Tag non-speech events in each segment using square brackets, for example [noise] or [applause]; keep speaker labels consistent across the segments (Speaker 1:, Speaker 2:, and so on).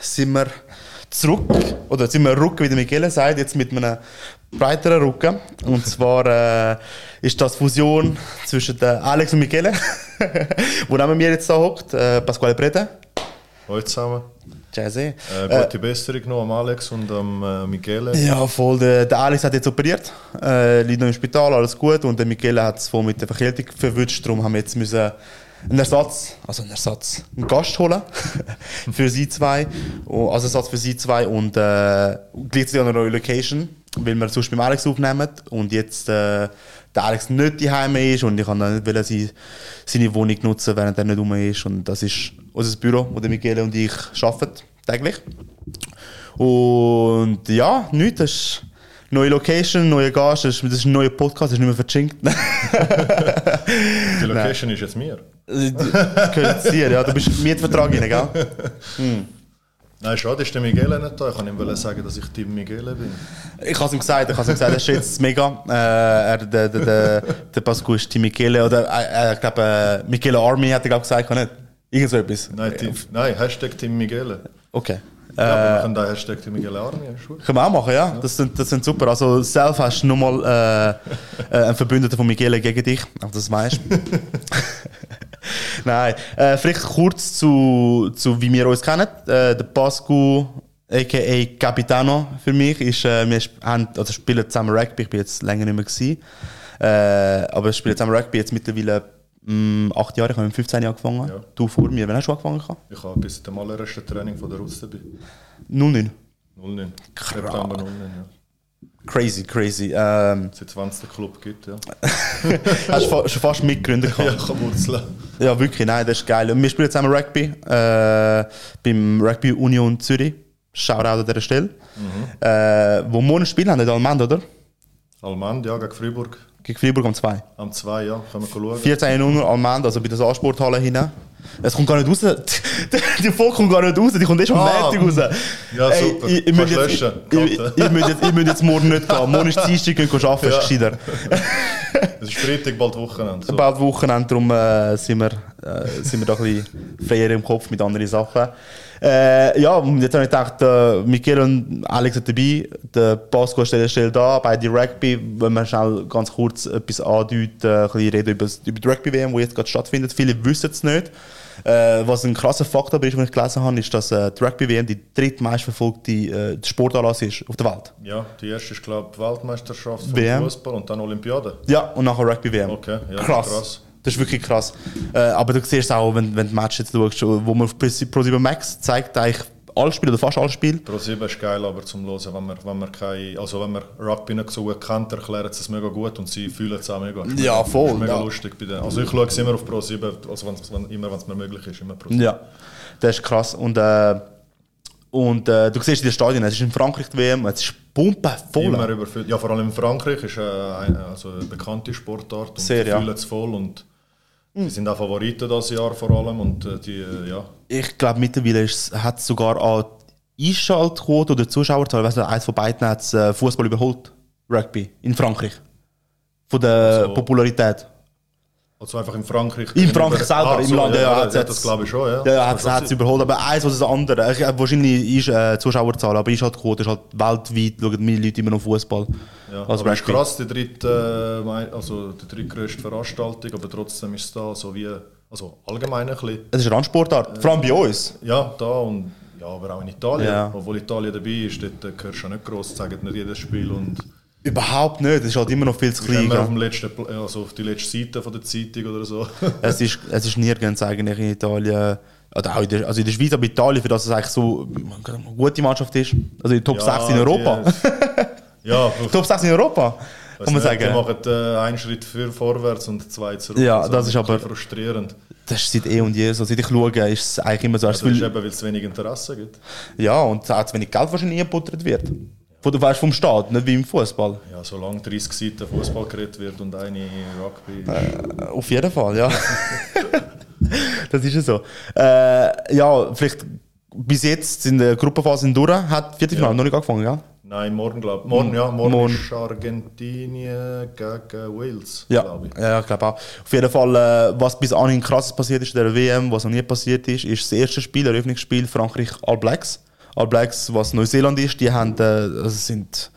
Speaker 1: sind wir zurück, oder sind wir ruck, wie der Michele sagt, jetzt mit einem breiteren Rücken. Und zwar äh, ist das Fusion zwischen der Alex und Michele, [laughs] wo neben mir jetzt da hockt, äh, Pasquale Prete.
Speaker 2: Hallo zusammen.
Speaker 1: Jazzy.
Speaker 2: Äh, gute Besserung noch am Alex und am äh, Michele.
Speaker 1: Ja, voll. Der, der Alex hat jetzt operiert, äh, liegt noch im Spital, alles gut. Und der Michele hat es voll mit der Verkältung verwünscht. Darum haben wir jetzt müssen einen Ersatz, also einen Ersatz, einen Gast holen [laughs] für sie zwei. Und- Also Ersatz für sie zwei und äh, gleichzeitig auch eine neue Location, weil wir sonst beim Alex aufnehmen. Und jetzt äh, der Alex nicht daheim ist und ich kann dann nicht wollen, sie, seine Wohnung nutzen, während er nicht rum ist. Und das ist unser Büro, wo der Michele und ich arbeiten, täglich. Und ja, nichts. Das ist neue Location, neue Gast, das ist, das ist ein neuer Podcast, das ist nicht mehr verschinkt.
Speaker 2: Die Location ist jetzt mir.
Speaker 1: Gehört Also, zu dir, ja. Du bist im Mietvertrag rein, gell?
Speaker 2: Nein, schade, ist der Michele nicht da. Ich kann ihm wollen sagen, dass ich Team Michele bin.
Speaker 1: Ich habe ihm gesagt, ich habe ihm gesagt, er schätzt es mega. Äh, er, der, der, der, der Pascu ist die Michele, oder äh, äh, ich glaube, äh, Michele Army hat er glaub, gesagt, kann nicht. Irgend so etwas.
Speaker 2: Nein, Team, nein Hashtag Team Michele.
Speaker 1: Okay.
Speaker 2: Ich glaube, wir können da Hashtag Team Michele Army. ist gut.
Speaker 1: Können wir auch machen, ja. Das sind, das sind super. Also, self hast du nochmal äh, äh, einen Verbündeten von Michele gegen dich, aber das weißt [laughs] du. Nein, äh, vielleicht kurz zu, zu wie wir uns kennen. Äh, der Pascu, a.k.a. Capitano für mich, ist, äh, wir sp- haben, also spielen zusammen Rugby, ich bin jetzt länger nicht mehr gewesen. Äh, aber wir spielen zusammen Rugby jetzt mittlerweile mh, acht Jahre, ich habe mit 15 Jahren angefangen.
Speaker 2: Ja.
Speaker 1: Du vor mir, wann hast du angefangen?
Speaker 2: Ich habe bis zum allerersten Training von der Russ dabei.
Speaker 1: 09.
Speaker 2: 09. September 09, ja.
Speaker 1: Crazy, crazy. Ähm,
Speaker 2: Seit 20 Club gibt, ja.
Speaker 1: [laughs] hast du fa schon fast mitgegründet gehabt?
Speaker 2: [laughs] Ja, ich kann Wurzeln.
Speaker 1: Ja, wirklich, nein, das ist geil. Und wir spielen zusammen Rugby äh, beim Rugby Union Zürich. Shoutout an dieser Stelle.
Speaker 2: Mhm.
Speaker 1: Äh, wo morgen spielen haben, in Almend, oder?
Speaker 2: Almend, ja, gegen Freiburg.
Speaker 1: Gegen Freiburg am 2.
Speaker 2: Am 2, ja. Können wir schauen.
Speaker 1: 14 Uhr Almend, also bei der Saarsporthalle hinten. Es kommt gar nicht raus. [laughs] Die, die Folge kommt gar nicht raus, die kommt erst am
Speaker 2: Ah.
Speaker 1: Montag raus.
Speaker 2: Ja,
Speaker 1: Ey,
Speaker 2: super.
Speaker 1: Ich, ich,
Speaker 2: Kannst
Speaker 1: müsst jetzt,
Speaker 2: löschen.
Speaker 1: ich, ich, ich, müsst jetzt, ich müsst jetzt morgen nicht gehen. Morgen ist Dienstag, gehen wir arbeiten, ist gescheiter.
Speaker 2: Es ist Freitag, bald Wochenende. So.
Speaker 1: Bald Wochenende, darum äh, sind, wir, äh, sind wir da ein bisschen freier im Kopf mit anderen Sachen. Äh, ja, und jetzt habe ich gedacht, äh, Michael und Alex sind dabei, der Pasco ist an der Stelle da, beide Rugby, wenn wir schnell ganz kurz etwas andeuten, äh, ein bisschen reden über, das- über die Rugby-WM, die jetzt gerade stattfindet. Viele wissen es nicht. Äh, was ein krasser Fakt aber ist, den ich gelesen habe, ist, dass äh, die Rugby-WM die drittmeistverfolgte äh, Sportanlass ist auf der Welt.
Speaker 2: Ja, die erste ist, glaube ich, Weltmeisterschaft
Speaker 1: WM.
Speaker 2: vom Fußball und dann Olympiade.
Speaker 1: Ja, und nachher Rugby WM.
Speaker 2: Okay, ja, das ist
Speaker 1: krass.
Speaker 2: krass.
Speaker 1: Das ist wirklich krass. Äh, aber du siehst es auch, wenn, wenn du Match jetzt schaust, wo man auf Pro7 Max zeigt eigentlich alle Spiele oder fast alle Spiele.
Speaker 2: Pro 7 ist geil, aber zum Losen, wenn man, wenn man kein, also wenn man Rugby nicht so gut kennt, erklären sie es mega gut und sie fühlen es auch mega. Ist
Speaker 1: Ja,
Speaker 2: mega,
Speaker 1: voll,
Speaker 2: Ist mega
Speaker 1: ja.
Speaker 2: lustig bei denen. Also ich schaue es immer auf Pro 7, also wenn's, wenn, immer wenn es mir möglich ist, immer Pro 7.
Speaker 1: Ja. Das ist krass. Und, äh, und äh, du siehst in den Stadien, es ist in Frankreich die WM, es ist Pumpe voll.
Speaker 2: Immer überfüllt. Ja, vor allem in Frankreich ist äh, ein- also eine bekannte Sportart und
Speaker 1: Sehr,
Speaker 2: die
Speaker 1: ja. Hm.
Speaker 2: fühlen es voll und die sind auch Favoriten dieses Jahr vor allem und äh, die, äh, ja,
Speaker 1: Ich glaube, mittlerweile ist- hat es sogar an die Einschaltquote oder Zuschauerzahl, weißt du, eins von beiden hat es, äh, Fußball überholt. Rugby in Frankreich. Von der
Speaker 2: Also-
Speaker 1: Popularität.
Speaker 2: also einfach in Frankreich.
Speaker 1: In Frankreich selber, im Land, ja,
Speaker 2: Ah, ja,
Speaker 1: hat's
Speaker 2: ja,
Speaker 1: jetzt-
Speaker 2: das glaube ich schon, ja. Also
Speaker 1: Ja, ja
Speaker 2: Kann
Speaker 1: hat
Speaker 2: schon
Speaker 1: es überholt, aber eins was das andere. Ich, äh, wahrscheinlich ist äh, Zuschauerzahl, aber ich halt Quote, ist halt weltweit, schauen meine Leute immer noch Fußball. Also,
Speaker 2: Ja,
Speaker 1: als
Speaker 2: aber es ist
Speaker 1: Rugby.
Speaker 2: krass, die dritte, äh, Mai- also die drittgrößte Veranstaltung, aber trotzdem ist es da so wie, also allgemein ein bisschen,
Speaker 1: Es ist eine Randsportart, vor allem bei uns.
Speaker 2: ja, da und ja, aber auch in Italien,
Speaker 1: Ja.
Speaker 2: obwohl Italien dabei ist, dort äh, gehörst du ja nicht gross, zeigt nicht jedes Spiel und
Speaker 1: Überhaupt nicht, es ist halt immer noch viel zu
Speaker 2: bist
Speaker 1: klein.
Speaker 2: immer auf,
Speaker 1: gell?
Speaker 2: dem letzten, Pl- also auf die letzte Seite von der Zeitung
Speaker 1: [laughs]
Speaker 2: oder so.
Speaker 1: Es ist, es ist nirgends eigentlich in Italien, oder auch in der, also in der Schweiz, aber Italien, für das es eigentlich so eine gute Mannschaft ist. Also in Top 6 in
Speaker 2: die- äh,
Speaker 1: Europa. [laughs]
Speaker 2: ja,
Speaker 1: Top 6 in Europa, kann man
Speaker 2: weiss nicht, Die
Speaker 1: sagen.
Speaker 2: machen äh, einen Schritt für vorwärts und zwei zurück.
Speaker 1: Ja,
Speaker 2: Also
Speaker 1: das ist
Speaker 2: ein bisschen
Speaker 1: aber-
Speaker 2: frustrierend.
Speaker 1: Das ist seit eh und je so. Seit ich schaue, ist es eigentlich immer so. als
Speaker 2: Das ist
Speaker 1: Gefühl-
Speaker 2: eben, weil es wenig Interesse gibt.
Speaker 1: Ja, und auch zu wenig Geld wahrscheinlich eingebuttert wird. Von der weißt, vom Staat, nicht wie im Fußball.
Speaker 2: Ja, solange 30 Seiten Fußball geredet wird und eine Rugby ist.
Speaker 1: Äh, Auf jeden Fall, ja. [laughs] das ist ja so. Äh, ja, vielleicht bis jetzt in der Gruppenphase in Dura hat Viertelfinale noch nicht angefangen, gell?
Speaker 2: Nein, morgen glaube ich. Morgen, ja. Morgen,
Speaker 1: Morgen.
Speaker 2: ist Argentinien gegen Wales,
Speaker 1: Ja,
Speaker 2: glaube ich.
Speaker 1: ja, ich glaube auch. Auf jeden Fall, äh, was bis anhin krasses passiert ist in der WM, was noch nie passiert ist, ist das erste Spiel, Eröffnungsspiel Frankreich All Blacks. All Blacks, was Neuseeland ist, die haben, äh, also sind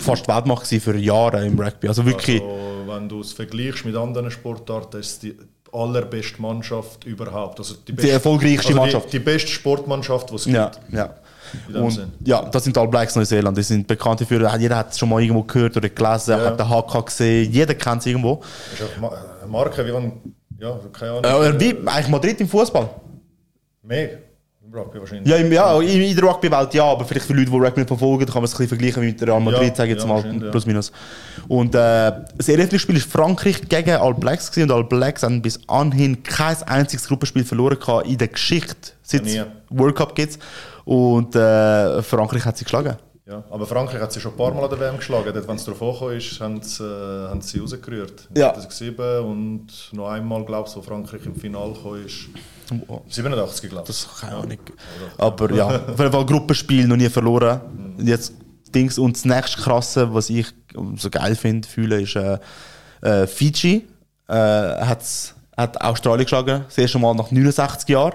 Speaker 1: fast Weltmacht gewesen für Jahre im Rugby. Also wirklich.
Speaker 2: Also, wenn du es vergleichst mit anderen Sportarten, ist es die allerbeste Mannschaft überhaupt. Also die, beste,
Speaker 1: erfolgreichste
Speaker 2: also
Speaker 1: Mannschaft.
Speaker 2: Die, die beste Sportmannschaft, die es gibt.
Speaker 1: ja, ja.
Speaker 2: In dem
Speaker 1: Und,
Speaker 2: Sinn.
Speaker 1: ja, das sind die All Blacks Neuseeland. Die sind bekannt dafür. Jeder hat es schon mal irgendwo gehört oder gelesen, hat den HK gesehen. Jeder kennt es irgendwo.
Speaker 2: Das ist auch Ma- eine Marke, wie wenn, ja, keine Ahnung.
Speaker 1: Äh, wie eigentlich Madrid im Fußball.
Speaker 2: Mehr. Im Rugby wahrscheinlich.
Speaker 1: Ja, im, ja in, in der Rugby-Welt ja, aber vielleicht für Leute, die Rugby nicht verfolgen, kann man es ein bisschen vergleichen mit Real Madrid,
Speaker 2: Ja,
Speaker 1: sage ich jetzt
Speaker 2: ja,
Speaker 1: mal,
Speaker 2: wahrscheinlich, ja.
Speaker 1: plus minus. Und äh, das erste Spiel war Frankreich gegen All Blacks gewesen, und All Blacks haben bis anhin kein einziges Gruppenspiel verloren gehabt in der Geschichte, seit es
Speaker 2: Nie.
Speaker 1: World Cup gibt. Und äh, Frankreich hat sie geschlagen.
Speaker 2: Ja, aber Frankreich hat sie schon ein paar Mal an der WM geschlagen. Dort, wenn es drauf angekommen ist, haben sie, äh, haben sie rausgerührt.
Speaker 1: Ja.
Speaker 2: 2007 und noch einmal, glaube ich, wo Frankreich im Finale gekommen ist. 87, glaube ich.
Speaker 1: Das keine Ahnung. Aber ja, auf jeden Fall Gruppenspiel noch nie verloren. Und Jetzt Dings und das nächste krasse, was ich so geil finde, fühle, ist äh, äh, Fiji. Äh, hat's, hat Australien geschlagen, das erste Mal nach 69 Jahren.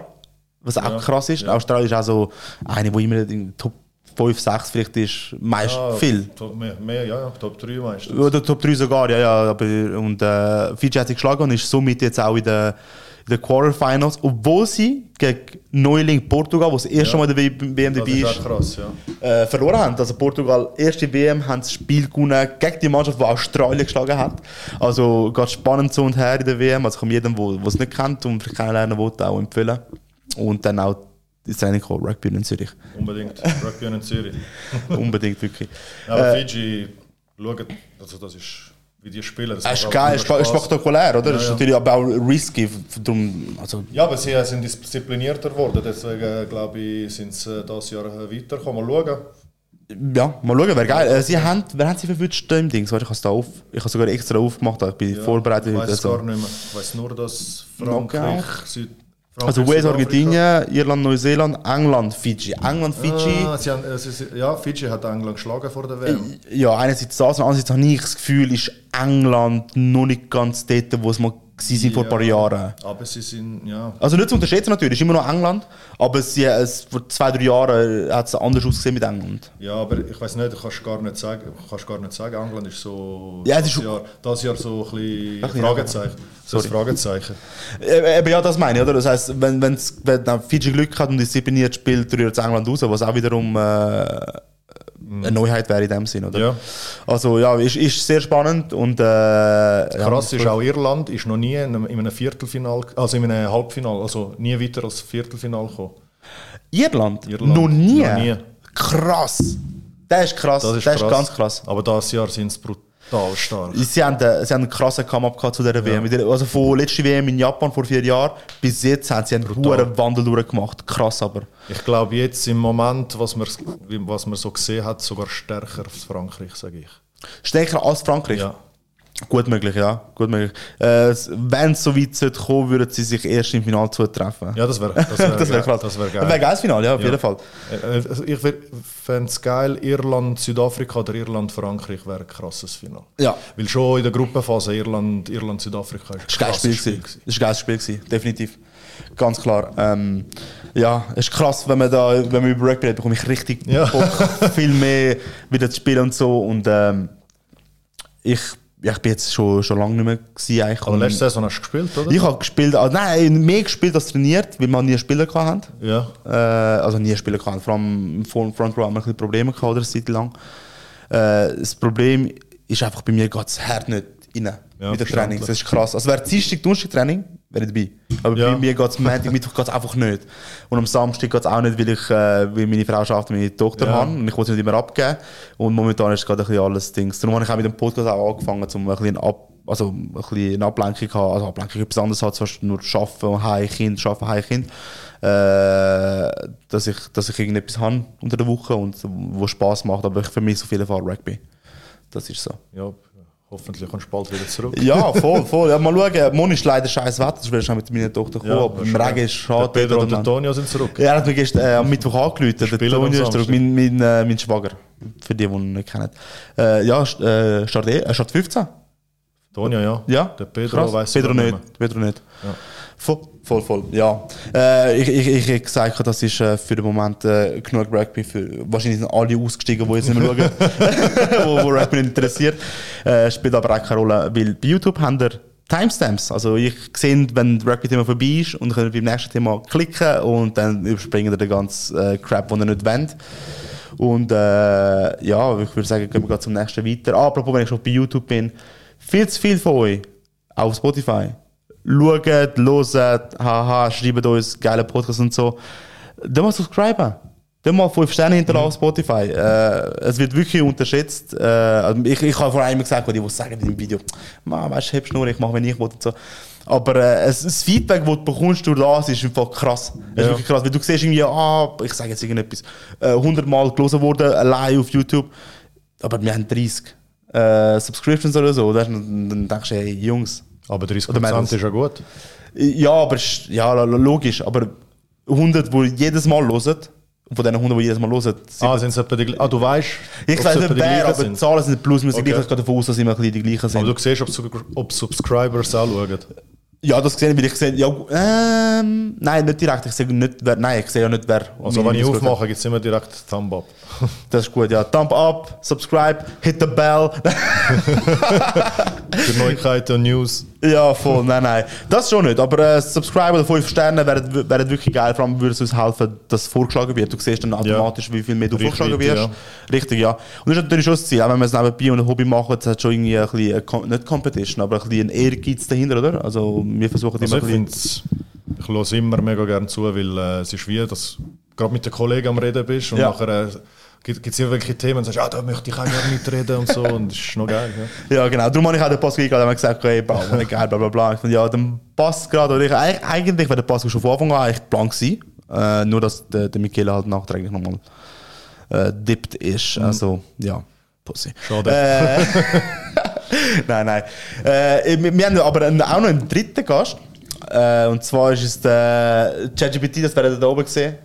Speaker 1: Was auch krass ist. Australien ist auch so eine, die immer in den Top 5, 6 vielleicht ist, meist
Speaker 2: Ah,
Speaker 1: viel.
Speaker 2: Top, mehr, mehr, ja, ja, Top 3 meistens.
Speaker 1: Oder Top 3 sogar, ja, ja. Aber, und äh, Fiji hat sie geschlagen und ist somit jetzt auch in den in den Quarterfinals, obwohl sie gegen Neuling Portugal, wo das erste Mal in der W- WM
Speaker 2: Das
Speaker 1: dabei
Speaker 2: ist
Speaker 1: ist,
Speaker 2: auch krass, ja.
Speaker 1: äh, verloren haben. Also Portugal, erste WM, haben das Spiel gewonnen gegen die Mannschaft, die Australien geschlagen hat. Also geht spannend so und her in der WM. Also kommt jedem, der es nicht kennt und vielleicht kennenlernen will, auch empfehlen. Und dann auch ins Training kommen, Rugby in
Speaker 2: [laughs]
Speaker 1: Zürich.
Speaker 2: Unbedingt. Rugby in Zürich.
Speaker 1: Unbedingt, wirklich. Äh,
Speaker 2: Aber Fiji, schaut, also das ist, wie die spielen. Das
Speaker 1: Das Äh, ist
Speaker 2: macht
Speaker 1: geil, ist
Speaker 2: einfach nur
Speaker 1: spe- ist
Speaker 2: Spass.
Speaker 1: spektakulär, oder? Das ist
Speaker 2: ja.
Speaker 1: natürlich aber auch risky. f- Drum, also
Speaker 2: Ja, aber sie äh, sind disziplinierter geworden. Deswegen, äh, glaube ich, sind sie äh, dieses Jahr äh, weitergekommen. Mal schauen.
Speaker 1: Ja, mal schauen, wäre geil. Äh, Sie haben, wer hat sie verwünscht im Dings? Warte, ich habe es da auf. Ich habe sogar extra aufgemacht, da. ich bin vorbereitet.
Speaker 2: Ich weiß es
Speaker 1: Also,
Speaker 2: gar nicht mehr. Ich weiß nur, dass Frankreich, Süd
Speaker 1: also
Speaker 2: Frankreich,
Speaker 1: US,
Speaker 2: Südafrika-
Speaker 1: Argentinien, Irland, Neuseeland, England, Fiji. England, Fiji.
Speaker 2: Ah, sie haben, äh, sie, sie- ja, Fiji hat England geschlagen vor der WM.
Speaker 1: Ja, einerseits das und andererseits habe ich das Gefühl, ist England noch nicht ganz dort, wo es mal sie sind vor ein paar
Speaker 2: Ja.
Speaker 1: Jahren.
Speaker 2: Aber sie sind, ja.
Speaker 1: Also nicht zu unterschätzen natürlich, ist immer noch England, aber sie, es, vor zwei, drei Jahren hat es anders ausgesehen mit England.
Speaker 2: Ja, aber ich weiß nicht, du kannst gar nicht sagen, kannst gar nicht sagen, England ist so
Speaker 1: Ja, es ist-
Speaker 2: das, Jahr, das Jahr so ein bisschen
Speaker 1: bisschen
Speaker 2: Fragezeichen. So ein Fragezeichen.
Speaker 1: Äh, Eben ja, das meine ich, oder? Das heisst, wenn, wenn's, wenn dann Fiji Glück hat und diszipliniert spielt, rührt es England raus, was auch wiederum äh, eine Neuheit wäre in dem Sinn, oder?
Speaker 2: Ja.
Speaker 1: Also ja, ist, ist sehr spannend und äh,
Speaker 2: Krass
Speaker 1: ja,
Speaker 2: ist auch Irland ist noch nie in einem, in einem Viertelfinal, also in einem Halbfinal, also nie weiter als Viertelfinal gekommen.
Speaker 1: Irland,
Speaker 2: Irland.
Speaker 1: noch, nie.
Speaker 2: Noch nie.
Speaker 1: Krass. Das ist krass. Das
Speaker 2: Das
Speaker 1: ist,
Speaker 2: ist krass.
Speaker 1: ganz krass.
Speaker 2: Aber dieses Jahr sind sie brutal stark.
Speaker 1: Sie haben, äh, sie haben einen krassen Come-Up gehabt zu dieser WM. Also von letzter WM in Japan vor vier Jahren bis jetzt haben sie einen hohen Wandel durchgemacht. Krass aber.
Speaker 2: Ich glaube jetzt im Moment, was man, was man so gesehen hat, sogar stärker als Frankreich, sage ich.
Speaker 1: Stärker als Frankreich.
Speaker 2: Ja.
Speaker 1: Gut möglich, ja. Gut möglich. Äh, Wenn es so weit sollte kommen, würden sie sich erst im Finale zutreffen.
Speaker 2: Ja, das wäre das
Speaker 1: [laughs]
Speaker 2: wär,
Speaker 1: das wäre krass.
Speaker 2: Das wär
Speaker 1: Das wäre
Speaker 2: geil.
Speaker 1: geiles Finale, ja, auf
Speaker 2: Ja.
Speaker 1: jeden Fall.
Speaker 2: Äh, Ich fände es geil, Irland, Südafrika oder Irland, Frankreich wäre ein krasses Final.
Speaker 1: Ja.
Speaker 2: Weil schon in der Gruppenphase Irland, Irland, Südafrika ist ein
Speaker 1: Das war ein
Speaker 2: krasses
Speaker 1: geiles Spiel. gewesen. Das war ein geiles Spiel, gewesen, definitiv. Ganz klar. Ähm, ja, es ist krass, wenn man, da, wenn man über Rugby redet, bekomme ich richtig
Speaker 2: Ja. [laughs]
Speaker 1: Bock, viel mehr wieder zu spielen und so. Und ähm, ich, ja, ich bin jetzt schon, schon lange nicht mehr gewesen, eigentlich.
Speaker 2: Aber
Speaker 1: Und
Speaker 2: letzte Saison hast du gespielt, oder?
Speaker 1: ich habe gespielt, also nein, mehr gespielt als trainiert, weil wir nie Spieler hatten.
Speaker 2: Ja.
Speaker 1: Äh, also nie spielen kann. Vor allem im Front Front Row haben wir ein bisschen Probleme gehabt, oder, eine Zeit lang. Äh, das Problem ist einfach, bei mir geht das Herz nicht rein
Speaker 2: Ja,
Speaker 1: mit den
Speaker 2: verständlich.
Speaker 1: Trainings. Das ist krass. Also wäre Dienstag, Donnerstag Training, wäre ich dabei. Aber
Speaker 2: Ja.
Speaker 1: bei mir geht es Montag, Mittwoch geht's einfach nicht. Und am Samstag geht es auch nicht, weil ich äh, weil meine Frau schafft, meine Tochter
Speaker 2: Ja.
Speaker 1: habe und ich wollte sie nicht mehr abgeben. Und momentan ist gerade ein bisschen alles Dings. Darum habe ich auch mit dem Podcast auch angefangen, um ein bisschen ab also ein bisschen eine Ablenkung haben, also Ablenkung etwas anderes hat, zwar nur Schaffen und Heim, Kind, Schaffen, Heim, Kind, äh, dass, ich, dass ich irgendetwas habe unter der Woche und wo Spaß macht, aber ich vermisse auf jeden Fall Rugby. Das ist so.
Speaker 2: ja. Hoffentlich kommst du bald wieder zurück.
Speaker 1: Ja, voll, voll. Ja, mal schauen, morgen ist leider scheiß Wetter, sonst wäre ich auch mit meiner Tochter gekommen,
Speaker 2: Ja,
Speaker 1: aber im Regen ist schade.
Speaker 2: Der Pedro
Speaker 1: oder
Speaker 2: und
Speaker 1: man-
Speaker 2: Antonio sind zurück.
Speaker 1: ja, er hat mir gestern äh, am Mittwoch angerufen. Der
Speaker 2: Spielen am
Speaker 1: Toni ist zurück,
Speaker 2: Samstag.
Speaker 1: mein, mein, äh, mein Schwager. Für die, die ihn nicht kennen. Äh, ja, st- äh, Start, eh- äh, Start 15.
Speaker 2: Antonio, ja.
Speaker 1: Ja.
Speaker 2: Der Pedro weiß
Speaker 1: Pedro nicht. Pedro nicht.
Speaker 2: Ja.
Speaker 1: Voll, Voll, voll, ja. Äh, ich, ich, ich hätte gesagt, das ist äh, für den Moment äh, genug Rugby. Für, wahrscheinlich sind alle ausgestiegen, die jetzt nicht mehr schauen,
Speaker 2: [laughs]
Speaker 1: [laughs] wo, wo Rugby nicht interessiert. Äh, spielt aber auch keine Rolle, weil bei YouTube haben wir Timestamps. Also ich sehe, wenn das Rugby-Thema vorbei ist und könnt beim nächsten Thema klicken und dann überspringen ihr den ganzen äh, Crap, den ihr nicht wollt. Und äh, ja, ich würde sagen, gehen wir grad zum nächsten weiter. Ah, apropos, wenn ich schon bei YouTube bin, viel zu viel von euch auf Spotify. Schaut, hört, haha, schreibt uns geile Podcasts und so. Dann mal subscriben. Dann mal 5 Sterne hinterlassen auf Spotify. Äh, es wird wirklich unterschätzt. Äh, also ich, ich habe vor allem gesagt, die, die sagen in dem Video, man, weißt du, nur, ich mache, wenn ich will und so. Aber äh, es, das Feedback, das du bekommst durch das, ist einfach krass. Es ist
Speaker 2: Ja.
Speaker 1: wirklich krass, weil du siehst irgendwie, ah, ich sage jetzt irgendetwas, äh, 100 Mal gelesen worden, allein auf YouTube, aber wir haben 30 äh, Subscriptions oder so. Dann- Dann denkst du, hey, Jungs,
Speaker 2: Aber 30
Speaker 1: Oder Mädels.
Speaker 2: Prozent ist ja gut.
Speaker 1: ja, aber ist- ja, lo- lo- logisch. Aber 100, die jedes Mal hören, von diesen 100, die jedes Mal hören, sind-
Speaker 2: Ah, sind es etwa die gleichen? Ah, du weißt.
Speaker 1: ich
Speaker 2: ob es
Speaker 1: weiß
Speaker 2: etwa
Speaker 1: nicht wer,
Speaker 2: die gleichen
Speaker 1: aber die
Speaker 2: sind.
Speaker 1: Zahlen sind plus, wir sind
Speaker 2: Okay.
Speaker 1: gleich ich gehe davon aus, dass immer ein bisschen die gleichen sind.
Speaker 2: Aber du siehst, ob, Sug- ob Subscribers Also auch schauen.
Speaker 1: ja, das gesehen, weil ich sehe, ja, ähm, nein, nicht direkt, ich sehe nicht, wer, nein, ich sehe ja nicht, wer.
Speaker 2: Also,
Speaker 1: meine
Speaker 2: wenn ich
Speaker 1: Videos schaut.
Speaker 2: aufmache, gibt es immer direkt Thumb Up.
Speaker 1: Das ist gut, ja. Thumb up, subscribe, hit the bell. [laughs]
Speaker 2: Für Neuigkeiten und News.
Speaker 1: ja, voll, nein, nein. Das schon nicht, aber äh, subscribe oder 5 Sterne wäre wäre wirklich geil, vor allem würde es uns helfen, dass vorgeschlagen wird. Du siehst dann automatisch, wie viel mehr du
Speaker 2: Reichweite,
Speaker 1: vorgeschlagen wirst.
Speaker 2: ja.
Speaker 1: Richtig, ja. Und das ist natürlich schon das Ziel, auch wenn wir es nebenbei und ein Hobby machen, das hat schon irgendwie ein bisschen, eine Kom- nicht Competition, aber ein bisschen einen Ehrgeiz dahinter, oder? Also wir versuchen
Speaker 2: Also
Speaker 1: immer
Speaker 2: ich
Speaker 1: ein bisschen...
Speaker 2: finde ich höre immer mega gerne zu, weil äh, es ist wie, dass du gerade mit den Kollegen am Reden bist und
Speaker 1: Ja.
Speaker 2: nachher äh, gibt es irgendwelche Themen und sagst, ah, da möchte ich auch gerne mitreden und so und das ist noch geil. Ja.
Speaker 1: Ja, genau. Darum habe ich auch den Pascal eingeladen und gesagt, hey, Bro, nicht geil, bla bla bla. Ich fand, ja, dann passt gerade. Oder ich, eigentlich- eigentlich wäre der Pascal schon von Anfang an eigentlich blank gewesen. Äh, nur, dass der, der Michele halt nachträglich nochmal äh, dippt ist. Also, ja, Pussy.
Speaker 2: Schade.
Speaker 1: Äh, [laughs] nein, nein. Äh, wir, wir haben aber einen, auch noch einen dritten Gast. Äh, und zwar ist es der ChatGPT, das werdet ihr da oben gesehen.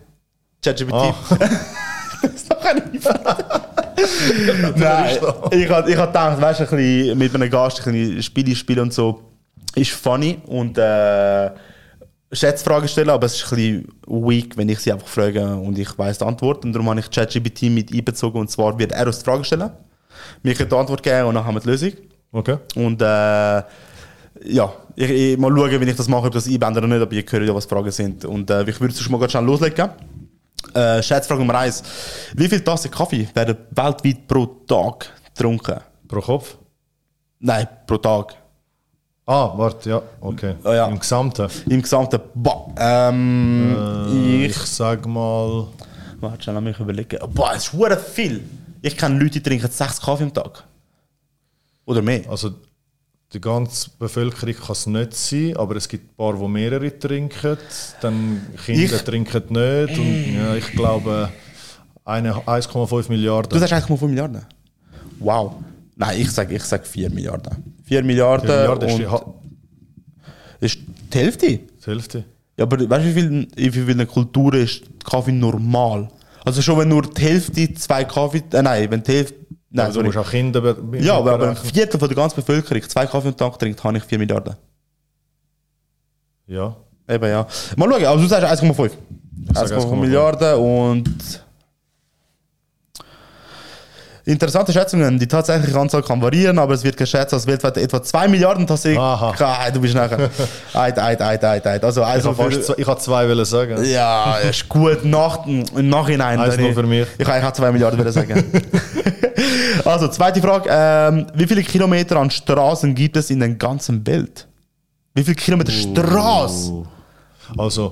Speaker 1: ChatGPT.
Speaker 2: Ah.
Speaker 1: [laughs] das ist doch ein Nein, ich habe ich hab gedacht, weißt du, ein bisschen mit einem Gast ein bisschen Spiele spielen und so ist funny und äh, Schätzfragen stellen, aber es ist ein bisschen weak, wenn ich sie einfach frage und ich weiss die Antwort. Und darum habe ich ChatGPT mit einbezogen und zwar wird er uns die Frage stellen, mir die Antwort geben und dann haben wir die Lösung.
Speaker 2: Okay.
Speaker 1: Und äh, ja, ich, ich mal schauen, wenn ich das mache, ob das einbände oder nicht, aber ihr hört ja, was die Fragen sind. Und äh, ich würde es mal ganz schnell loslegen. Äh, Schätzfrage Nummer eins Wie viele Tassen Kaffee werden weltweit pro Tag getrunken?
Speaker 2: Pro Kopf?
Speaker 1: Nein, pro Tag.
Speaker 2: Ah, warte, ja, okay.
Speaker 1: Ah, ja.
Speaker 2: Im Gesamten.
Speaker 1: Im Gesamten. Boah, ähm,
Speaker 2: Äh,
Speaker 1: Ich.
Speaker 2: ich sag mal,
Speaker 1: Warte, schnell, lass mich überlegen. Boah, es ist verdammt viel. Ich kenne Leute, die trinken sechs Kaffee am Tag. Oder mehr.
Speaker 2: also die ganze Bevölkerung kann es nicht sein, aber es gibt ein paar, die mehrere trinken, dann Kinder
Speaker 1: Ich-
Speaker 2: trinken nicht und ja, ich glaube eine- 1,5 Milliarden.
Speaker 1: Du sagst 1,5 Milliarden. Wow. Nein, ich sage ich sag 4 Milliarden. 4 Milliarden,
Speaker 2: Eine Milliarde ist die,
Speaker 1: äh, und
Speaker 2: Ha-
Speaker 1: ist die Hälfte.
Speaker 2: die Hälfte.
Speaker 1: Ja, aber weißt du, wie viel, in wie vielen Kulturen ist Kaffee normal? Also schon wenn nur die Hälfte zwei Kaffee. Äh, nein, wenn die Hälfte. Nein,
Speaker 2: Also du musst
Speaker 1: sorry.
Speaker 2: auch Kinder be-
Speaker 1: Ja, aber, aber ein
Speaker 2: berechnen.
Speaker 1: Viertel von der ganzen Bevölkerung zwei Kaffee am Tag trinkt, habe ich 4 Milliarden.
Speaker 2: Ja,
Speaker 1: Eben ja. Mal schauen, also du sagst 1,5.
Speaker 2: sag
Speaker 1: 1,5
Speaker 2: 1,5.
Speaker 1: Milliarden und. Interessante Schätzungen. Die tatsächliche Anzahl kann varieren, aber es wird geschätzt, dass weltweit etwa 2 Milliarden tatsächlich.
Speaker 2: Aha.
Speaker 1: Ah, du bist
Speaker 2: [laughs]
Speaker 1: nachher. Eid, eid, eid, eid, eid. Also,
Speaker 2: ich
Speaker 1: also
Speaker 2: habe fast zwei, ich hab zwei wollen sagen.
Speaker 1: ja, ist gut. Nach, Im Nachhinein.
Speaker 2: Eins
Speaker 1: wenn
Speaker 2: nur
Speaker 1: ich-
Speaker 2: für mich.
Speaker 1: Ich kann eigentlich auch 2 Milliarden wieder sagen.
Speaker 2: [laughs]
Speaker 1: also, zweite Frage. Ähm, wie viele Kilometer an Straßen gibt es in der ganzen Welt? Wie viele Kilometer
Speaker 2: Oh.
Speaker 1: Straßen?
Speaker 2: Also,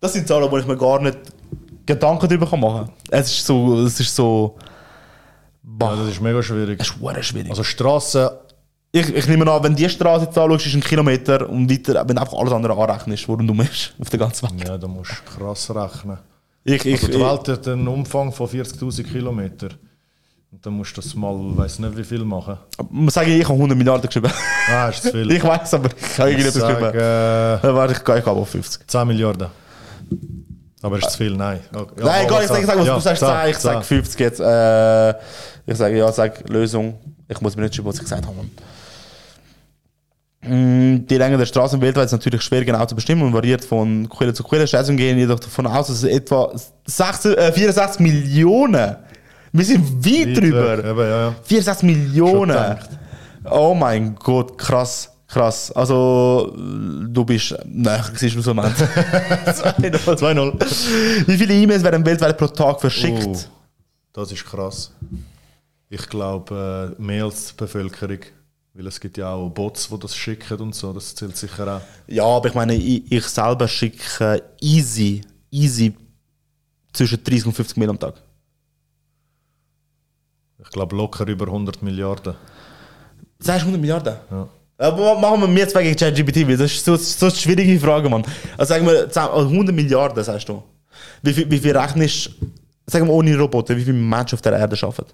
Speaker 1: Das sind Zahlen, wo ich mir gar nicht Gedanken darüber machen kann. Es ist so. Es ist so.
Speaker 2: ja,
Speaker 1: Bah,
Speaker 2: das ist mega schwierig.
Speaker 1: das ist verdammt schwierig.
Speaker 2: Also Straßen,
Speaker 1: ich, ich nehme an, wenn die Straße jetzt anschaust, ist ein Kilometer und weiter, wenn du einfach alles andere anrechnest, worum du bist, auf der ganzen Welt.
Speaker 2: ja, da musst du krass rechnen.
Speaker 1: Ich, ich,
Speaker 2: Also die
Speaker 1: ich-
Speaker 2: Welt hat einen Umfang von 40'000 Kilometer. Und dann musst du das mal, weiß nicht wie viel machen.
Speaker 1: man sage, ich habe 100 Milliarden geschrieben. [laughs]
Speaker 2: Ah, ist zu viel.
Speaker 1: ich weiß, aber ich habe irgendetwas geschrieben.
Speaker 2: sage
Speaker 1: Äh, Warte, ich gehe ich gehe auf 50.
Speaker 2: äh, 10 Milliarden. Aber ist zu viel, nein. Okay, ja,
Speaker 1: Ah. Nein, gar
Speaker 2: aber
Speaker 1: nicht, ich sage, ich sage, was
Speaker 2: zehn. Ja,
Speaker 1: du sagst,
Speaker 2: zehn,
Speaker 1: 10, ich
Speaker 2: zehn.
Speaker 1: sage 50 jetzt. Äh, ich sage, ja, sag Lösung. Ich muss mir nicht schreiben, was ich gesagt habe. Mann. Mm, Die Länge der Straßen weltweit ist natürlich schwer genau zu bestimmen und variiert von Quelle zu Quelle. Schätzungen gehen jedoch davon aus, dass es etwa 16, äh, 64 Millionen. Wir sind weit, drüber.
Speaker 2: Weit weg, Eben, ja, ja.
Speaker 1: 64
Speaker 2: Schon
Speaker 1: Millionen.
Speaker 2: gedacht.
Speaker 1: Oh mein Gott, krass, krass. Also, du bist näher gewesen, schlussendlich. [laughs] 2-0. 2-0. [laughs] Wie viele E-Mails werden weltweit pro Tag verschickt?
Speaker 2: Oh, das ist krass. Ich glaube, äh, mehr als die Bevölkerung. Weil es gibt ja auch Bots, die das schicken und so. Das zählt sicher auch.
Speaker 1: Ja, aber ich meine, ich, ich selber schicke easy, easy zwischen 30 und 50 Mail am Tag.
Speaker 2: Ich glaube, locker über 100 Milliarden.
Speaker 1: 200 Milliarden?
Speaker 2: Ja.
Speaker 1: Aber ma- machen wir mir zwei gegen ChatGPT, weil das ist so, so eine schwierige Frage, Mann. Also sagen wir 10 also 100 Milliarden, sagst du. Wie viel, wie viel rechnest sagen wir ohne Roboter, wie viele Menschen auf der Erde arbeiten?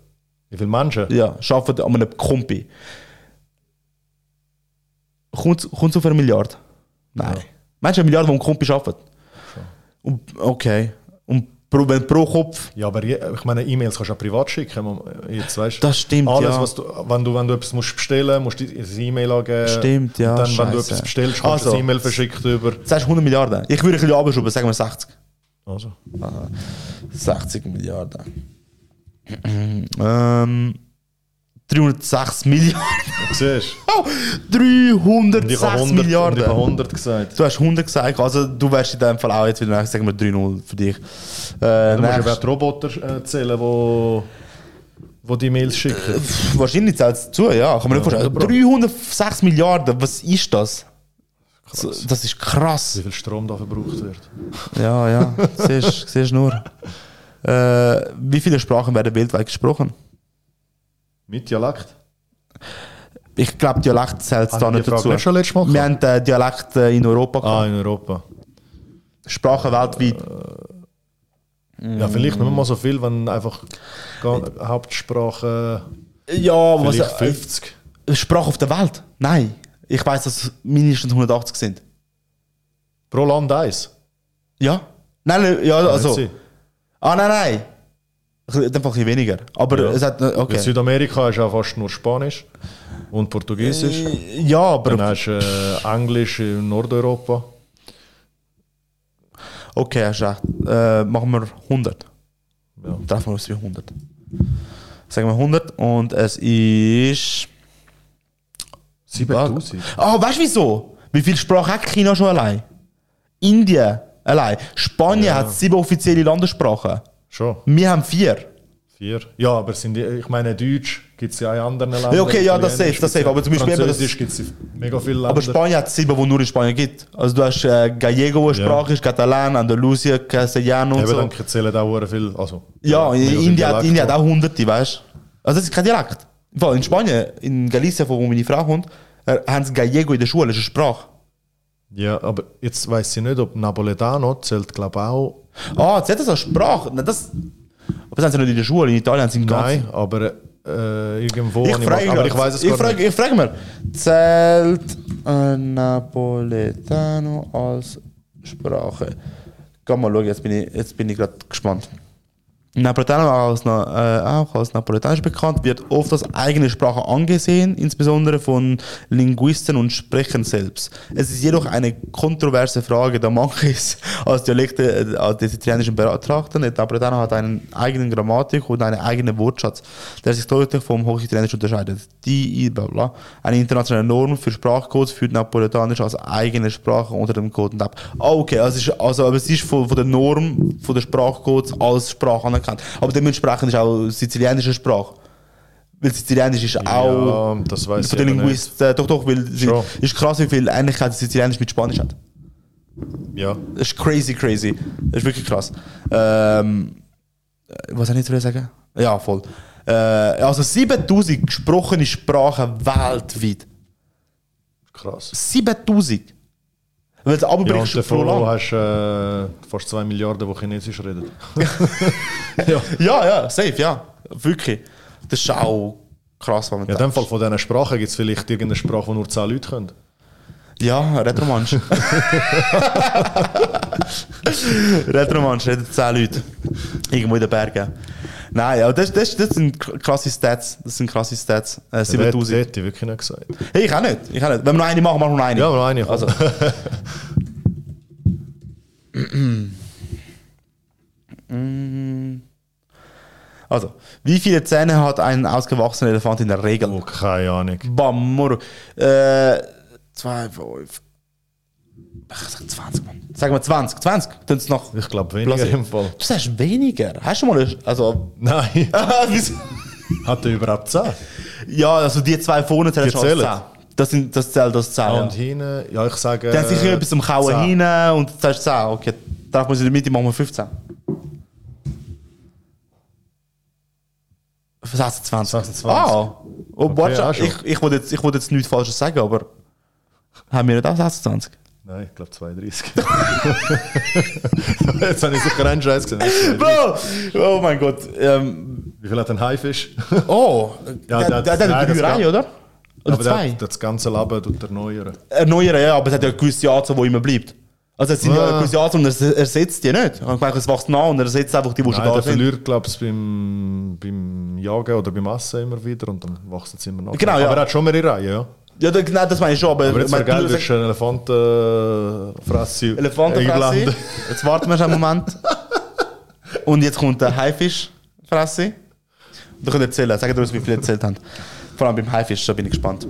Speaker 2: Wie viele Menschen?
Speaker 1: Ja, arbeiten an einem Kumpi. Kommt es auf eine Milliarde? Nein. Meinst du eine Milliarde, die am Kumpi arbeitet? Und, okay. Und pro, wenn pro Kopf
Speaker 2: Ja, aber je, ich meine, E-Mails kannst du auch privat schicken. man- Jetzt, weißt,
Speaker 1: Das stimmt,
Speaker 2: Alles,
Speaker 1: ja.
Speaker 2: was du, wenn, du, wenn du etwas musst bestellen musst, musst du das E-Mail angeben.
Speaker 1: Stimmt, ja,
Speaker 2: Und Dann, wenn du
Speaker 1: Scheiße.
Speaker 2: etwas bestellst, kannst du
Speaker 1: Also.
Speaker 2: das E-Mail verschickt über.
Speaker 1: sagst du 100 Milliarden. Ich würde ein bisschen abschrauben, sagen wir 60.
Speaker 2: Also.
Speaker 1: 60 Milliarden. [clears throat] ähm, 306 Milliarden. [laughs]
Speaker 2: Siehst
Speaker 1: Oh,
Speaker 2: du? Und ich
Speaker 1: 306
Speaker 2: habe 100, und ich habe
Speaker 1: Milliarden.
Speaker 2: 100 gesagt.
Speaker 1: Du hast 100 gesagt, also du wärst in dem Fall auch jetzt wieder, sagen wir 3-0 für dich. Äh,
Speaker 2: Du musst eben auch
Speaker 1: nächst,
Speaker 2: die Roboter äh, zählen, wo, wo die E-Mails schicken.
Speaker 1: pff, wahrscheinlich zählt es zu, ja, kann man nicht
Speaker 2: also,
Speaker 1: vorstellen. 306 Milliarden, was ist das? So, Das ist krass.
Speaker 2: Wie viel Strom da verbraucht wird.
Speaker 1: Ja,
Speaker 2: [laughs]
Speaker 1: ja, siehst siehst nur. Äh, wie viele Sprachen werden weltweit gesprochen?
Speaker 2: Mit Dialekt?
Speaker 1: Ich glaube, Dialekt zählt
Speaker 2: Haben
Speaker 1: da
Speaker 2: wir
Speaker 1: nicht
Speaker 2: Ah, die Frage
Speaker 1: dazu.
Speaker 2: nicht schon letztes Mal
Speaker 1: wir
Speaker 2: gehabt?
Speaker 1: haben den Dialekt äh, in Europa gehabt.
Speaker 2: Ah, in Europa.
Speaker 1: Sprachen weltweit.
Speaker 2: Ja, vielleicht nicht mal so viel, wenn einfach ga- Hauptsprache
Speaker 1: Ja, aber Äh, was,
Speaker 2: vielleicht
Speaker 1: äh,
Speaker 2: 50.
Speaker 1: Sprache auf der Welt? Nein. Ich weiß, dass es mindestens 180 sind.
Speaker 2: Pro Land eins.
Speaker 1: Ja? Nein, nein, ja, also.
Speaker 2: Nicht sein.
Speaker 1: Ah, nein, nein. Ich- Dann einfach ein bisschen weniger. Aber
Speaker 2: Ja.
Speaker 1: es hat. äh,
Speaker 2: In
Speaker 1: Okay.
Speaker 2: Südamerika ist auch fast nur Spanisch und
Speaker 1: Äh,
Speaker 2: Portugiesisch.
Speaker 1: Ja,
Speaker 2: Dann
Speaker 1: aber.
Speaker 2: hast du äh, Englisch in Nordeuropa.
Speaker 1: Okay, hast recht. Äh, machen wir 100.
Speaker 2: Ja.
Speaker 1: Treffen wir uns bei 100. Sagen wir 100 und es ist.
Speaker 2: 7000.
Speaker 1: Ah, weißt du wieso? Wie viel Sprache hat China schon allein? Indien allein. Spanien hat sieben offizielle Landessprachen.
Speaker 2: Schon.
Speaker 1: Wir haben vier.
Speaker 2: Vier. Ja, aber sind die, ich meine, Deutsch gibt es ja auch in anderen Ländern.
Speaker 1: Ja, okay, ja, das
Speaker 2: Italienisch
Speaker 1: safe, das
Speaker 2: gibt's
Speaker 1: safe, aber zum Beispiel eben das-
Speaker 2: Französisch gibt es in mega vielen Ländern.
Speaker 1: Aber Spanien hat sieben, die nur in Spanien gibt. Also du hast äh, Gallego, wo eine
Speaker 2: Ja.
Speaker 1: Sprache ist, Katalan, Andalusien, Castellano und
Speaker 2: Eben,
Speaker 1: so.
Speaker 2: dann zählen auch sehr viel. Also,
Speaker 1: Ja, in
Speaker 2: mega viel
Speaker 1: Indien hat,
Speaker 2: Dialekt.
Speaker 1: Indien hat auch hunderte, weißt du. Also das ist kein Dialekt. Im Fall, In Spanien, in Galicien, von wo meine Frau kommt, äh, haben sie Gallego in der Schule, das ist eine Sprache.
Speaker 2: Ja, aber jetzt weiß ich nicht, ob Napoletano zählt, glaube ich, auch.
Speaker 1: Ah, jetzt hat das eine Sprache. Na, das, aber das haben sie nicht in der Schule, in Italien haben sie im Ganzen.
Speaker 2: Nein, aber äh, irgendwo.
Speaker 1: Ich
Speaker 2: habe
Speaker 1: frage, halt.
Speaker 2: mal- aber ich weiß es
Speaker 1: ich
Speaker 2: gar
Speaker 1: frage,
Speaker 2: nicht.
Speaker 1: Ich frage mal, zählt ein Napoletano als Sprache? Komm mal schauen, jetzt bin ich, jetzt bin ich gerade gespannt. Napoletano als, Na- äh, auch als Napoletanisch bekannt, wird oft als eigene Sprache angesehen, insbesondere von Linguisten und Sprechern selbst. Es ist jedoch eine kontroverse Frage, da manche [laughs] es als Dialekte äh, als des Italienischen betrachten. Der Napoletano hat einen eigenen Grammatik und einen eigenen Wortschatz, der sich deutlich vom Hochitalienischen unterscheidet. Die, bla bla, eine internationale Norm für Sprachcodes führt Napoletanisch als eigene Sprache unter dem Code ab. Ah, okay, also, es ist, also aber es ist von, von der Norm von der Sprachcodes als Sprache anerkannt. Aber dementsprechend ist auch sizilianische Sprache. Weil Sizilianisch ist auch
Speaker 2: Ja, das weiß
Speaker 1: von
Speaker 2: ich
Speaker 1: den
Speaker 2: eben nicht.
Speaker 1: Linguisten, äh, doch, doch, weil sie-
Speaker 2: Schon.
Speaker 1: ist krass, wie viel Ähnlichkeit Sizilianisch mit Spanisch hat.
Speaker 2: Ja,
Speaker 1: Das ist crazy, crazy. Das ist wirklich krass. Ähm, äh, was soll ich jetzt wieder sagen? Ja, voll. Äh, also 7000 gesprochene Sprachen weltweit.
Speaker 2: krass.
Speaker 1: 7000! Weil du
Speaker 2: Ja, und
Speaker 1: abbrichst pro Land.
Speaker 2: davor hast du äh, fast 2 Milliarden, die Chinesisch reden. ja.
Speaker 1: Ja, ja, safe, ja. Wirklich. Das ist auch krass, was man
Speaker 2: Ja, in dem Fall von diesen Sprachen gibt es vielleicht irgendeine Sprache, die nur 10 Leute können.
Speaker 1: Ja,
Speaker 2: [laughs]
Speaker 1: Retromansch. Retromansch, reden 10 Leute. Irgendwo in den Bergen. Nein, aber das, das, das sind krasse Stats. Das sind krasse Stats. Äh,
Speaker 2: Das
Speaker 1: 7000.
Speaker 2: hätte ich wirklich nicht gesagt.
Speaker 1: Hey, ich auch nicht. Ich auch nicht. Wenn wir noch eine machen, machen wir noch eine.
Speaker 2: Ja, aber noch eine.
Speaker 1: Also. Mm. also, wie viele Zähne hat ein ausgewachsener Elefant in der Regel?
Speaker 2: Oh, keine Ahnung.
Speaker 1: Bam, Moro. Äh, 2, 5. Ich sag 20, Mann. Sag mal 20. 20. Tut's noch.
Speaker 2: Ich glaube weniger
Speaker 1: Lass-
Speaker 2: im Fall. [laughs]
Speaker 1: Du sagst weniger. Hast du mal. eine- Also.
Speaker 2: Nein.
Speaker 1: wieso?
Speaker 2: Hat er überhaupt 10?
Speaker 1: ja, also die zwei vorne zählen
Speaker 2: Die
Speaker 1: schon als
Speaker 2: zählen.
Speaker 1: 10. Das, sind, das zählt als 10. ja.
Speaker 2: Und hinten, ja, ich sage.
Speaker 1: Die haben sicher etwas zum Kauen
Speaker 2: Äh, zehn.
Speaker 1: hinein und du sagst 10. Okay, darf man sie in der Mitte machen wir 15. 26.
Speaker 2: 26.
Speaker 1: Ah! Oh, warte,
Speaker 2: auch schon.
Speaker 1: ich, ich wollte jetzt, ich wollte jetzt nichts Falsches sagen, aber haben wir nicht auch 26?
Speaker 2: Nein, ich glaube 32. [laughs] Jetzt habe ich sicher einen Scheiß gesehen.
Speaker 1: Bro! Oh mein Gott. Ähm,
Speaker 2: Wie viel hat ein Haifisch?
Speaker 1: oh!
Speaker 2: Ja,
Speaker 1: der, der,
Speaker 2: der-
Speaker 1: der,
Speaker 2: nein,
Speaker 1: hat
Speaker 2: das
Speaker 1: drei
Speaker 2: gab-
Speaker 1: Reihen, oder? Oder
Speaker 2: Aber
Speaker 1: zwei?
Speaker 2: der, der das ganze Leben tut erneuern.
Speaker 1: Erneuern, ja, aber es hat ja eine gewisse Anzahl, die immer bleibt. Also es sind ja
Speaker 2: Ah.
Speaker 1: eine gewisse Anzahl und es ersetzt die nicht. Ich meine, es wächst nach und ersetzt einfach die, die schon
Speaker 2: Nein,
Speaker 1: da
Speaker 2: der
Speaker 1: sind.
Speaker 2: verliert, glaube ich, beim, beim Jagen oder beim Essen immer wieder und dann wachsen sie immer nach.
Speaker 1: Genau, ja.
Speaker 2: Aber er hat schon mehrere Reihen, ja.
Speaker 1: Ja, da- nein, das meine ich schon, aber,
Speaker 2: Aber jetzt
Speaker 1: mein
Speaker 2: wäre geil,
Speaker 1: Bruder
Speaker 2: würdest
Speaker 1: sagt,
Speaker 2: du einen Elefantenfresse
Speaker 1: Elefantenfresse.
Speaker 2: einblenden.
Speaker 1: Jetzt warten wir schon einen Moment. Und jetzt kommt der Haifischfresse. Du könnt erzählen, sagt uns, wie viele erzählt haben. Vor allem beim Haifisch, da bin ich gespannt.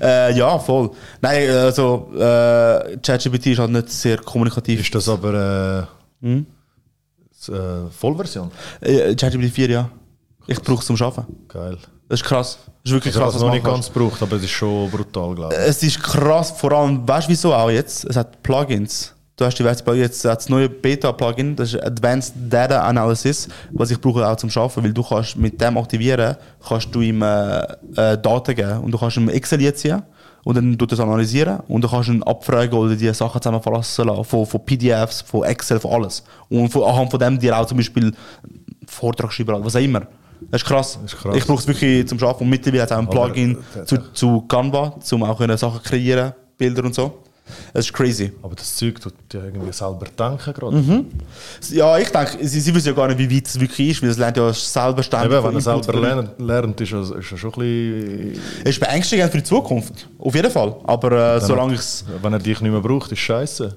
Speaker 1: Äh, ja, voll. Nein, also äh, ChatGPT ist halt nicht sehr kommunikativ.
Speaker 2: [laughs] Ist das aber äh,
Speaker 1: Hm?
Speaker 2: s- äh, Vollversion?
Speaker 1: Äh, ChatGPT 4, ja. Ich brauche es zum Arbeiten.
Speaker 2: Geil.
Speaker 1: Das ist krass. Das ist wirklich
Speaker 2: Ich habe
Speaker 1: krass,
Speaker 2: es
Speaker 1: was
Speaker 2: noch
Speaker 1: man
Speaker 2: nicht
Speaker 1: kann.
Speaker 2: ganz gebraucht, aber es ist schon brutal, glaube ich.
Speaker 1: Es ist krass, vor allem, weißt du wieso auch jetzt? Es hat Plugins. Du hast diverse Plugins, jetzt hat das neue Beta-Plugin, das ist Advanced Data Analysis, was ich brauche auch zum Schaffen, weil du kannst mit dem aktivieren, kannst du ihm äh, äh, Daten geben und du kannst ihm Excel jetzt ziehen und dann tut das analysieren und du kannst ihn abfragen oder die Sachen zusammenfassen lassen, von, von PDFs, von Excel, von alles. Und von, anhand von dem dir auch zum Beispiel einen Vortrag schreiben, oder was auch immer. Das ist krass.
Speaker 2: Das ist krass.
Speaker 1: Ich brauche es wirklich zum Schaffen und mittlerweile hat es auch ein
Speaker 2: Aber-
Speaker 1: Plugin
Speaker 2: äh,
Speaker 1: zu, zu Canva, um auch können Sachen kreieren, Bilder und so. Es ist crazy.
Speaker 2: Aber das Zeug tut dir irgendwie selber denken
Speaker 1: Mhm.
Speaker 2: gerade.
Speaker 1: Ja, ich denke, sie, sie wissen ja gar nicht, wie weit es wirklich ist, weil es lernt ja selber ständig.
Speaker 2: Eben, wenn
Speaker 1: von
Speaker 2: er
Speaker 1: Input
Speaker 2: selber
Speaker 1: von Leuten.
Speaker 2: lernt, lernt ist er ist er schon ein bisschen...
Speaker 1: Es ist beängstigend für die Zukunft. Auf jeden Fall. Aber äh, solange ich es.
Speaker 2: Wenn er dich nicht mehr braucht, ist scheiße.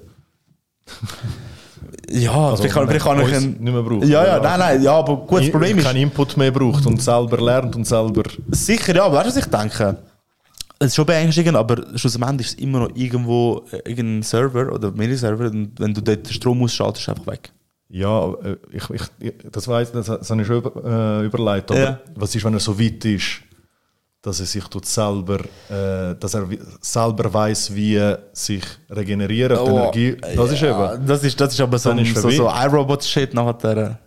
Speaker 1: Ja,
Speaker 2: Also,
Speaker 1: vielleicht kann,
Speaker 2: wenn
Speaker 1: vielleicht kann
Speaker 2: er
Speaker 1: ich
Speaker 2: uns
Speaker 1: einen.
Speaker 2: nicht mehr braucht.
Speaker 1: Ja, ja,
Speaker 2: Ja.
Speaker 1: nein, nein. Ja, aber gut, das Problem ist.
Speaker 2: Kein Input mehr braucht und selber lernt und selber...
Speaker 1: Sicher, ja, aber weißt du, was ich denke? Es ist schon beängstigend, aber schlussendlich ist es immer noch irgendwo äh, irgendein Server oder mehrere Server und wenn du dort den Strom ausschaltest, ist es einfach weg.
Speaker 2: Ja, äh, ich, ich, ich- das weiß das, das habe ich schon über, äh, überlegt. Aber
Speaker 1: Ja.
Speaker 2: was ist, wenn er so weit ist, dass er sich tut selber, äh, dass er wie- selber weiß, wie sich regenerieren, die Energie... Das ist
Speaker 1: Oh, ja,
Speaker 2: eben...
Speaker 1: Das ist, das ist aber so,
Speaker 2: Dann
Speaker 1: ein-
Speaker 2: ist
Speaker 1: so, so
Speaker 2: vorbei.
Speaker 1: iRobot-Shit nachher. [laughs]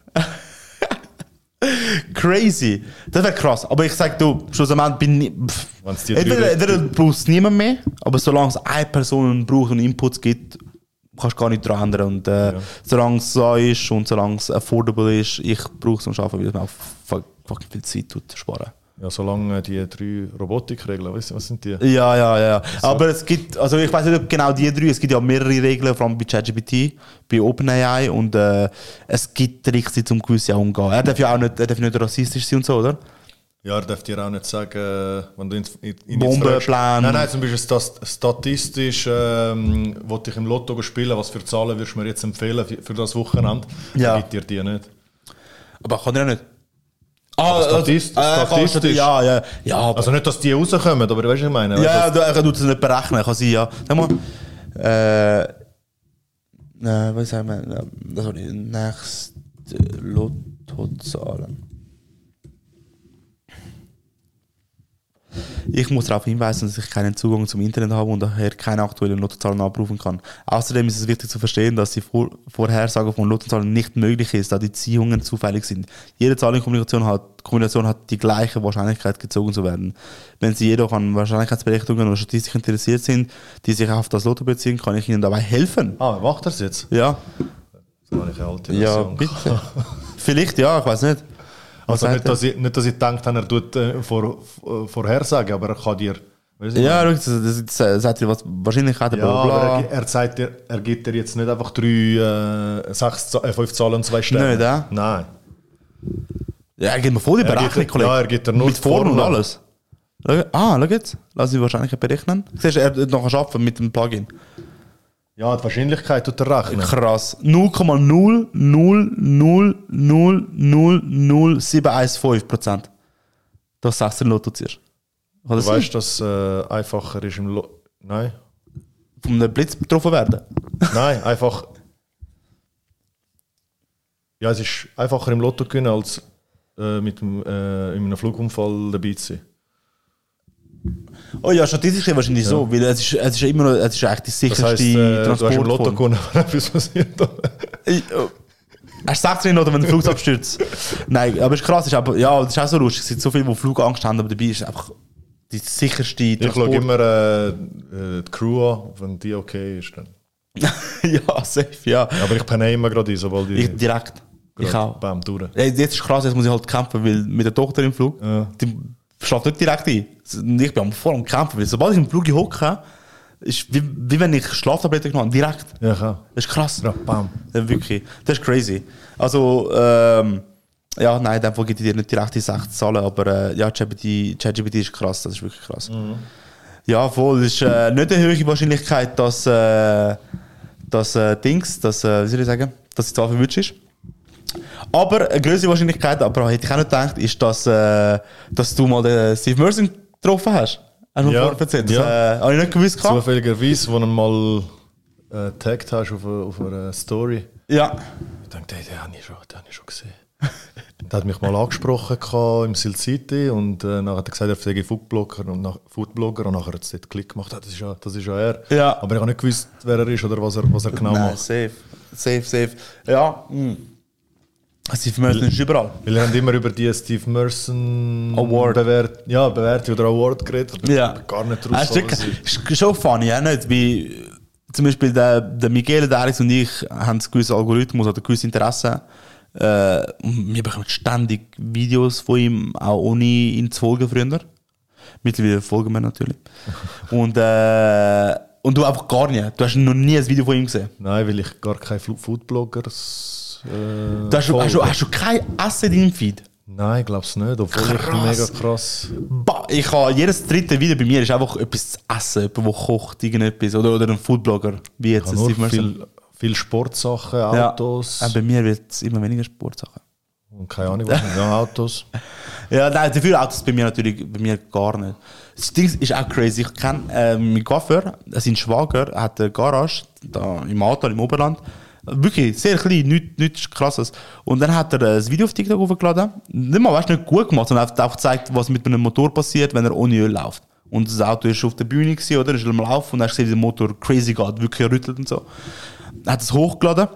Speaker 1: Crazy. Das wäre krass. Aber ich sag du, schlussendlich bin ich. pff.
Speaker 2: Wenn's die drei
Speaker 1: Entweder,
Speaker 2: Leute
Speaker 1: entweder braucht es niemand mehr, aber solange es eine Person braucht und Inputs gibt, kannst du gar nicht daran ändern. Und äh, solange es so ist und solange es affordable ist, ich brauche es zum Arbeiten, weil es mir auch fuck- fucking viel Zeit tut, sparen.
Speaker 2: Ja, solange die drei Robotikregeln, weißt du, was sind die?
Speaker 1: Ja, ja, ja. Aber es gibt, also ich weiß nicht, ob genau die drei, es gibt ja mehrere Regeln, vor allem bei ChatGPT, bei OpenAI und äh, es gibt Tricks, die zum gewissen auch umgehen. Er darf ja auch nicht, er darf nicht rassistisch sein und so, oder?
Speaker 2: Ja, er darf dir auch nicht sagen, wenn du ihn, ihn- ihn
Speaker 1: Bombenplan.
Speaker 2: jetzt fragst- Nein, nein, zum Beispiel stat- statistisch, ähm, wo ich im Lotto spielen, was für Zahlen würdest du mir jetzt empfehlen für, für das Wochenende?
Speaker 1: Ja.
Speaker 2: Dann gibt dir die nicht.
Speaker 1: Aber kann er ja nicht. Ah,
Speaker 2: Statist-
Speaker 1: äh,
Speaker 2: statistisch.
Speaker 1: Ja, ja. Ja, aber,
Speaker 2: Also nicht, dass die rauskommen, aber weißt du, was ich meine?
Speaker 1: Also, ja,
Speaker 2: Weißt
Speaker 1: ja, du- er kann das nicht berechnen, kann sein, ja. Sag mal, äh, äh, was sagen wir, äh, sorry, nächste äh, Lottozahlen. Ich muss darauf hinweisen, dass ich keinen Zugang zum Internet habe und daher keine aktuellen Lottozahlen abrufen kann. Außerdem ist es wichtig zu verstehen, dass die Vor Vorhersage von Lottozahlen nicht möglich ist, da die Ziehungen zufällig sind. Jede Zahlenkombination hat, Kombination hat die gleiche Wahrscheinlichkeit, gezogen zu werden. Wenn Sie jedoch an Wahrscheinlichkeitsberechnungen oder Statistik interessiert sind, die sich auf das Lotto beziehen, kann ich Ihnen dabei helfen.
Speaker 2: du? Ah, macht er es jetzt?
Speaker 1: Ja,
Speaker 2: Dann habe ich eine alte
Speaker 1: ja,
Speaker 2: Version.
Speaker 1: bitte. Vielleicht, ja, ich weiß nicht. Was
Speaker 2: Also
Speaker 1: sagt
Speaker 2: nicht
Speaker 1: er?
Speaker 2: dass, ich, nicht, dass ich gedacht habe, er tut äh, vor, vor, vorhersagen, aber er kann dir... Weißt du,
Speaker 1: Ja, schau, das, das, das sagt ihr was Wahrscheinlichkeit,
Speaker 2: Ja,
Speaker 1: bla bla.
Speaker 2: aber er, er, zeigt dir, er gibt dir jetzt nicht eh, einfach drei, äh, sechs, Z- äh, fünf Zahlen und zwei Sterne.
Speaker 1: Nicht, äh?
Speaker 2: Nein.
Speaker 1: Ja, er gibt mir voll die
Speaker 2: Er gibt-
Speaker 1: Berechnung, Kollege.
Speaker 2: ja, er gibt dir nur
Speaker 1: Mit
Speaker 2: die
Speaker 1: Form und
Speaker 2: Formel.
Speaker 1: alles. Schau- Ah, schau jetzt. Lass ich wahrscheinlich berechnen. Siehst du, er hat noch arbeiten mit dem Plugin.
Speaker 2: Ja, die Wahrscheinlichkeit tut er rechnen.
Speaker 1: Krass. 0,000000715%. Das 16 Lotto ziehst. Kann das
Speaker 2: Du
Speaker 1: sein?
Speaker 2: weißt, dass äh, einfacher ist im Lo Nein.
Speaker 1: Von einem Blitz betroffen werden.
Speaker 2: Nein, [laughs] einfach. Ja, es ist einfacher im Lotto gewinnen, als äh, mit dem, äh, in einem Flugunfall dabei zu sein.
Speaker 1: Oh ja, statistisch gesehen wahrscheinlich so, weil es ist, es ist immer noch, es ist eigentlich die
Speaker 2: Das
Speaker 1: sicherste
Speaker 2: heisst, äh, du hast im Lotto
Speaker 1: Transportform.
Speaker 2: gewonnen, [laughs] wenn etwas passiert.
Speaker 1: Ich- oh. Hast du 16 oder wenn ein Flugzeug abstürzt? Nein, aber es ist krass, ist aber, ja, das ist auch so lustig. Es sind so viele, die Flugangst haben, aber dabei ist es einfach die sicherste
Speaker 2: Ich schaue
Speaker 1: Transport-
Speaker 2: immer äh, äh, die Crew an, wenn die okay ist. Dann.
Speaker 1: [laughs] ja, safe, ja.
Speaker 2: Aber ich penne immer gerade ein, sobald ich.
Speaker 1: Ich direkt. Ich
Speaker 2: grad-
Speaker 1: auch.
Speaker 2: Bam, durch.
Speaker 1: Ey, Jetzt ist krass, jetzt muss ich halt kämpfen, weil mit der Tochter im Flug,
Speaker 2: Ja.
Speaker 1: die schläft nicht direkt ein. Und Ich bin am voll am Kämpfen, weil sobald ich im Flug hocke, ist wie, wie wenn ich Schlaftabletten genommen habe, direkt.
Speaker 2: Ja, ich auch.
Speaker 1: Das ist krass.
Speaker 2: Direkt, bam.
Speaker 1: Ja, wirklich. Das ist crazy. Also, ähm, ja, nein, in dem Fall gibt ich dir nicht direkt die 6 Zahlen, aber äh, ja, ChatGPT ChatGPT ist krass, das ist wirklich krass.
Speaker 2: Mhm.
Speaker 1: Ja, voll, ist äh, nicht eine höhere Wahrscheinlichkeit, dass, äh, dass äh, Dings, dass, äh, wie soll ich sagen, dass die Zahl verwünscht ist. Aber eine größere Wahrscheinlichkeit, aber hätte ich auch nicht gedacht, ist, dass, äh, dass du mal den Steve Merson getroffen hast. Hast du mir
Speaker 2: Ja,
Speaker 1: vorher erzählt? Das,
Speaker 2: ja.
Speaker 1: äh, habe ich nicht gewusst. gehabt.
Speaker 2: Zufälligerweise, wo du ihn mal äh, getaggt hast auf, eine- auf einer Story.
Speaker 1: Ja.
Speaker 2: Ich dachte, den, den habe ich schon, den habe ich schon gesehen. der hat mich mal angesprochen gehabt im Sil City und äh, nachher hat er gesagt, er sei Foodblogger und, nach, Foodblogger und nachher hat es dort Klick gemacht, Ah, das ist ja, das ist ja er.
Speaker 1: Ja.
Speaker 2: Aber ich habe nicht gewusst, wer er ist oder was er, was er genau
Speaker 1: Nein,
Speaker 2: macht.
Speaker 1: safe. Safe, safe. Ja. mm. Steve Merton ist überall.
Speaker 2: Weil wir haben immer über die Steve Merson
Speaker 1: Award.
Speaker 2: Bewert, ja, Bewertung oder Award geredet. aber ich
Speaker 1: Ja.
Speaker 2: bin Gar nicht
Speaker 1: Ah,
Speaker 2: draus.
Speaker 1: ist ist schon funny, auch nicht? Wie zum Beispiel der, der Michele, der Alex und ich haben einen gewissen Algorithmus oder gewisse Interessen. Äh, und wir bekommen ständig Videos von ihm, auch ohne ihn zu folgen früher. Mittlerweile folgen wir [laughs] natürlich. und, äh, und du einfach gar nicht. Du hast noch nie ein Video von ihm gesehen.
Speaker 2: Nein, weil ich gar keine Flu- Foodbloggers.
Speaker 1: Du
Speaker 2: Äh,
Speaker 1: hast, schon- hast, schon-
Speaker 2: folge.
Speaker 1: hast du kein Essen in deinem Feed?
Speaker 2: Nein, glaub's nicht, obwohl
Speaker 1: Krass.
Speaker 2: ich mega krass.
Speaker 1: Ba- Ich habe jedes dritte Video bei mir ist einfach etwas zu essen, jemand, der kocht, irgendetwas. Oder, oder ein Foodblogger, wie jetzt
Speaker 2: Ich
Speaker 1: ein
Speaker 2: habe
Speaker 1: Steve
Speaker 2: nur
Speaker 1: Mercer.
Speaker 2: viel, viel Sportsachen,
Speaker 1: Ja.
Speaker 2: Autos.
Speaker 1: Auch bei mir wird es immer weniger Sportsachen.
Speaker 2: Und keine Ahnung, was ja, Autos.
Speaker 1: Ja, nein, dafür Autos bei mir natürlich bei mir gar nicht. Das Ding ist auch crazy. Ich kenne äh, meinen Coiffeur, äh, sein Schwager, hat eine Garage da im Atal, im Oberland. Wirklich sehr klein, nichts, nichts krasses. Und dann hat er äh, ein Video auf TikTok hochgeladen. Nicht mal, weißt du, nicht gut gemacht, sondern einfach gezeigt, was mit einem Motor passiert, wenn er ohne Öl läuft. Und das Auto ist auf der Bühne gewesen, oder? Ist am Laufen und dann hast du gesehen, wie der Motor crazy geht, wirklich rüttelt und so. Er hat es hochgeladen.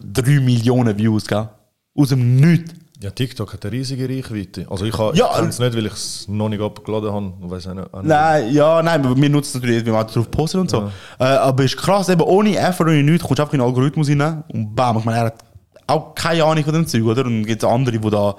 Speaker 1: 3 Millionen Views, gell? Aus dem Nichts.
Speaker 2: Ja, TikTok hat eine riesige Reichweite. Also ich, ha-
Speaker 1: Ja,
Speaker 2: ich es nicht, weil ich es noch nicht abgeladen habe. Ich weiss auch nicht. auch nicht.
Speaker 1: Nein, ja, nein, wir- wir nutzen es natürlich, wir machen darauf posten und so. Äh, aber ist krass, eben ohne Effort, ohne nichts, kommst du einfach in den Algorithmus rein und bam, ich meine, er hat auch keine Ahnung von dem Zeug, oder? Und gibt es andere, die da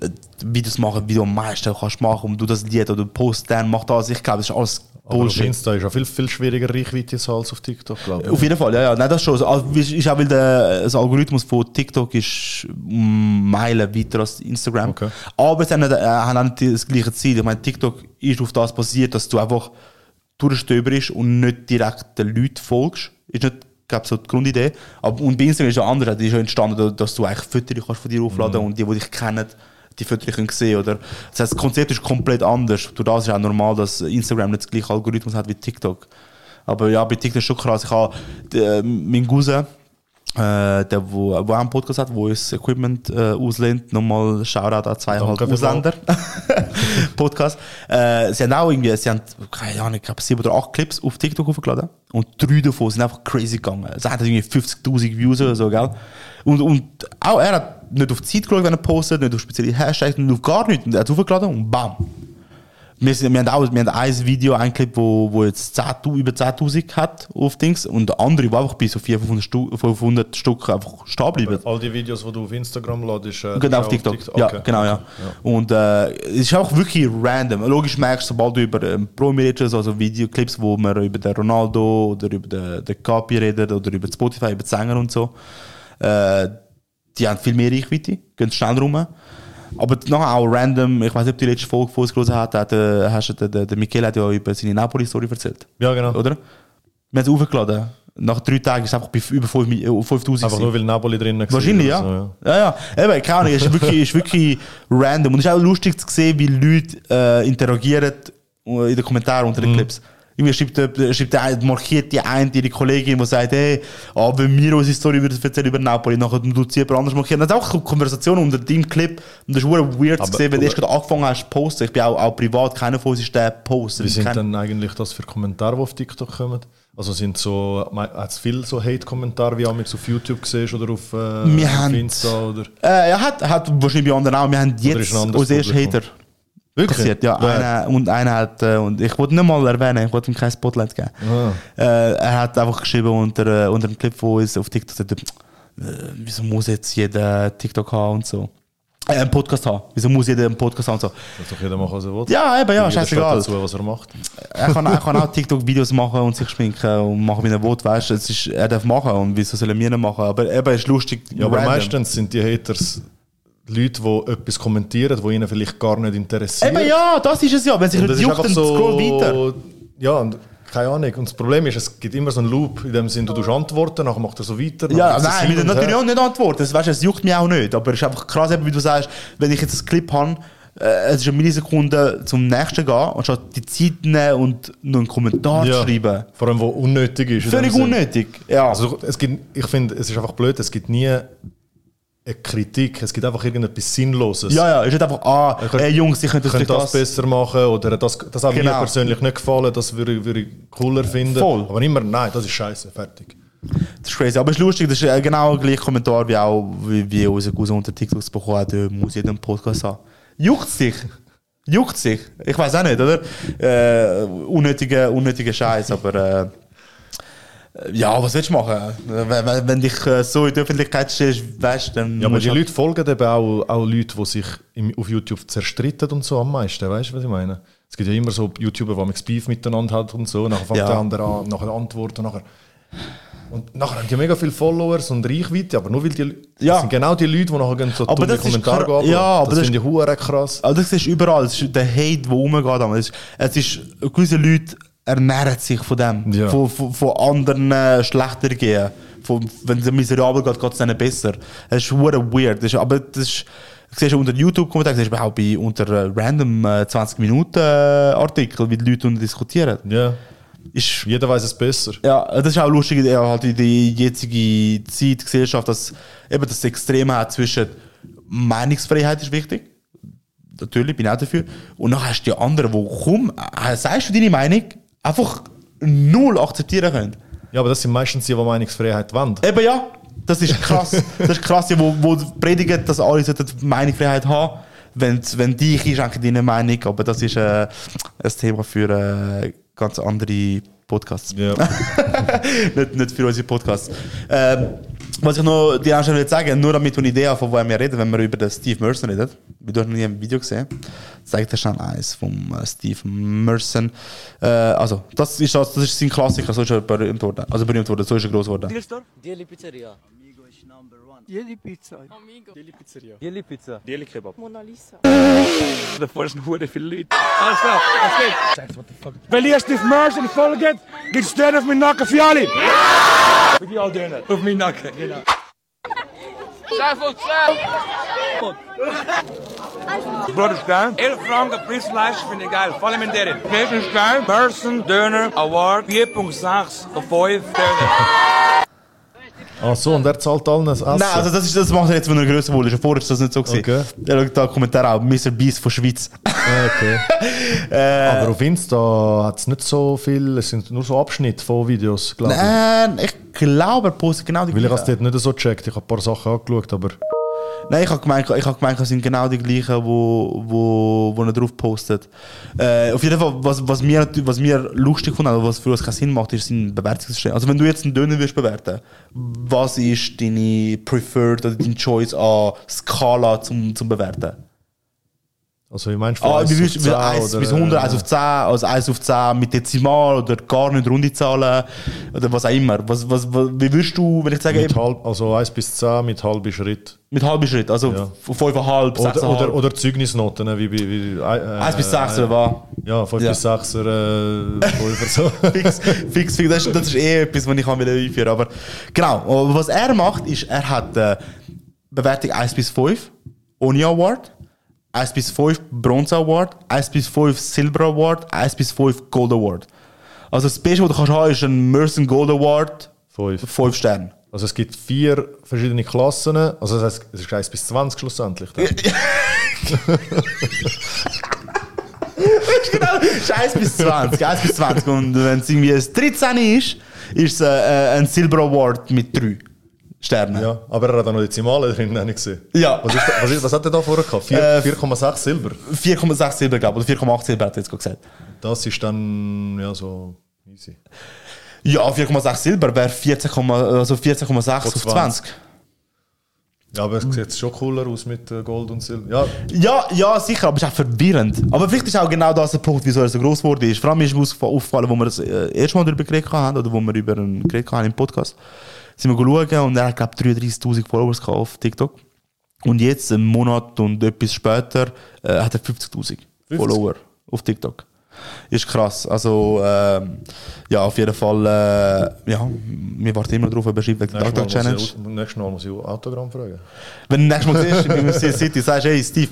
Speaker 1: äh, Videos machen, wie du am meisten kannst machen und du das Lied oder Post dann mach das, ich glaube, das ist alles
Speaker 2: Aber auf
Speaker 1: Bullshit.
Speaker 2: Insta ist ja viel, viel schwieriger Reichweite zu haben als auf TikTok, glaube ich.
Speaker 1: Auf jeden Fall, ja, ja, nein, das schon. Also, ist ist auch, weil der äh, das Algorithmus von TikTok ist um Meilen weiter als Instagram.
Speaker 2: Okay.
Speaker 1: Aber sie haben, nicht- äh, haben auch nicht das gleiche Ziel. Ich meine, TikTok ist auf das basiert, dass du einfach durchstöberst und nicht direkt den Leuten folgst. Ist nicht, glaube so die Grundidee. Aber, und bei Instagram ist ja anders. Die ist ja entstanden, dass du eigentlich Fotos kannst von dir aufladen und die, die dich kennen, die Fotos können sehen. Oder? Das heißt, das Konzept ist komplett anders. Durch das ist auch normal, dass Instagram nicht den gleichen Algorithmus hat wie TikTok. Aber ja, bei TikTok ist schon krass. Ich habe äh, meinen Cousin, äh, der wo, wo auch einen Podcast hat, wo uns Equipment äh, auslehnt, nochmal Shoutout an zweieinhalb
Speaker 2: Danke für
Speaker 1: Ausländer [laughs] Podcast. Äh, sie haben auch irgendwie, sie haben, keine Ahnung, ich glaube sieben oder acht Clips auf TikTok hochgeladen und drei davon sind einfach crazy gegangen. Es hat irgendwie 50'000 Views oder so, gell? Und, und auch er hat nicht auf die Zeit geschaut, wenn er postet, nicht auf spezielle Hashtags, nicht auf gar nichts. Und er hat hochgeladen und bam, wir, sind, wir, haben auch, wir haben ein Video, ein Clip, wo, wo jetzt 10, über 10.000 hat auf Dings und der andere, der einfach bei so 400, 500 Stück, 500 Stück einfach stehen bleiben.
Speaker 2: All die Videos, die du auf Instagram ladest, äh,
Speaker 1: Genau,
Speaker 2: ist
Speaker 1: auf
Speaker 2: auch
Speaker 1: TikTok. Ja, genau, ja. Und äh, es ist auch wirklich random. Logisch merkst du, sobald du über ähm, Pro-Militaries, also Videoclips, wo man über den Ronaldo oder über den, den Kapi redet oder über Spotify, über die Sänger und so, äh, die haben viel mehr Reichweite, gehen schnell rum. Aber nachher auch random, ich weiß nicht, ob du die letzte Folge von uns gelesen hast, hat, äh, hast du- der, der, der Michele hat ja über seine Napoli-Story erzählt.
Speaker 2: Ja, genau.
Speaker 1: Oder? Wir haben es aufgeladen. Nach drei Tagen ist es einfach bei f- über 5 Mi- äh, 5000.
Speaker 2: Einfach nur,
Speaker 1: gewesen.
Speaker 2: weil Napoli drinnen war.
Speaker 1: Wahrscheinlich, ja.
Speaker 2: Also,
Speaker 1: ja. Ja, Eben, keine Ahnung, es ist wirklich, ist wirklich random. Und es ist auch lustig zu sehen, wie Leute äh, interagieren äh, in den Kommentaren unter
Speaker 2: Mhm.
Speaker 1: den Clips. Irgendwie schreibt, jemand- schreibt der, eine- markiert die eine ihre Kollegin, die sagt, hey, ah, wenn wir unsere Story würden erzählen über Napoli, nachher du sie jemand anders markieren. Dann hat auch Konversationen unter deinem Clip. Und das ist verdammt weird zu
Speaker 2: Aber-
Speaker 1: sehen, wenn du erst
Speaker 2: aber-
Speaker 1: gerade angefangen hast zu posten. Ich bin auch, auch privat, keiner von uns ist der Poster.
Speaker 2: Wie sind
Speaker 1: Kein-
Speaker 2: denn eigentlich das für Kommentare, die auf TikTok kommen? Also sind so, hat es viel so Hate-Kommentare, wie auch auf YouTube siehst oder auf, äh, auf
Speaker 1: haben-
Speaker 2: Insta oder...
Speaker 1: Äh, ja, hat, hat wahrscheinlich bei anderen auch. Wir haben jetzt
Speaker 2: ist ein
Speaker 1: als
Speaker 2: anderes
Speaker 1: ersten Hater
Speaker 2: Publikum?
Speaker 1: kassiert. Ja,
Speaker 2: Wer?
Speaker 1: einer, und einer hat, äh, und ich wollte nicht mal erwähnen, ich wollte ihm kein Spotlight geben.
Speaker 2: Ah.
Speaker 1: Äh, er hat einfach geschrieben unter, äh, unter einem Clip, wo uns auf TikTok sagt, äh, wieso muss jetzt jeder TikTok haben und so. Äh, einen Podcast haben. Wieso muss jeder einen Podcast haben und so.
Speaker 2: Dass doch jeder machen, was er will.
Speaker 1: Ja, eben, ja,
Speaker 2: Jeder steht
Speaker 1: scheißegal.
Speaker 2: dazu, was er macht.
Speaker 1: Er kann, er kann auch TikTok-Videos machen und sich schminken und machen wie er will, weißt du, es ist- er darf machen und wieso sollen wir nicht machen? Aber eben, es ist lustig.
Speaker 2: Ja, aber
Speaker 1: random.
Speaker 2: meistens sind die Haters Leute, die etwas kommentieren, die ihnen vielleicht gar nicht interessiert.
Speaker 1: Eben, ja, das ist es ja. Wenn sich
Speaker 2: Und
Speaker 1: Leute
Speaker 2: das ist
Speaker 1: juckt,
Speaker 2: einfach
Speaker 1: dann
Speaker 2: so...
Speaker 1: scroll weiter.
Speaker 2: Ja, und keine Ahnung. Und das Problem ist, es gibt immer so einen Loop, in dem Sinn, du tust antworten, nachher macht er so weiter.
Speaker 1: Ja, also
Speaker 2: dann gibt's ein
Speaker 1: nein,
Speaker 2: Hin
Speaker 1: wir
Speaker 2: und
Speaker 1: natürlich
Speaker 2: Her.
Speaker 1: auch nicht antworten. Das, weißt, es juckt mich auch nicht. Aber es ist einfach krass, eben, wie du sagst, wenn ich jetzt einen Clip habe, äh, es ist eine Millisekunde zum nächsten gehen, anstatt die Zeit nehmen und noch einen Kommentar zu
Speaker 2: Ja.
Speaker 1: schreiben.
Speaker 2: Vor allem, wo unnötig ist. in dem
Speaker 1: Völlig
Speaker 2: Sinn.
Speaker 1: unnötig. Ja.
Speaker 2: Also es gibt, ich finde, es ist einfach blöd, es gibt nie eine Kritik, es gibt einfach irgendetwas Sinnloses.
Speaker 1: ja, ja, ist nicht einfach, ah,
Speaker 2: könnt-
Speaker 1: ey Jungs, ich könnte
Speaker 2: Ich
Speaker 1: euch
Speaker 2: könnte das
Speaker 1: das.
Speaker 2: besser machen oder das, das hat
Speaker 1: Genau.
Speaker 2: mir persönlich nicht gefallen, das würde, ich- würde ich cooler finden.
Speaker 1: Voll.
Speaker 2: Aber immer, nein, das ist scheiße, fertig.
Speaker 1: Das ist crazy. Aber es ist lustig, das ist äh, genau der gleiche Kommentar wie auch, wie, wie unser Cousin unter TikToks bekommen hat, äh, muss jeden Podcast haben. Juckt sich. Juckt sich. Ich weiß auch nicht, oder? Äh, unnötiger unnötiger Scheiß, aber. Äh, äh, ja, was willst du machen? Äh, Wenn, wenn, wenn dich äh, so in die Öffentlichkeit stellst, weißt du, dann.
Speaker 2: Ja, aber halt
Speaker 1: musst
Speaker 2: die
Speaker 1: du-
Speaker 2: Leute folgen eben auch, auch Leute, die sich im, auf YouTube zerstritten und so am meisten, weißt du, was ich meine? Es gibt ja immer so YouTuber, die mit Beef miteinander hat und so, nachher fängt
Speaker 1: Ja.
Speaker 2: der andere an, nachher antwortet und nachher... Und nachher haben die mega viele Followers und Reichweite, aber nur weil die...
Speaker 1: Ja.
Speaker 2: Das sind genau die Leute, die nachher gehen so
Speaker 1: Aber
Speaker 2: dumme
Speaker 1: das ist
Speaker 2: Kommentare
Speaker 1: klar-
Speaker 2: geben.
Speaker 1: Ja, aber
Speaker 2: das
Speaker 1: das
Speaker 2: finde ich hure krass.
Speaker 1: Also das ist überall, das ist der Hate, der rumgeht. aber Es ist, es ist gewisse Leute ernähren sich von dem,
Speaker 2: Ja.
Speaker 1: von, von, von anderen äh, schlechter gehen. Von, wenn es miserabel geht, geht es ihnen besser. Es ist hure weird. Das ist, aber das ist, du siehst unter YouTube-Kommentaren, du siehst auch bei, unter äh, random äh, 20-Minuten-Artikeln, wie die Leute unten diskutieren.
Speaker 2: Ja,
Speaker 1: Ist
Speaker 2: jeder weiß es besser.
Speaker 1: ja, das ist auch lustig, ja, halt in der jetzigen Zeit, Gesellschaft, dass eben das Extrem hat zwischen Meinungsfreiheit ist wichtig. Natürlich, bin ich auch dafür. Und dann hast du die anderen, die komm, äh, sagst du deine Meinung, einfach null akzeptieren können.
Speaker 2: Ja, aber das sind meistens die, die Meinungsfreiheit wollen.
Speaker 1: Eben ja, das ist krass. das ist krass, ja, wo, wo predigen, dass alle sollten Meinungsfreiheit haben. Wenn, wenn dich ist, eigentlich deine Meinung. Aber das ist äh, ein Thema für äh, ganz andere Podcasts.
Speaker 2: Ja.
Speaker 1: [laughs] nicht, nicht für unsere Podcasts. Ähm, was ich noch dir auch schon will sagen nur damit du eine Idee hast, von wem wir reden, wenn wir über den Steve Merson reden. Weil du hast noch nie ein Video gesehen. Zeigt dir schon eins vom äh, Steve Merson. Äh, also, das ist, das, das ist sein Klassiker, so ist er berühmt worden. Also berühmt worden, so ist er groß geworden.
Speaker 3: Deal store?
Speaker 4: Daily Pizzeria.
Speaker 3: Jeli Pizza.
Speaker 4: Daily Pizza.
Speaker 5: Daily Kebab.
Speaker 6: Mona Lisa.
Speaker 5: Davor sind hure viele Leute. Alles klar, was geht? Wenn ihr Steve Merce in die Folge geht, geht Stern auf meinen Nacken für alle. Für die alle Döner. Auf meinen Nacken, genau. Bruder Stern, 11 Franken Preisfleisch finde ich geil, vor allem in Derry. Kirchen Stern, Person Döner Award 4.6 auf 5 Döner.
Speaker 1: Ah,
Speaker 2: Ach so, und wer zahlt allen das Essen?
Speaker 1: Nein, also das, ist, das macht er jetzt, wenn er größer wurde. Schon vorher ist das nicht so gewesen.
Speaker 2: Okay.
Speaker 1: Er schaut da Kommentare auch, Mr. Beast von Schweiz.
Speaker 2: [laughs] okay.
Speaker 1: Äh,
Speaker 2: aber auf Insta hat es nicht so viel, es sind nur so Abschnitte von Videos, glaube ich.
Speaker 1: Nein, Äh, ich glaube, er postet genau die
Speaker 2: Weil ich
Speaker 1: gleichen.
Speaker 2: habe es dort nicht so gecheckt, ich habe ein paar Sachen angeschaut, aber
Speaker 1: Nein, ich habe gemeint, ich hab gemeint, es sind genau die gleichen, wo, wo, wo er drauf postet. Äh, auf jeden Fall, was, was, mir, natu- was mir lustig fand, aber was für uns keinen Sinn macht, ist sein Bewertungssystem. Also wenn du jetzt einen Döner würdest bewerten, was ist deine Preferred oder deine Choice an Skala zum, zum Bewerten?
Speaker 2: Also, ich meine, von
Speaker 1: Ah,
Speaker 2: eins
Speaker 1: wie
Speaker 2: auf
Speaker 1: willst du,
Speaker 2: zehn
Speaker 1: 1
Speaker 2: oder,
Speaker 1: bis 100,
Speaker 2: äh,
Speaker 1: 1 auf 10, also 1 auf 10 mit Dezimal oder gar nicht runde Zahlen oder was auch immer. Was, was, was, wie würdest du, wenn ich sage,
Speaker 2: Mit
Speaker 1: eben,
Speaker 2: halb, also 1 bis 10 mit halbem Schritt.
Speaker 1: mit halben Schritt, also
Speaker 2: Ja.
Speaker 1: 5,5,
Speaker 2: Oder,
Speaker 1: 6,5,
Speaker 2: oder, oder Zeugnisnoten, wie bei. Wie, äh,
Speaker 1: 1 bis 6
Speaker 2: äh,
Speaker 1: oder was?
Speaker 2: Ja, 5
Speaker 1: Ja.
Speaker 2: bis
Speaker 1: [laughs]
Speaker 2: 6 oder äh, 5 oder so.
Speaker 1: fix, fix, fix. Das, ist- das ist eh etwas, was ich kann wieder einführen kann. Aber genau, aber was er macht, ist, er hat äh, Bewertung 1 bis 5, Uni Award, 1 bis 5 Bronze Award, 1 bis 5 Silber Award, 1 bis 5 Gold Award. Also das Beste, was du kannst haben, ist ein Merson Gold Award,
Speaker 2: 5.
Speaker 1: 5 Sterne. [laughs]
Speaker 2: Also es gibt vier verschiedene Klassen. Also das heißt, es ist 1 bis 20 schlussendlich. Dann.
Speaker 1: genau, ist 1 bis 20, 1 bis 20. Und wenn es irgendwie ein 13 ist, ist es äh, äh, ein Silber Award mit 3 Sternen.
Speaker 2: Ja, aber er hat auch noch Dezimale drin, habe ich gesehen.
Speaker 1: Ja.
Speaker 2: Was, ist, da- was, ist, was hat er da vorher gehabt? Vier-
Speaker 1: Äh,
Speaker 2: 4,6 Silber.
Speaker 1: 4,6 Silber, glaube ich, oder 4,8 Silber hat er jetzt gerade gesagt.
Speaker 2: Das ist dann, ja, so easy.
Speaker 1: Ja, 4,6 Silber wäre 14,6 also 14, auf 20.
Speaker 2: 20. Ja, aber es
Speaker 1: Mhm.
Speaker 2: sieht jetzt schon cooler aus mit äh, Gold und Silber. Ja,
Speaker 1: Ja, ja, sicher, aber es ist auch verwirrend. Aber vielleicht ist auch genau das der Punkt, wieso er so groß geworden ist. Vor allem ist mir ausgef- aufgefallen, wo wir das äh, erste Mal darüber geredet haben, oder wo wir über einen geredet haben im Podcast, sind wir geschaut und er hat, glaube ich, 33'000 Followers gehabt auf TikTok. Und jetzt, einen Monat und etwas später, äh, hat er 50'000 Follower auf TikTok. Ist krass. Also, ähm, ja, auf jeden Fall, äh, ja, wir warten immer noch drauf, ob er schreibt wegen der
Speaker 2: nächstes Mal,
Speaker 1: Dark Challenge.
Speaker 2: Muss ich, au- nächstes Mal muss ich Autogramm fragen.
Speaker 1: Wenn du nächstes Mal siehst, wie wir sie City, sagst du, hey Steve,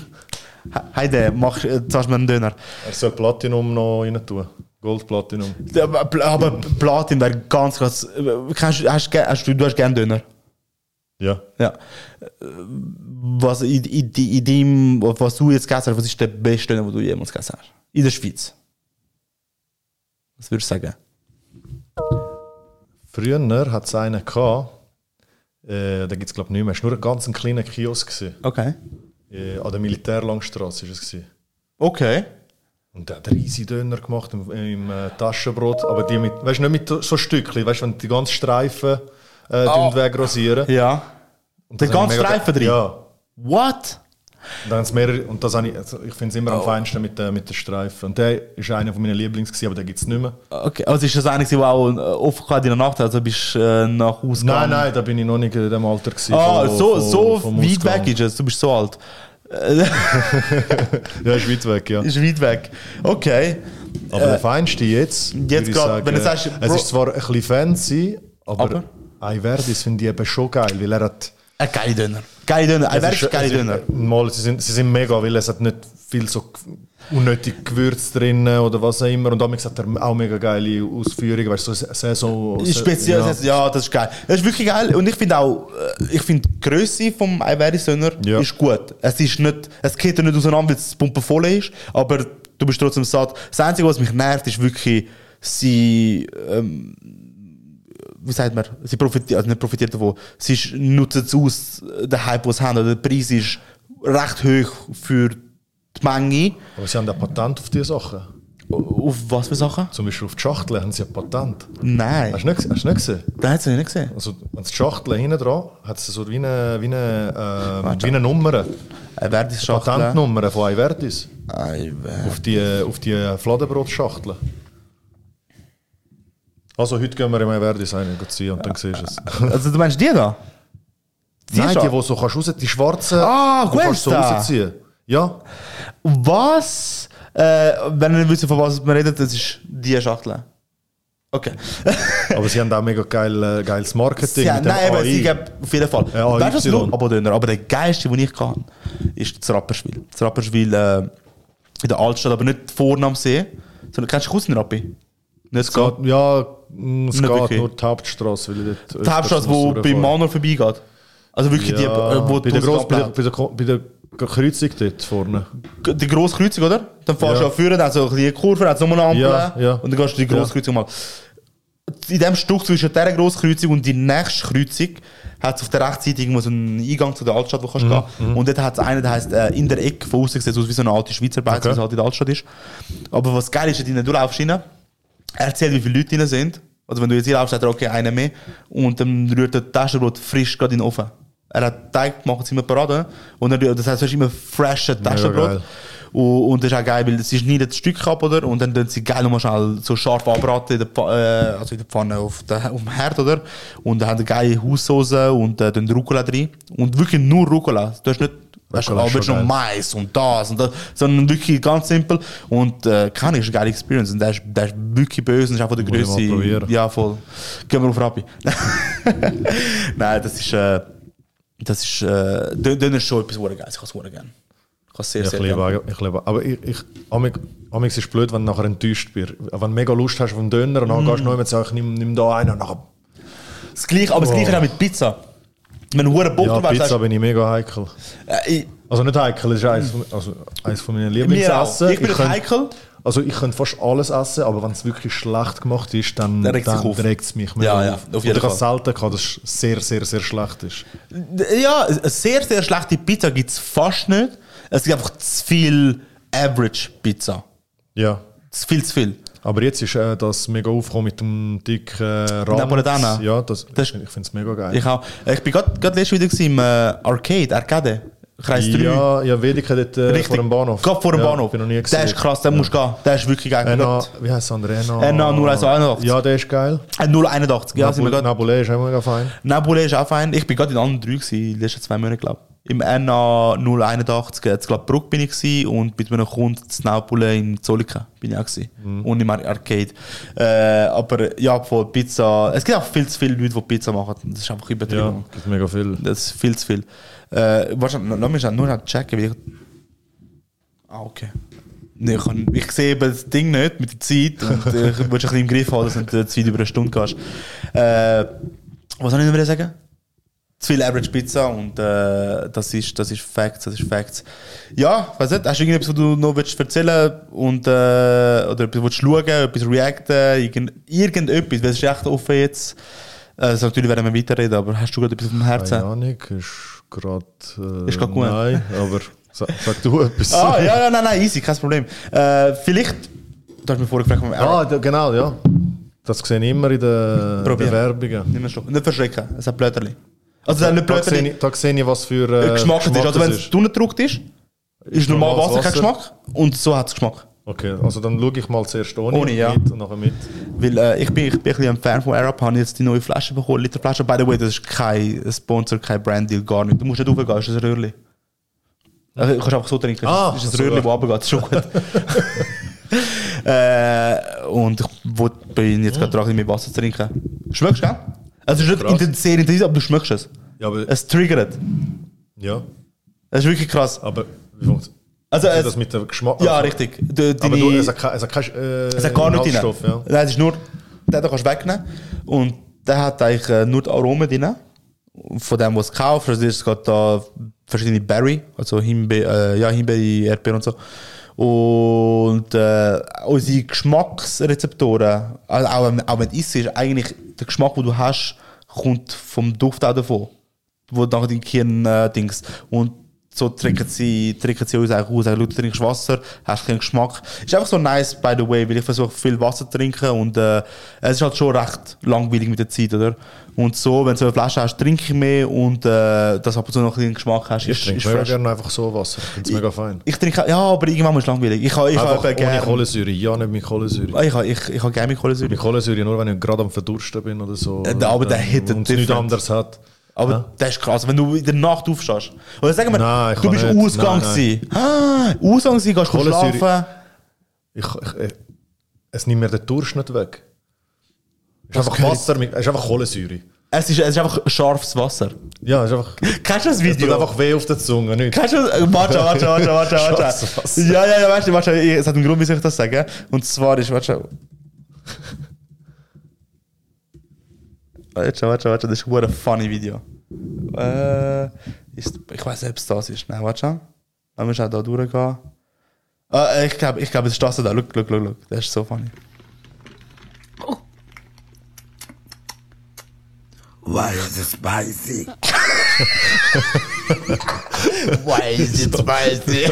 Speaker 1: heide, mach, äh, zahlst mir einen Döner.
Speaker 2: Er soll Platinum noch rein tun. Gold Platinum.
Speaker 1: Ja, Aber Pl- aber Platin wäre ganz krass. Äh, Kannst, hast, ge- hast, du, du hast gerne Döner.
Speaker 2: Ja.
Speaker 1: Ja. Äh, Was, in, in, in dem, was du jetzt gegessen hast, was ist der beste Döner, den du jemals gegessen hast? In der Schweiz. Was würdest du sagen?
Speaker 2: Früher hat es einen gehabt. Äh, da gibt es, glaube ich, nicht mehr. Es war nur ein ganz kleiner Kiosk. Gewesen.
Speaker 1: Okay.
Speaker 2: Äh, an der Militärlangstrasse war es. Gewesen.
Speaker 1: Okay.
Speaker 2: Und der hat riesige Döner gemacht im, im äh, Taschenbrot, aber die mit, weißt du, nicht mit so Stückchen, weißt du, wenn die ganzen Streifen äh,
Speaker 1: Ah.
Speaker 2: oh. wegrasieren.
Speaker 1: Ja.
Speaker 2: Und
Speaker 1: Der
Speaker 2: das habe
Speaker 1: ganze
Speaker 2: ich mega-
Speaker 1: Streifen drin?
Speaker 2: Ja.
Speaker 1: What?
Speaker 2: Und dann haben's mehrere, und das habe ich, also ich finde es
Speaker 1: Oh.
Speaker 2: immer am feinsten mit, äh, mit den Streifen. Und der ist einer von meinen Lieblings, gewesen, aber den gibt es nicht mehr.
Speaker 1: Okay, also ist das eigentlich so auch äh, offen gehabt in der Nacht, also bist du äh, nach Hause
Speaker 2: Nein,
Speaker 1: gegangen?
Speaker 2: nein, da bin ich noch nicht in dem Alter. Gewesen,
Speaker 1: Ah,
Speaker 2: von-
Speaker 1: so,
Speaker 2: von-
Speaker 1: so
Speaker 2: vom
Speaker 1: weit
Speaker 2: Ausgang.
Speaker 1: weg ist es. Du bist so alt.
Speaker 2: Ja, ist weit weg, ja.
Speaker 1: Ist weit weg. Okay.
Speaker 2: Aber der feinste jetzt. würde ich
Speaker 1: grad,
Speaker 2: sagen,
Speaker 1: wenn du sagst,
Speaker 2: es
Speaker 1: Bro-
Speaker 2: ist zwar ein bisschen fancy,
Speaker 1: Aber?
Speaker 2: aber, aber? Verdis finde ich eben schon geil, weil er hat.
Speaker 1: Ein geiler Döner. Geiler Döner.
Speaker 2: Also
Speaker 1: Ein wirklich geiler Döner.
Speaker 2: Mal, sie, sind, sie sind mega, weil es hat nicht viel so g- unnötig Gewürz drin oder was auch immer. Und damals hat er auch mega geile Ausführungen, weißt du, so Saison.
Speaker 1: Ist Speziell,
Speaker 2: Ja.
Speaker 1: ja. das ist geil. Das ist wirklich geil. Und ich finde auch, äh, ich finde die Größe vom Iveris Döner
Speaker 2: Ja.
Speaker 1: ist gut. Es ist nicht, es geht ja nicht auseinander, weil es Pumpe voll ist, aber du bist trotzdem satt. Das Einzige, was mich nervt, ist wirklich, sie, ähm, wie sagt man, sie profitiert, also nicht profitiert davon, sie ist- nutzen es aus, äh, den Hype, den sie haben, oder der Preis ist recht hoch für die Menge.
Speaker 2: Aber sie haben ein Patent auf diese Sachen.
Speaker 1: Auf was für Sachen?
Speaker 2: Zum Beispiel auf die Schachteln haben sie ein Patent.
Speaker 1: Nein,
Speaker 2: Hast du nicht, gese- hast du nicht gesehen?
Speaker 1: das hat sie nicht gesehen.
Speaker 2: Also, wenn die Schachtel hinten dran hat sie so wie eine, wie eine, äh, wie eine Nummer. Äh,
Speaker 1: Ein Verdis Schachtel.
Speaker 2: Patentnummer von Iverdis.
Speaker 1: Ei,
Speaker 2: Auf die, auf die Fladenbrotschachtel. Also, heute gehen wir im Iverdis einen ziehen und dann siehst du es.
Speaker 1: Also du meinst die da? Die
Speaker 2: Nein,
Speaker 1: schon?
Speaker 2: die, die so kannst raus, die schwarzen,
Speaker 1: Ah,
Speaker 2: die kannst du so
Speaker 1: Cuesta.
Speaker 2: rausziehen. Ja,
Speaker 1: Was? Äh, wenn ihr nicht wisst, von was wir reden, das ist die Schachtel. Okay.
Speaker 2: aber sie haben auch mega geil, äh, geiles Marketing.
Speaker 1: [laughs] Ja,
Speaker 2: mit dem
Speaker 1: nein, aber
Speaker 2: AI.
Speaker 1: sie geben auf jeden Fall.
Speaker 2: Ja, AI.
Speaker 1: weißt du, was nur Abodöner, aber der geilste, den ich kann, ist das Rapperswil. Das Rapperswil äh, in der Altstadt, aber nicht vorne am See, sondern kennst du Kusenrappi? Nicht
Speaker 2: Es
Speaker 1: so.
Speaker 2: geht- Ja, mm, es
Speaker 1: Nicht
Speaker 2: geht
Speaker 1: wirklich.
Speaker 2: nur die Hauptstraße. Weil ich dort
Speaker 1: Die
Speaker 2: öfters
Speaker 1: Hauptstraße,
Speaker 2: muss
Speaker 1: wo beim
Speaker 2: durchfahren.
Speaker 1: Manor vorbeigeht. Also wirklich die, äh, wo
Speaker 2: bei der,
Speaker 1: die
Speaker 2: Gross, bei, der,
Speaker 1: Ausgang-
Speaker 2: bei, der, Ko- bei der Kreuzung dort vorne.
Speaker 1: die grosse Kreuzung, oder? Dann fährst du
Speaker 2: Ja.
Speaker 1: ja vorne, dann so ein bisschen Kurve, dann hat nochmal eine Ampel
Speaker 2: Ja, ja.
Speaker 1: und dann gehst du die grosse
Speaker 2: Ja.
Speaker 1: Kreuzung mal. In dem Stück zwischen dieser grossen Kreuzung und die nächste Kreuzung hat es auf der rechten Seite irgendwo so einen Eingang zu der Altstadt, wo kannst
Speaker 2: Mhm,
Speaker 1: du gehen. Und dort hat es einen, der heisst äh, in der Ecke von außen, sieht es aus wie so eine alte Schweizer Beiz,
Speaker 2: Okay.
Speaker 1: wie es halt in der Altstadt ist. Aber was geil ist, dort hinten, du laufst rein, er erzählt, wie viele Leute drin sind. Also wenn du jetzt hier laufst, sagt er, okay, einer mehr. Und dann rührt er das Taschenbrot frisch gerade in den Ofen. Er hat Teig gemacht, jetzt immer Parade. Und dann, das heißt, du hast immer freshes
Speaker 2: Mega
Speaker 1: Taschenbrot.
Speaker 2: geil.
Speaker 1: Und, und das ist auch geil, weil sie schneiden das Stück ab, oder? Und dann tun sie geil nochmal schnell so scharf anbraten, in der Pfa- äh, also in der Pfanne auf, der, auf dem Herd, oder? Und dann haben sie geile Haussoße und äh, dann Rucola drin. Und wirklich nur Rucola. Du hast nicht, weißt du,
Speaker 2: Rucola ist
Speaker 1: aber
Speaker 2: schon
Speaker 1: noch
Speaker 2: geil.
Speaker 1: Mais und das und das, sondern wirklich ganz simpel. Und äh, keine Ahnung, ist eine geile Experience. Und der ist, der ist wirklich böse und ist auch von der
Speaker 2: Muss ich mal
Speaker 1: Größe.
Speaker 2: probieren.
Speaker 1: Ja, voll. Gehen wir auf
Speaker 2: [laughs]
Speaker 1: Rappi. Nein, das ist. Äh, das ist. Äh, Dön- Döner ist schon etwas hure Geiles. Ich kann es hure gerne. Ich kann es sehr,
Speaker 2: Ich
Speaker 1: sehr
Speaker 2: liebe,
Speaker 1: gerne.
Speaker 2: auch- ich liebe. auch. Aber ich, ich, amig, amig ist es blöd, wenn du nachher enttäuscht bist. Wenn du mega Lust hast auf einen Döner und dann
Speaker 1: Mm.
Speaker 2: gehst du noch und sagst, ich nimm, nimm da einen. Und nachher,
Speaker 1: Das gleiche, aber das gleiche auch mit Pizza. Wenn du hure Bock
Speaker 2: Oh. ja,
Speaker 1: drauf hast,
Speaker 2: Pizza
Speaker 1: sagst
Speaker 2: bin ich mega heikel.
Speaker 1: du, äh, ich-
Speaker 2: Also nicht heikel, das ist eines von, also eines von meinen
Speaker 1: mir auch.
Speaker 2: Lieblingsessen.
Speaker 1: Ich bin nicht
Speaker 2: könnte-
Speaker 1: heikel.
Speaker 2: Also ich könnte fast alles essen, aber wenn es wirklich schlecht gemacht ist, dann,
Speaker 1: Dann regt es
Speaker 2: dann
Speaker 1: sich auf.
Speaker 2: regt es mich
Speaker 1: Ja, ja, auf
Speaker 2: auf.
Speaker 1: jeden
Speaker 2: Oder ich habe es
Speaker 1: Fall.
Speaker 2: selten gehabt, dass es sehr, sehr, sehr schlecht ist.
Speaker 1: Ja, eine sehr, sehr schlechte Pizza gibt es fast nicht. Es gibt einfach zu viel Average Pizza.
Speaker 2: Ja.
Speaker 1: Zu viel, zu viel.
Speaker 2: Aber jetzt ist äh, das mega aufgekommen mit dem dicken äh, Rahmen.
Speaker 1: Napoletana.
Speaker 2: Ja, das,
Speaker 1: Das-
Speaker 2: ich finde es mega geil.
Speaker 1: Ich auch. Ich bin gerade letztes wieder gewesen im äh, Arcade, Arcade. Kreis 3.
Speaker 2: ja, ja, Wedeke dort äh,
Speaker 1: Richtig.
Speaker 2: vor dem Bahnhof.
Speaker 1: Gerade vor dem
Speaker 2: ja,
Speaker 1: Bahnhof.
Speaker 2: Bin noch nie Äh,
Speaker 1: der ist krass, der musst gehen. Der ist wirklich geil.
Speaker 2: Enna,
Speaker 1: Gott.
Speaker 2: wie heißt der andere? Enna,
Speaker 1: Enna 0181.
Speaker 2: Ja, der ist geil.
Speaker 1: Äh, 081. Ja, sind wir gerade.
Speaker 2: Napole, Napole ist auch mega fein.
Speaker 1: Nabule ist auch fein. Ich bin gerade in anderen drei gewesen, die letzten zwei Monate, glaube ich. Im NA 081, jetzt glaube Bruck bin ich gewesen und mit meinem Kunden in Nabule in Zolika bin ich auch gewesen.
Speaker 2: Mhm.
Speaker 1: Und im Ar- Arcade. Äh, aber ja, voll Pizza. Es gibt auch viel zu viele Leute, die Pizza machen. Das ist einfach übertrieben.
Speaker 2: Ja, gibt mega viel.
Speaker 1: Das ist viel zu viel. Äh, wahrscheinlich, lass mich schnell- nur noch checken, weil ich. Ah, okay. Nee, ich, kann, ich sehe eben das Ding nicht mit der Zeit und äh, ich würde ein bisschen im Griff haben, dass du nicht äh, zu weit über eine Stunde gehst. Äh, was soll ich noch mehr sagen? Zu viel Average Pizza und äh, das, ist, das ist Facts, das ist Facts. Ja, weiss nicht, hast du irgendetwas, was du noch willst erzählen und, äh, oder etwas willst schauen, etwas reacten, irgend, irgendetwas, weil es ist echt offen jetzt. Äh, also natürlich werden wir weiterreden, aber hast du gerade etwas auf dem Herzen?
Speaker 2: Keine Ahnung, ist gerade. Äh,
Speaker 1: Ist grad gut.
Speaker 2: Nein, aber sag, sag
Speaker 1: [laughs]
Speaker 2: du etwas.
Speaker 1: Ah, ja, ja, nein, nein, easy, kein Problem. Äh, vielleicht, du hast mich vorher gefragt,
Speaker 2: Ah,
Speaker 1: ah,
Speaker 2: da- genau, ja. Das sehe ich immer in den
Speaker 1: Probier.
Speaker 2: den Werbungen.
Speaker 1: nicht mehr schlucken. Nicht verschrecken, es hat Blöterli. Also, es hat nicht
Speaker 2: Da sehe,
Speaker 1: Blöterli.
Speaker 2: ich, da sehe ich, was für äh,
Speaker 1: Geschmack es ist. Also, wenn
Speaker 2: es
Speaker 1: es unten ist, ist normal Wasser,
Speaker 2: normales
Speaker 1: kein
Speaker 2: Wasser.
Speaker 1: Geschmack. Und so hat es Geschmack.
Speaker 2: Okay, also dann schaue ich mal zuerst ohne,
Speaker 1: Ohne, ja.
Speaker 2: mit und nachher mit.
Speaker 1: Weil äh, ich, bin, ich bin ein bisschen ein Fan von Arab, habe jetzt die neue Flasche bekommen, Literflasche. By the way, das ist kein Sponsor, kein Branddeal, gar nicht. Du musst nicht raufgehen, ist ein Röhrli. Also, du kannst einfach so trinken.
Speaker 2: Ah,
Speaker 1: das ist ein
Speaker 2: so,
Speaker 1: Röhrli,
Speaker 2: ja.
Speaker 1: das runtergeht, ist schon
Speaker 2: [laughs]
Speaker 1: gut. äh, und ich wollt- bin jetzt gerade dran, mit Wasser zu trinken. Schmeckst du, gell? Also, es ist nicht
Speaker 2: Krass.
Speaker 1: intensiv, sehr intensiv, aber du schmeckst es.
Speaker 2: Ja, aber,
Speaker 1: Es triggert.
Speaker 2: ja,
Speaker 1: Es ist wirklich krass.
Speaker 2: aber wie funktioniert
Speaker 1: Also,
Speaker 2: das
Speaker 1: es,
Speaker 2: mit dem Geschmack?
Speaker 1: ja,
Speaker 2: also,
Speaker 1: richtig. Du,
Speaker 2: Aber
Speaker 1: deine-
Speaker 2: du, also, es hat kein- es hat kein äh,
Speaker 1: Es hat gar nichts drin.
Speaker 2: Inhaltsstoff, ja.
Speaker 1: Nein, es ist nur, den da kannst du wegnehmen. Und der hat eigentlich äh, nur die Aromen drin. Von dem, was du kaufst. Also, es geht da verschiedene Berry, also Himbe äh, ja, Himbeere, Erdbeeren und so. Und äh, unsere Geschmacksrezeptoren, also auch, wenn- auch wenn du isst, ist eigentlich der Geschmack, den du hast, kommt vom Duft auch davon. Wo dann dein Gehirn äh, Dings. Und so trinken sie, trinken sie uns auch aus. Sagen, Leute, du trinkst Wasser, hast keinen Geschmack. Ist einfach so nice, by the way, weil ich versuche viel Wasser zu trinken und äh, es ist halt schon recht langweilig mit der Zeit, oder? Und so, wenn du so eine Flasche hast, trinke ich mehr und äh, dass du ab und zu noch ein bisschen Geschmack hast,
Speaker 2: Ich
Speaker 1: ist, ist
Speaker 2: trinke mega
Speaker 1: fresh.
Speaker 2: gerne einfach so Wasser. Ich finde es mega fein.
Speaker 1: Ich trinke, ja, aber irgendwann mal ist es langweilig. Ich habe ich
Speaker 2: Einfach
Speaker 1: habe
Speaker 2: ohne
Speaker 1: gerne...
Speaker 2: Kohlensäure. Ja, nicht mit Kohlensäure.
Speaker 1: Ah, Ich habe ich, ich habe gerne mit Kohlensäure.
Speaker 2: Mit Kohlensäure nur, wenn ich gerade am Verdursten bin oder so.
Speaker 1: Äh, aber der
Speaker 2: hätte
Speaker 1: hittet
Speaker 2: Und
Speaker 1: different.
Speaker 2: nichts anderes hat.
Speaker 1: Aber
Speaker 2: Ja.
Speaker 1: das ist krass, wenn du in der Nacht aufstehst. Oder sagen wir,
Speaker 2: Nein, ich
Speaker 1: du
Speaker 2: kann
Speaker 1: bist
Speaker 2: nicht.
Speaker 1: Ausgang
Speaker 2: Nein,
Speaker 1: gewesen. Ah, Ausgang gewesen, gehst du
Speaker 2: Kohlensäure-
Speaker 1: schlafen.
Speaker 2: Ich, ich, ich, es nimmt mir den Durchschnitt weg. Es ist
Speaker 1: Was
Speaker 2: einfach
Speaker 1: gehört-
Speaker 2: Wasser, mit- es ist einfach Kohlensäure.
Speaker 1: Es ist, es ist einfach scharfes Wasser.
Speaker 2: Ja, es ist einfach.
Speaker 1: Kennst du das
Speaker 2: Es tut
Speaker 1: Video?
Speaker 2: einfach weh auf der Zunge. Nicht.
Speaker 1: Kannst du. Äh, Warte, warte, warte, warte,
Speaker 2: Schatz, was?
Speaker 1: warte. Ja, ja, ja, warte, warte. Es hat einen Grund, wieso ich das sage. Und zwar ist, warte. Warte, warte, warte, das ist ein funny Video. Äh, ist, ich weiß nicht, ob es das ist. Nein, warte schon. Dann müssen wir auch da durchgehen. Ah, äh, ich glaube, ich glaub, es ist das da. Look, look, look, look. Das ist so funny.
Speaker 6: Why is it spicy?
Speaker 1: Why is it spicy?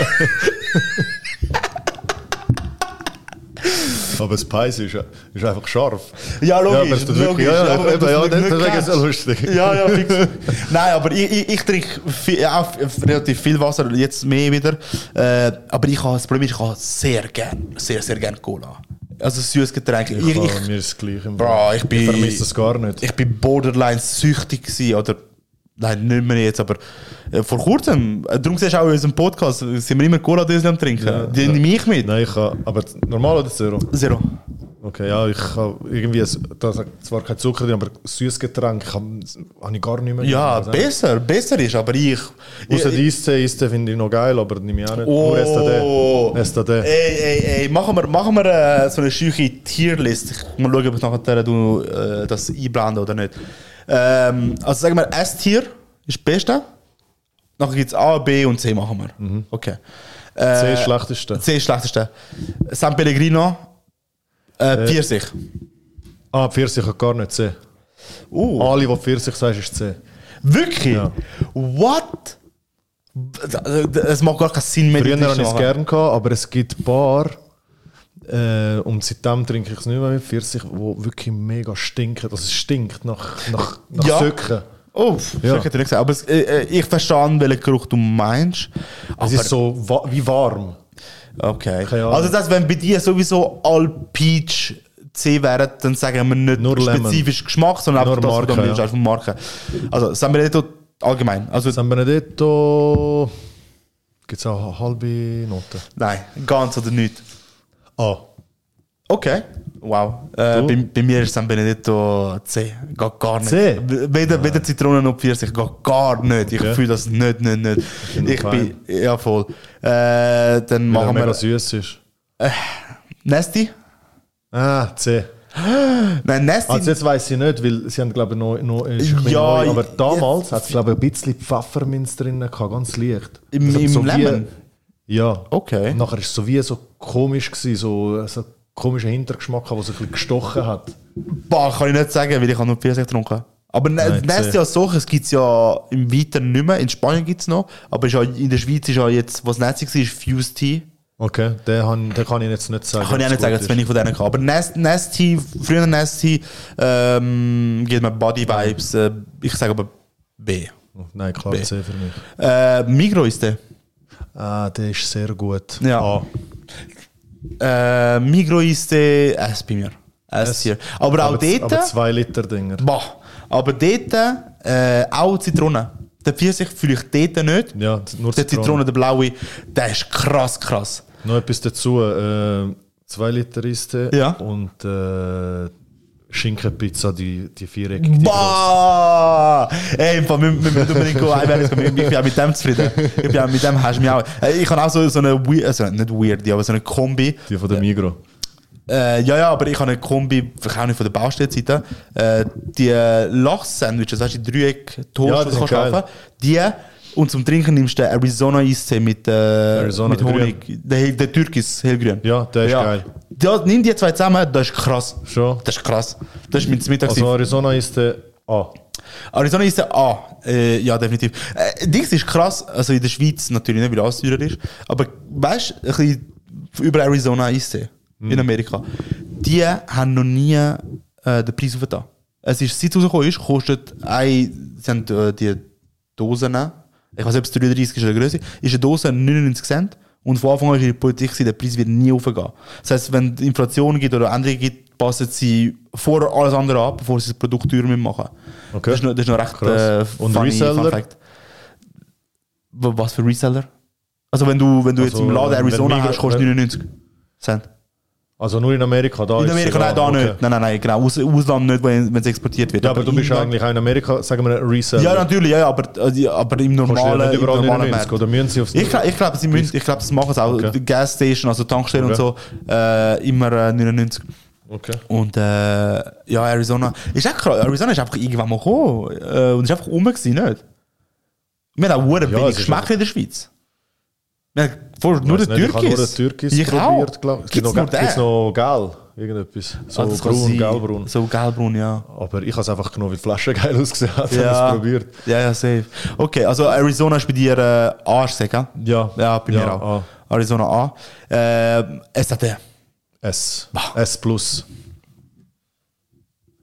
Speaker 2: Aber das Peis ist, ist einfach scharf.
Speaker 1: Ja, logisch.
Speaker 2: Ja, aber es tut wirklich,
Speaker 1: logisch,
Speaker 2: ja, ja,
Speaker 1: aber wenn
Speaker 2: eben,
Speaker 1: du's
Speaker 2: ja,
Speaker 1: nicht-
Speaker 2: das-
Speaker 1: nicht
Speaker 2: das ist
Speaker 1: kennst.
Speaker 2: ja lustig.
Speaker 1: Ja, ja, fix. Nou Nein, aber ich, ich, ich trinke viel, ja, auch relativ viel Wasser, jetzt mehr wieder. Äh, aber ich habe das Problem, ist, ich habe sehr gern, sehr, sehr gern Cola. Also süßes Getränk. Ich, ich,
Speaker 2: Ah, mir ist das Gleiche.
Speaker 1: Bro, ich bin-
Speaker 2: ich vermisse das gar nicht.
Speaker 1: ich bin borderline süchtig gewesen, oder nein, nicht mehr jetzt, aber äh, vor kurzem. Äh, Darum siehst du auch in unserem Podcast, äh, sind wir immer Cola-Dösel am Trinken. Die nehme ich mit.
Speaker 2: Nein, ich kann, aber z- normal oder Zero?
Speaker 1: Zero.
Speaker 2: Okay, ja, ich habe irgendwie, ein- das hat zwar kein Zucker drin, aber süßes Getränk habe ich gar nicht mehr.
Speaker 1: Ja,
Speaker 2: Also,
Speaker 1: besser, besser ist, aber ich.
Speaker 2: Außer
Speaker 1: ich-
Speaker 2: die Eistee, Eistee finde ich noch geil, aber nehme ich auch nicht. Nur
Speaker 1: Oh,
Speaker 2: STD. STD.
Speaker 1: Ey, ey, ey, machen wir, machen wir äh, so eine schüche Tierlist. Ich mal schauen, ob ich nachher du, äh, das einblende oder nicht. Ähm, also sagen wir, S-Tier ist das Beste. Nachher gibt es A, B und C machen wir.
Speaker 2: Mhm.
Speaker 1: Okay. Äh,
Speaker 2: C ist schlechteste.
Speaker 1: C ist schlechteste. San Pellegrino, äh, Pfirsich.
Speaker 2: Ah, Pfirsich hat gar nicht C.
Speaker 1: Uh,
Speaker 2: Alle, die Pfirsich sagst, ist C.
Speaker 1: wirklich?
Speaker 2: oh. Ja.
Speaker 1: What? Es macht gar keinen Sinn mehr. die
Speaker 2: Früher
Speaker 1: Liste
Speaker 2: hatte ich es
Speaker 1: machen.
Speaker 2: gerne, gehabt, aber es gibt ein paar, äh, und seitdem trinke ich es nicht mehr mit Pfirsich, wo wirklich mega stinken. Also es stinkt nach, nach, nach
Speaker 1: Ja.
Speaker 2: Söcken.
Speaker 1: Oh, pff,
Speaker 2: Ja.
Speaker 1: ich hätte nicht gesagt. Aber es, äh, äh, ich verstehe, an, welchen Geruch du meinst. Aber,
Speaker 2: Es ist so wa wie warm.
Speaker 1: okay.
Speaker 2: Keine Ahnung.
Speaker 1: Also, das, wenn bei dir sowieso all Peach C wären, dann sagen wir nicht
Speaker 2: Nur Lemon.
Speaker 1: spezifisch Geschmack, sondern
Speaker 2: Nur
Speaker 1: einfach das, was du am
Speaker 2: Marke,
Speaker 1: liebsten
Speaker 2: ja.
Speaker 1: hast, vom Marken. Also, San Benedetto allgemein. Also,
Speaker 2: San Benedetto gibt es auch halbe Noten.
Speaker 1: nein, ganz oder nicht.
Speaker 2: Ah,
Speaker 1: Okay. Wow. Äh,
Speaker 2: Du?
Speaker 1: bei, bei mir ist San Benedetto C. Geht gar nicht.
Speaker 2: C?
Speaker 1: W- Weder, weder Zitronen noch Pfirsich. Geht gar nicht. Ich
Speaker 2: Okay.
Speaker 1: fühle das nicht, nicht, nicht.
Speaker 2: finde
Speaker 1: Ich
Speaker 2: das
Speaker 1: bin, ja voll. Äh, dann
Speaker 2: weil er
Speaker 1: machen
Speaker 2: mega
Speaker 1: wir
Speaker 2: süß ist.
Speaker 1: Nasty.
Speaker 2: Ah, C.
Speaker 1: Nein, Nasty.
Speaker 2: Also jetzt weiß ich nicht, weil sie haben glaube ich noch, noch ist ein bisschen
Speaker 1: Ja,
Speaker 2: neu, aber
Speaker 1: jetzt-
Speaker 2: damals hat es glaube ich ein bisschen Pfefferminz drin gehabt, ganz leicht.
Speaker 1: Im- im Lemon?
Speaker 2: Wie, ja.
Speaker 1: Okay.
Speaker 2: Und nachher ist es so wie so komisch gewesen, so, so einen komischen Hintergeschmack, gehabt, der so ein bisschen gestochen hat.
Speaker 1: Bah, kann ich nicht sagen, weil ich habe nur Pfirsich getrunken. Aber ne, Nein,
Speaker 2: Nein,
Speaker 1: Nasty
Speaker 2: sehr.
Speaker 1: als solches gibt es ja im Weiteren nicht mehr. In Spanien gibt es noch. Aber ist ja, in der Schweiz ist ja jetzt, was Nasty war, ist Fuse Tea.
Speaker 2: Okay, den, han- den kann ich jetzt nicht sagen.
Speaker 1: Kann ich auch nicht
Speaker 2: ob's gut
Speaker 1: sagen, zu
Speaker 2: ist.
Speaker 1: wenig von denen kann. Aber Nest- Nasty, früher Nasty, ähm, gibt mir Body Vibes. Äh, ich sage aber B.
Speaker 2: Nein, klar,
Speaker 1: B.
Speaker 2: C für mich.
Speaker 1: Äh, Migro ist der.
Speaker 2: Ah, der ist sehr gut.
Speaker 1: Ja.
Speaker 2: Ah,
Speaker 1: Äh, Migro ist der S bei mir. S hier. Aber, auch
Speaker 2: aber, z-
Speaker 1: dort.
Speaker 2: aber zwei Liter Dinger.
Speaker 1: Bah. Aber dort äh, auch Zitrone. Der Pfirsich fühle ich dort nicht.
Speaker 2: Ja, nur
Speaker 1: Der
Speaker 2: Zitrone.
Speaker 1: Zitrone, der blaue, der ist krass, krass.
Speaker 2: Noch etwas dazu. Äh, zwei Liter Riste
Speaker 1: Ja.
Speaker 2: und äh, Schinkenpizza, die, die viereckige. die grosse.
Speaker 1: Bah! Ey, im Fall, wir wir müssen unbedingt gehen. Einmal, ich bin auch mit dem zufrieden. Ich bin auch mit dem, hast du mich auch. Äh, Ich habe auch so, so eine, wei- also nicht weird, aber so eine Kombi.
Speaker 2: Die von der Migro.
Speaker 1: Äh, ja, ja, aber ich habe eine Kombi, vielleicht auch nicht von der Baustellenseite. Äh, die äh, Lachs-Sandwiches, weißt du, die Dreieck, Toast,
Speaker 2: Ja,
Speaker 1: ja, das
Speaker 2: die
Speaker 1: kannst du
Speaker 2: sind geil.
Speaker 1: kaufen. Die, und zum Trinken nimmst du den Arizona Eistee mit, äh,
Speaker 2: Arizona,
Speaker 1: mit
Speaker 2: der
Speaker 1: Honig. Der, hell- der Türkis, hellgrün.
Speaker 2: Ja, der ist geil.
Speaker 1: Ja, nimm die zwei zusammen, das ist krass.
Speaker 2: Schon?
Speaker 1: Das ist krass. Das ist mein Mittag.
Speaker 2: Also Arizona ah. ist der A.
Speaker 1: Arizona ist der A. Äh, ja, definitiv. Äh, Dings ist krass, also in der Schweiz natürlich nicht, weil alles teurer ist. Aber weißt du, ein bisschen über Arizona ist sie in Amerika. Die haben noch nie äh, den Preis aufgetan. Es ist, seit es rausgekommen ist, kostet ein, sie haben äh, die Dosen, ich weiß nicht, ob es 33 ist oder größer, ist eine Dose 99 Cent. Und von Anfang an war die Politik, gewesen, der Preis wird nie aufgehen. Das heißt, wenn es Inflation gibt oder Änderungen gibt, passen sie vorher alles andere ab, bevor sie das Produkt teurer machen.
Speaker 2: Okay.
Speaker 1: Das ist noch, das ist noch recht äh,
Speaker 2: Krass. Und Reseller?
Speaker 1: Fun Fact. W- Was für Reseller? Also wenn du, wenn du jetzt
Speaker 2: Also,
Speaker 1: im Laden
Speaker 2: wenn- wenn
Speaker 1: Arizona
Speaker 2: Migros-
Speaker 1: hast, kostet
Speaker 2: wenn-
Speaker 1: 99 Cent.
Speaker 2: Also nur in Amerika, da
Speaker 1: In
Speaker 2: ist
Speaker 1: Amerika, nein, da nicht. Nein, nein, nein, genau. Aus, Ausland nicht, wenn wenn es exportiert wird.
Speaker 2: Ja, aber du bist
Speaker 1: Inland-
Speaker 2: eigentlich auch in Amerika, sagen wir, ein Reseller.
Speaker 1: Ja, natürlich, ja, ja, aber, äh, ja, aber im
Speaker 2: Kostet ja
Speaker 1: normalen,
Speaker 2: nicht
Speaker 1: im
Speaker 2: überall
Speaker 1: normalen
Speaker 2: 99,
Speaker 1: Markt.
Speaker 2: oder müssen sie aufs
Speaker 1: Ich, glaub- ich glaube, sie müssen, ich glaube, das machen sie auch.
Speaker 2: Okay.
Speaker 1: Die Gasstation, also Tankstellen
Speaker 2: Okay.
Speaker 1: und so, äh, immer äh, 99.
Speaker 2: Okay.
Speaker 1: Und äh, ja, Arizona ist auch krass. Arizona ist einfach irgendwann mal gekommen äh, und ist einfach rum gewesen, nicht? Wir haben auch verdammt
Speaker 2: Ja,
Speaker 1: wenig
Speaker 2: es ist
Speaker 1: Geschmack
Speaker 2: einfach-
Speaker 1: in der Schweiz. Wir haben vorher nur
Speaker 2: Weiss
Speaker 1: den
Speaker 2: nicht, Ich habe nur den
Speaker 1: Türkis.
Speaker 2: Türkis
Speaker 1: Ich
Speaker 2: probiert, glaube
Speaker 1: auch.
Speaker 2: ich. Gibt
Speaker 1: Gibt's
Speaker 2: es
Speaker 1: nur
Speaker 2: noch, gibt's
Speaker 1: den?
Speaker 2: noch gel? Irgendetwas. So
Speaker 1: Ah, das kann
Speaker 2: braun,
Speaker 1: sein.
Speaker 2: gelbraun.
Speaker 1: So gelbraun, ja.
Speaker 2: Aber ich habe es einfach genommen, weil die Flasche [laughs] geil ausgesehen hat. Ja.
Speaker 1: Ja.
Speaker 2: es probiert.
Speaker 1: ja, ja, safe. Okay, also Arizona ist bei dir äh, A, gell?
Speaker 2: Ja. ah.
Speaker 1: Ja, bei mir
Speaker 2: Ja,
Speaker 1: auch. Arizona A. Ähm, Äh, SAT.
Speaker 2: S. S plus.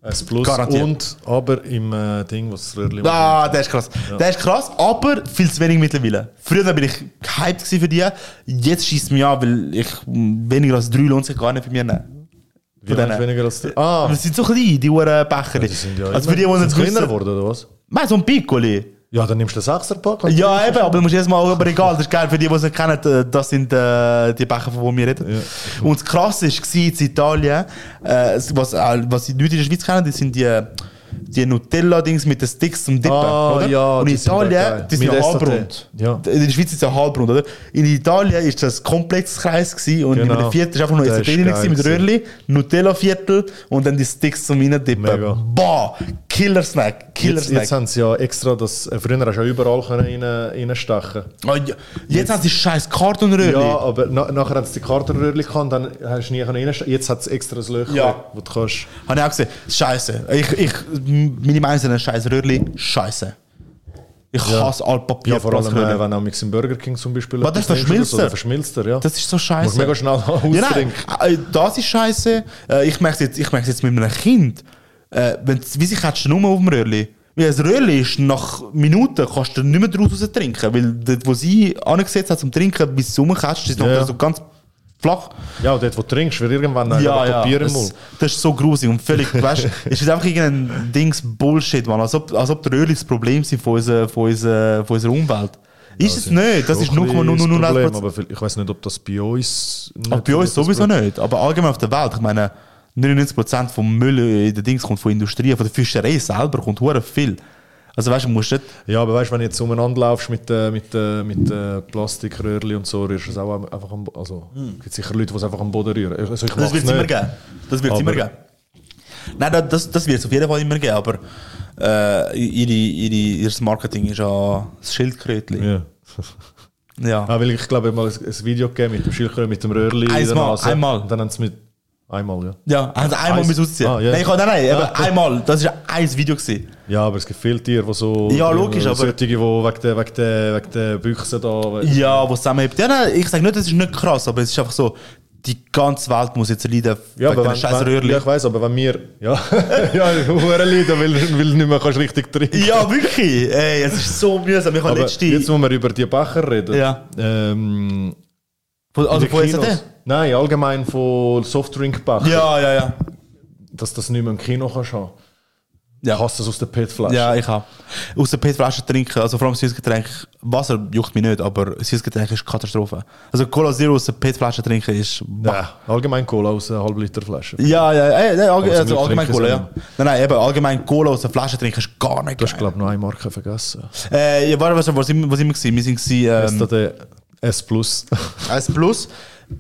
Speaker 2: S plus.
Speaker 1: Garantiert.
Speaker 2: Und aber im äh, Ding, was das Röhrli
Speaker 1: Ah, der ist krass. Der ist krass, aber viel zu wenig mittlerweile. Früher bin ich gehypt gewesen für die. Jetzt schießt mich an, weil ich mm, weniger als drei lohnt sich gar nicht bei mir nehmen.
Speaker 2: Wie
Speaker 1: denen.
Speaker 2: meinst du weniger als der. Ah,
Speaker 1: Aber es sind so klein, die Uhren Becher.
Speaker 2: die sind ja
Speaker 1: also für die, die
Speaker 2: sind
Speaker 1: nicht
Speaker 2: kleiner
Speaker 1: wissen.
Speaker 2: geworden, oder was?
Speaker 1: Meinst du, so ein Piccoli?
Speaker 2: Ja, dann nimmst du den 6er-Pack. und-
Speaker 1: Ja, eben, aber du musst erstmal, aber egal, das ist geil. Für die, die es nicht kennen, äh, das sind äh, die Becher, von denen wir reden. Und das Krasse war in Italien, äh, was, auch- was die Leute in der Schweiz kennen, das sind die, die Nutella-Dings mit den Sticks zum Dippen.
Speaker 2: Ah,
Speaker 1: oder?
Speaker 2: ja,
Speaker 1: Und
Speaker 2: die
Speaker 1: in
Speaker 2: sind auch geil.
Speaker 1: Italien, die sind
Speaker 2: Mit
Speaker 1: ja
Speaker 2: SAT.
Speaker 1: halbrund.
Speaker 2: Ja.
Speaker 1: In der Schweiz ist es ja halbrund, oder? In Italien war das ein Komplexkreis gewesen und
Speaker 2: Genau.
Speaker 1: in einem Viertel war einfach nur
Speaker 2: Der
Speaker 1: SAT
Speaker 2: ist
Speaker 1: drin
Speaker 2: geil
Speaker 1: gewesen, mit
Speaker 2: gewesen.
Speaker 1: Röhrli, Nutella-Viertel und dann die Sticks zum Reindippen.
Speaker 2: Mega.
Speaker 1: Bah! Killer-Snack,
Speaker 2: Jetzt,
Speaker 1: Killer-Snack.
Speaker 2: jetzt haben sie ja extra das. äh, Früher hast du ja überall können rein, reinstechen
Speaker 1: Oh, ja. Jetzt haben sie scheiß Kartonröhrli.
Speaker 2: Ja, aber na, nachher haben sie die Kartenröhrli gehabt und dann hast du nie können reinstechen Jetzt hat es extra ein Löchchen,
Speaker 1: Ja.
Speaker 2: wo du kannst.
Speaker 1: Habe ich auch gesehen. Scheiße. Ich, ich, m- meine Meinung sind ein scheiß Röhrli. Scheiße. Ich hasse all Papier.
Speaker 2: Ja, vor allem,
Speaker 1: Platzröhrli.
Speaker 2: äh, wenn du im Burger King zum Beispiel.
Speaker 1: Was, das
Speaker 2: etwas nimmst oder
Speaker 1: verschmilzt er?
Speaker 2: so, dann verschmilzt er, ja.
Speaker 1: Das ist so scheiße.
Speaker 2: Musst mega schnell [laughs]
Speaker 1: ja, nein,
Speaker 2: austrinken.
Speaker 1: äh, das ist scheiße. Äh, Ich merke es jetzt, ich merk's jetzt mit einem Kind. Äh, wenn's- Wie sich hättest du nur auf dem Röhrli? Weil ein Röhrli ist nach Minuten kannst du nicht mehr draus raus trinken. Weil dort, wo sie angesetzt hat zum Trinken, bis du rumketzt, ist es
Speaker 2: Ja.
Speaker 1: nachher so ganz flach.
Speaker 2: Ja, und dort, wo du trinkst, wird irgendwann noch
Speaker 1: ja,
Speaker 2: ein
Speaker 1: ja,
Speaker 2: Papier im
Speaker 1: das,
Speaker 2: Mund.
Speaker 1: das ist so grusig und völlig,
Speaker 2: [laughs]
Speaker 1: weißt du, es ist einfach irgendein Dings Bullshit, Mann. Als ob, als ob die Röhrli das Problem sind von unserer, von unserer, von unserer Umwelt. Ist es nicht, das
Speaker 2: Schon
Speaker 1: ist
Speaker 2: ein bisschen das
Speaker 1: 0,001%.
Speaker 2: Problem, aber viel- ich weiß nicht, ob das bei uns. nicht-
Speaker 1: Aber bei uns sowieso nicht, aber allgemein auf der Welt. Ich meine, 99% vom Müll in den Dings kommt von Industrie, von der Fischerei selber kommt hure viel. Also weißt du, du musst nicht...
Speaker 2: Ja, aber weißt du, wenn du jetzt umeinander laufst mit, äh, mit, äh, mit äh, Plastikröhrchen und so, rührst du es auch am- einfach am Boden. Also, es gibt sicher Leute, die es einfach am Boden rühren. Also, ich mach's
Speaker 1: Das wird Hm. es
Speaker 2: nicht.
Speaker 1: immer geben. Das wird es
Speaker 2: Aber-
Speaker 1: immer geben. Nein, da- das, das wird es auf jeden Fall immer geben, aber äh, ihre, ihre, ihr Marketing ist ja das Schildkrötchen.
Speaker 2: Ja.
Speaker 1: Ja.
Speaker 2: Ah, weil ich glaube, ich habe mal ein, ein Video gegeben mit dem Schildkröten, mit dem Röhrchen. in der
Speaker 1: Einmal,
Speaker 2: Nase.
Speaker 1: einmal.
Speaker 2: Und dann haben sie mit. Einmal, ja.
Speaker 1: Ja, also einmal
Speaker 2: Eins-
Speaker 1: müssen ausziehen.
Speaker 2: Ah, ja.
Speaker 1: Nein, ich kann, nein, nein, eben einmal. Das war ein Video. Gewesen.
Speaker 2: Ja, aber es gibt viele Tiere, die so. äh,
Speaker 1: Ja, logisch, aber-
Speaker 2: Solche, die wegen der, wegen der, wegen der Büchse da.
Speaker 1: Ja, wo es zusammenhebt. Ja, nein, ich sage nicht, das ist nicht krass, aber es ist einfach so, die ganze Welt muss jetzt leiden
Speaker 2: Ja, aber
Speaker 1: dem
Speaker 2: wenn,
Speaker 1: scheiß
Speaker 2: wenn,
Speaker 1: Röhrli.
Speaker 2: ja, ich weiß, aber
Speaker 1: [laughs]
Speaker 2: wenn wir. Ja, [laughs] ja, hure leiden, weil, weil du nicht mehr kannst richtig trinken
Speaker 1: Ja, wirklich. Ey, es ist so mühsam. Ich habe
Speaker 2: Aber
Speaker 1: letzte...
Speaker 2: Jetzt, wo wir über die Becher reden.
Speaker 1: Ja.
Speaker 2: Ähm,
Speaker 1: Von- also
Speaker 2: die
Speaker 1: von
Speaker 2: Kinos.
Speaker 1: SAT?
Speaker 2: Nein, allgemein von Softdrinkbecher.
Speaker 1: Ja, ja, ja.
Speaker 2: Dass das nicht mehr im Kino kannst haben.
Speaker 1: Ja.
Speaker 2: Ich hasse das aus der PET-Flasche.
Speaker 1: Ja, ich auch. Aus der PET-Flasche trinken, also vor allem Süßgetränk, Wasser juckt mich nicht, aber Süßgetränk ist Katastrophe. Also Cola Zero aus der PET-Flasche trinken ist...
Speaker 2: Nein, allgemein Cola aus einer halben Liter Flasche.
Speaker 1: Ja, ja, ey, nein, allge
Speaker 2: Aber zum
Speaker 1: also
Speaker 2: Glück
Speaker 1: allgemein
Speaker 2: trinken
Speaker 1: Cola,
Speaker 2: sie
Speaker 1: ja. Nein, nein, eben, allgemein Cola aus der Flasche trinken ist gar nicht
Speaker 2: Du hast,
Speaker 1: geil.
Speaker 2: glaube ich, noch eine Marke vergessen.
Speaker 1: Äh, ja, warte, was, was, sind, was sind wir gewesen? Wir sind
Speaker 2: Das ist da
Speaker 1: gewesen,
Speaker 2: der
Speaker 1: [laughs]
Speaker 2: S Plus.
Speaker 1: ähm, 1 Plus.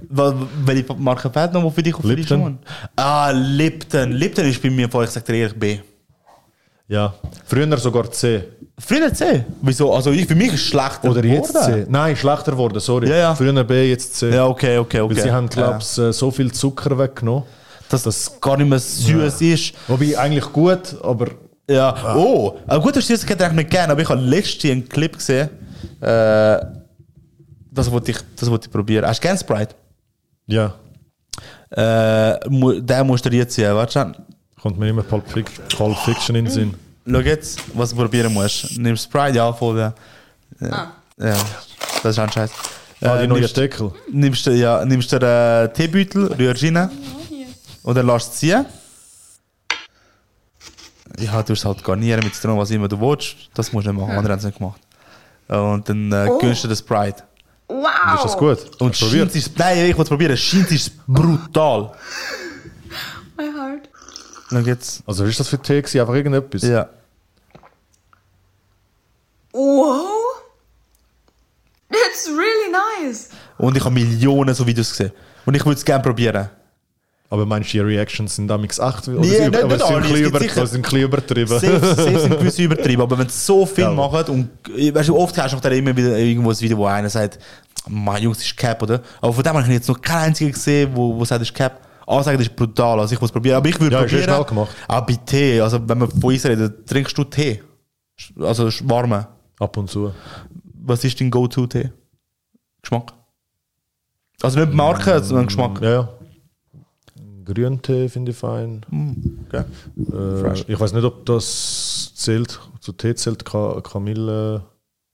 Speaker 1: Wa- Welche Marke fehlt noch für dich auf
Speaker 2: Lipton.
Speaker 1: Ah, Lipton. Lipton ist bei mir voll, ich sag dir ehrlich, B.
Speaker 2: ja. Früher sogar C.
Speaker 1: Früher C. Wieso? Also ich, für mich ist es schlechter
Speaker 2: Oder jetzt
Speaker 1: geworden.
Speaker 2: C. Nein, schlechter geworden, sorry.
Speaker 1: Ja, ja.
Speaker 2: Früher B, jetzt C.
Speaker 1: Ja, okay, okay, okay.
Speaker 2: Weil sie haben, glaube
Speaker 1: ja.
Speaker 2: ich, so viel Zucker weggenommen.
Speaker 1: dass das gar nicht mehr süß ist.
Speaker 2: Wobei eigentlich gut, aber
Speaker 1: Ja. Oh, ein gutes Süßgetränk nicht gerne, aber ich habe letztens einen Clip gesehen. Äh, das wollte ich, das wollte ich probieren. Hast du gern Sprite?
Speaker 2: ja,
Speaker 1: Äh, mu- den musst du reinziehen, weißt du?
Speaker 2: kommt mir immer Pulp Fiction, Pulp Fiction in den Sinn.
Speaker 1: Schau jetzt, was du probieren musst. Nimm Sprite, ja, voll. Ja. Ja. ja. Das ist ein Scheiß.
Speaker 2: Ah, die
Speaker 1: Äh,
Speaker 2: neue
Speaker 1: nimmst,
Speaker 2: Deckel.
Speaker 1: nimmst, du- ja, nimmst du einen Teebeutel, rührst rein und dann lässt es ziehen. Ja, du es halt garnieren mit Zitronen, was immer du willst. Das musst du nicht machen, andere haben es nicht gemacht. Und dann äh, gönnst du den Sprite.
Speaker 7: Wow!
Speaker 2: Ist das gut?
Speaker 1: Und scheint ist, Nein, ich will es probieren. Scheint ist brutal.
Speaker 7: My heart.
Speaker 1: Schau jetzt.
Speaker 2: Also, was ist das für Tee? gewesen? Einfach irgendetwas?
Speaker 1: Ja.
Speaker 7: Wow! That's really nice!
Speaker 1: Und ich habe Millionen so Videos gesehen. Und ich würde es gerne probieren.
Speaker 2: Aber meinst du, die Reactions sind damals 8? Oder
Speaker 1: Nee,
Speaker 2: sind-
Speaker 1: nicht-
Speaker 2: aber
Speaker 1: nicht
Speaker 2: sie
Speaker 1: alle,
Speaker 2: sind ein
Speaker 1: es
Speaker 2: bisschen
Speaker 1: gibt
Speaker 2: über-
Speaker 1: sicher-
Speaker 2: sie sind ein bisschen übertrieben.
Speaker 1: Safe, safe sind gewisse übertrieben, aber wenn es so viel
Speaker 2: Ja.
Speaker 1: machen und äh, weißt du, oft hast du nachher immer wieder irgendwo ein Video, wo einer sagt, mein Jungs, das ist Cap, oder? Aber von dem habe ich jetzt noch keinen einzigen gesehen, wo, wo sagt, das ist Cap. Alle sagen, das ist brutal, also ich muss probieren. Aber ich würde
Speaker 2: Ja, ist ja
Speaker 1: probieren.
Speaker 2: schnell gemacht.
Speaker 1: Auch bei Tee, also wenn wir von uns reden, trinkst du Tee? Sch- Also sch- warme.
Speaker 2: Ab und zu.
Speaker 1: Was ist dein Go-To-Tee?
Speaker 2: Mm.
Speaker 1: Geschmack? Also nicht die Marke, sondern Geschmack.
Speaker 2: Ja, ja. Grüntee finde ich fein.
Speaker 1: Okay.
Speaker 2: Äh, ich weiß nicht, ob das zählt, zu Tee zählt Ka Kamille.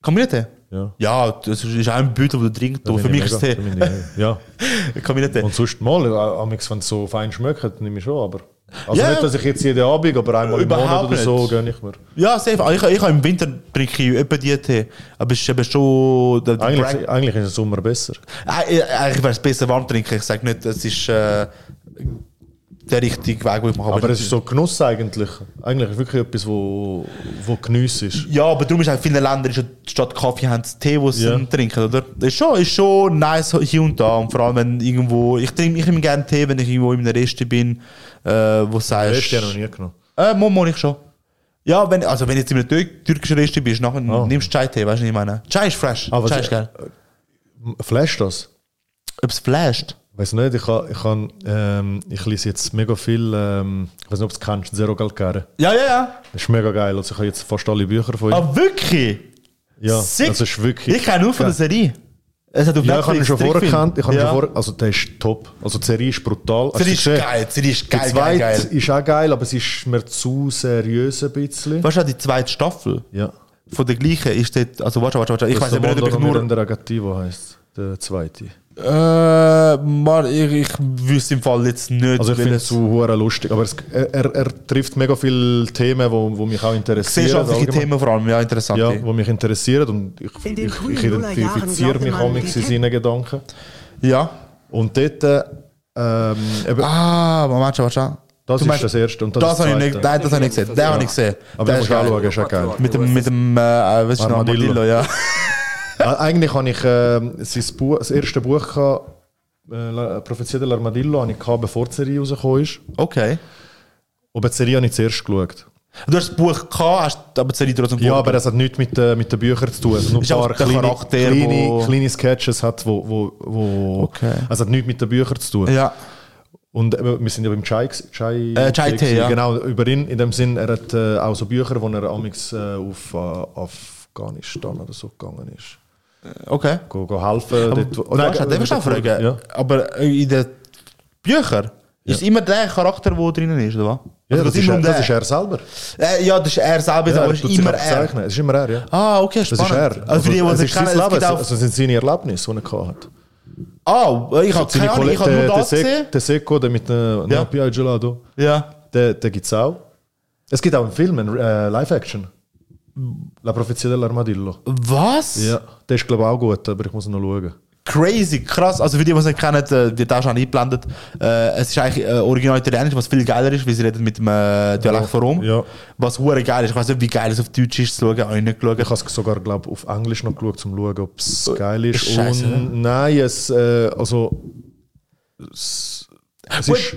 Speaker 1: Kamillentee?
Speaker 2: Ja.
Speaker 1: Ja, das ist auch ein Beutel, den du trinkst. aber Für mich ist es Tee.
Speaker 2: Ja.
Speaker 1: [laughs] Kamillentee.
Speaker 2: Und sonst mal, äh, amigs, wenn es so fein schmeckt, nehme ich schon, aber. Also
Speaker 1: Ja.
Speaker 2: nicht, dass ich jetzt jeden Abend, aber einmal im
Speaker 1: Überhaupt
Speaker 2: Monat oder so
Speaker 1: nicht.
Speaker 2: gönne ich mir.
Speaker 1: Ja, safe. Ah, Ich, ich, ich im Winter trinke ich etwa die Tee. Aber es ist eben schon... Der, der Brand-
Speaker 2: Eigentlich, eigentlich ist es im Sommer besser.
Speaker 1: Äh, äh, Eigentlich wäre es besser warm trinken. Ich sage nicht, es ist äh, der richtige Weg, den ich mache.
Speaker 2: Aber es ist so Genuss eigentlich. Eigentlich ist wirklich etwas, wo, wo Genuss ist.
Speaker 1: Ja, aber darum ist auch in vielen Ländern ist ja statt Kaffee haben sie Tee, den sie
Speaker 2: Ja.
Speaker 1: dann trinken, oder? Ist schon, ist schon nice hier und da. Und vor allem, wenn irgendwo... Ich trinke ich nehme gerne Tee, wenn ich irgendwo in einem Reste bin, äh, wo
Speaker 2: Das
Speaker 1: sagst...
Speaker 2: hast du ja noch nie genommen.
Speaker 1: Äh, Mo, Mo, ich schon. Ja, wenn, also wenn du jetzt in einem Tür türkischen Reste bist, nachher
Speaker 2: Ah.
Speaker 1: nimmst du Chai-Tee, weißt du, was ich meine? Chai ist fresh,
Speaker 2: Aber
Speaker 1: Chai
Speaker 2: es-
Speaker 1: ist geil.
Speaker 2: Flash das?
Speaker 1: Ob es flasht?
Speaker 2: Weiß nicht, ich, ha- ich, han, ähm, ich lese jetzt mega viel, ähm, ich weiß nicht, ob du es kennst, Zero Calcare.
Speaker 1: Ja, ja, ja.
Speaker 2: Das ist mega geil. Also ich habe jetzt fast alle Bücher von ihm.
Speaker 1: Ah, wirklich?
Speaker 2: ja,
Speaker 1: Sick.
Speaker 2: das ist wirklich.
Speaker 1: Ich kenne nur von
Speaker 2: Ja.
Speaker 1: der Serie. Es hat auf
Speaker 2: Ja, ich habe ihn schon vorher
Speaker 1: Trickfilm.
Speaker 2: gekannt. Ich habe ihn
Speaker 1: ja.
Speaker 2: schon vorher, also der ist top. Also die Serie ist brutal. Hast du
Speaker 1: Die Serie ist
Speaker 2: gesehen?
Speaker 1: geil, die Serie ist
Speaker 2: Die
Speaker 1: geil, geil,
Speaker 2: zweite
Speaker 1: geil.
Speaker 2: ist auch geil, aber es ist mir zu seriös ein bisschen.
Speaker 1: Weißt du, auch die zweite Staffel
Speaker 2: Ja.
Speaker 1: von der gleichen ist dort, also warte, warte, warte, ich weiß aber nicht, ob ich nur...
Speaker 2: Miranda Negativo heisst, der zweite.
Speaker 1: Äh, Mar, ich, ich wüsste im Fall jetzt nicht,
Speaker 2: Also ich finde
Speaker 1: welches-
Speaker 2: es zu hure lustig, aber es, er, er, er trifft mega viele Themen, wo, wo mich auch interessieren.
Speaker 1: gesellschaftliche
Speaker 2: allgemein.
Speaker 1: Themen vor allem, ja, interessant.
Speaker 2: Ja, wo mich interessieren und ich,
Speaker 8: In
Speaker 2: ich,
Speaker 8: den
Speaker 2: ich
Speaker 8: frühen Nullerjahren
Speaker 2: identifiziere mich
Speaker 8: glaubte
Speaker 2: auch
Speaker 8: man,
Speaker 2: mit
Speaker 8: die
Speaker 2: seinen Gedanken.
Speaker 1: ja.
Speaker 2: Und dort, äh, ähm, eben,
Speaker 1: Ah, Moment, warte, warte.
Speaker 2: das
Speaker 1: du
Speaker 2: ist
Speaker 1: meinst-
Speaker 2: das erste und das,
Speaker 1: Das,
Speaker 2: ist
Speaker 1: habe ich
Speaker 2: das
Speaker 1: nicht,
Speaker 2: zweite.
Speaker 1: nein, das habe ich nicht gesehen. Den habe ich gesehen. Der
Speaker 2: aber den
Speaker 1: ist
Speaker 2: musst du auch
Speaker 1: geil.
Speaker 2: schauen, ist auch geil.
Speaker 1: Mit dem, mit dem, äh, äh, was ist noch,
Speaker 2: Armadillo.
Speaker 1: Armadillo, ja.
Speaker 2: Ah, Eigentlich habe ich ähm, sein Buch, das erste Buch, gehabt, äh, La- Prophezia dell'Armadillo, habe ich gehabt, bevor die Serie rausgekommen ist.
Speaker 1: Okay.
Speaker 2: Aber die Serie habe ich zuerst geschaut.
Speaker 1: Du hast das Buch gehabt, hast aber die Serie trotzdem
Speaker 2: Ja, aber
Speaker 1: gefunden.
Speaker 2: das hat nichts mit, äh, mit den Büchern zu tun. Also nur ein
Speaker 1: Ist auch
Speaker 2: paar
Speaker 1: der
Speaker 2: kleine,
Speaker 1: Charakter, wo-
Speaker 2: kleine, kleine Sketches hat, wo, wo, wo
Speaker 1: Okay.
Speaker 2: also hat nichts mit den Büchern zu tun.
Speaker 1: Ja.
Speaker 2: Und eben, wir sind ja beim Chai, gewesen- Chai,
Speaker 1: Äh, Chai Tee, ja.
Speaker 2: Genau, über ihn in dem Sinn, er hat äh, auch so Bücher, wo er amigs äh, auf äh, Afghanistan oder so gegangen ist.
Speaker 1: Okay.
Speaker 2: Go, go helfen.
Speaker 1: Aber,
Speaker 2: dort, wo-
Speaker 1: nein, ich
Speaker 2: äh,
Speaker 1: darf ich auch
Speaker 2: dort, wo-
Speaker 1: fragen,
Speaker 2: Ja.
Speaker 1: aber äh, in den Büchern ist immer der Charakter, der drinnen ist, oder was?
Speaker 2: Ja,
Speaker 1: Also
Speaker 2: das,
Speaker 1: geht's
Speaker 2: ist
Speaker 1: immer
Speaker 2: er,
Speaker 1: um
Speaker 2: das
Speaker 1: den?
Speaker 2: ist er selber.
Speaker 1: Äh, ja, das ist er selber, aber es
Speaker 2: tut
Speaker 1: ist
Speaker 2: sich
Speaker 1: immer
Speaker 2: einfach
Speaker 1: er.
Speaker 2: zeichnen. Es ist immer er, ja.
Speaker 1: Ah, okay,
Speaker 2: Das
Speaker 1: spannend.
Speaker 2: ist er.
Speaker 1: Also für die, die
Speaker 2: es
Speaker 1: es
Speaker 2: ist
Speaker 1: nicht
Speaker 2: sein
Speaker 1: kennen, es
Speaker 2: Leben,
Speaker 1: gibt auch...
Speaker 2: also es sind seine Erlebnisse, die er gehabt hat. eh,
Speaker 1: Ah, ich habe keine Ahnung, ich habe nur
Speaker 2: der, der,
Speaker 1: das
Speaker 2: Se
Speaker 1: gesehen.
Speaker 2: der Seco, der mit äh,
Speaker 1: Ja.
Speaker 2: ja. Pia Gelato,
Speaker 1: Ja.
Speaker 2: der, der gibt es auch. Es gibt auch einen Film, einen äh, Live-Action. La Profezia dell'Armadillo.
Speaker 1: Was?
Speaker 2: Ja, der ist glaube ich auch gut, aber ich muss ihn noch schauen.
Speaker 1: Crazy, krass. Also für die, die es nicht kennen, äh, wird auch schon eingeblendet. Äh, es ist eigentlich äh, original italienisch, was viel geiler ist, weil sie reden mit dem äh, Dialekt von Rom.
Speaker 2: Ja.
Speaker 1: Was hure geil ist. Ich weiß nicht, wie geil es auf Deutsch ist, zu schauen, auch nicht
Speaker 2: Ich
Speaker 1: geschaut.
Speaker 2: habe es sogar glaub, auf Englisch noch geschaut, um zu schauen, ob es geil ist.
Speaker 1: Oh, Scheiße, ne?
Speaker 2: Und nein, es, äh, also, es, es, ist,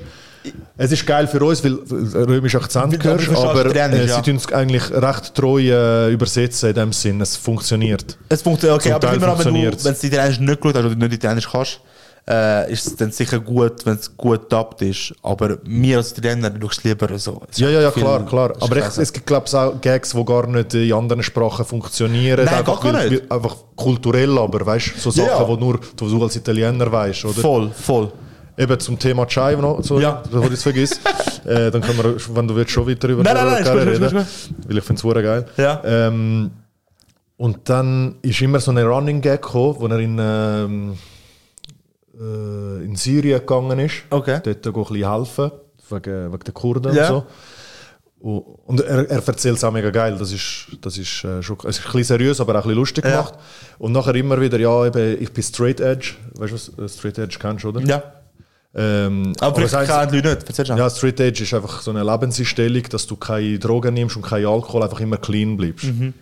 Speaker 2: es ist geil für uns, weil du römisch
Speaker 1: Weil
Speaker 2: Akzent
Speaker 1: du
Speaker 2: hörst,
Speaker 1: verstehst
Speaker 2: aber
Speaker 1: Italienisch,
Speaker 2: äh,
Speaker 1: ja.
Speaker 2: sie tun es eigentlich recht treu äh, übersetzen in dem Sinn. Es funktioniert.
Speaker 1: Es funktioniert, okay,
Speaker 2: Zum
Speaker 1: aber
Speaker 2: Teil
Speaker 1: immer noch, wenn du
Speaker 2: funktioniert's.
Speaker 1: wenn es italienisch nicht geschaut hast oder nicht italienisch kannst, äh, ist es dann sicher gut, wenn es gut getappt ist. Aber mir als Italiener schaust es lieber so. Es ist
Speaker 2: Ja, ja, ja,
Speaker 1: viel-
Speaker 2: klar, klar.
Speaker 1: ist
Speaker 2: Aber ich,
Speaker 1: scheiße.
Speaker 2: es gibt, glaube ich, auch Gags, die gar nicht in anderen Sprachen funktionieren.
Speaker 1: Nein,
Speaker 2: einfach,
Speaker 1: gar nicht.
Speaker 2: weil- einfach kulturell, aber weißt so
Speaker 1: Ja,
Speaker 2: Sachen,
Speaker 1: ja.
Speaker 2: wo nur du so als Italiener weißt, oder?
Speaker 1: Voll, voll.
Speaker 2: Eben zum Thema Chai noch, so,
Speaker 1: Ja.
Speaker 2: bevor ich es vergiss.
Speaker 1: [laughs]
Speaker 2: äh, dann können wir, wenn du willst, schon weiter über
Speaker 1: Nein, nein, nein,
Speaker 2: Carrera
Speaker 1: ist gut, ist gut,
Speaker 2: reden, Weil ich finde es hure geil.
Speaker 1: Ja.
Speaker 2: Ähm, und dann ist immer so ein Running Gag gekommen, wo er in, ähm, äh, in Syrien gegangen ist.
Speaker 1: Okay.
Speaker 2: Dort auch ein bisschen helfen, wegen, wegen den Kurden
Speaker 1: Ja.
Speaker 2: und so. U- Und er, er erzählt es auch mega geil. Das ist, das ist, äh, schon, es ist ein bisschen seriös, aber auch ein bisschen lustig
Speaker 1: Ja.
Speaker 2: gemacht. Und nachher immer wieder, ja, eben, ich bin Straight Edge. Weißt du, was äh, Straight Edge kennst, oder?
Speaker 1: Ja.
Speaker 2: Ähm,
Speaker 1: Aber
Speaker 2: das
Speaker 1: vielleicht
Speaker 2: heisst-
Speaker 1: kennen die Leute nicht. Erzähl schon.
Speaker 2: ja, Street Age ist einfach so eine Lebenseinstellung, dass du keine Drogen nimmst und keinen Alkohol, einfach immer clean bleibst.
Speaker 1: Mhm.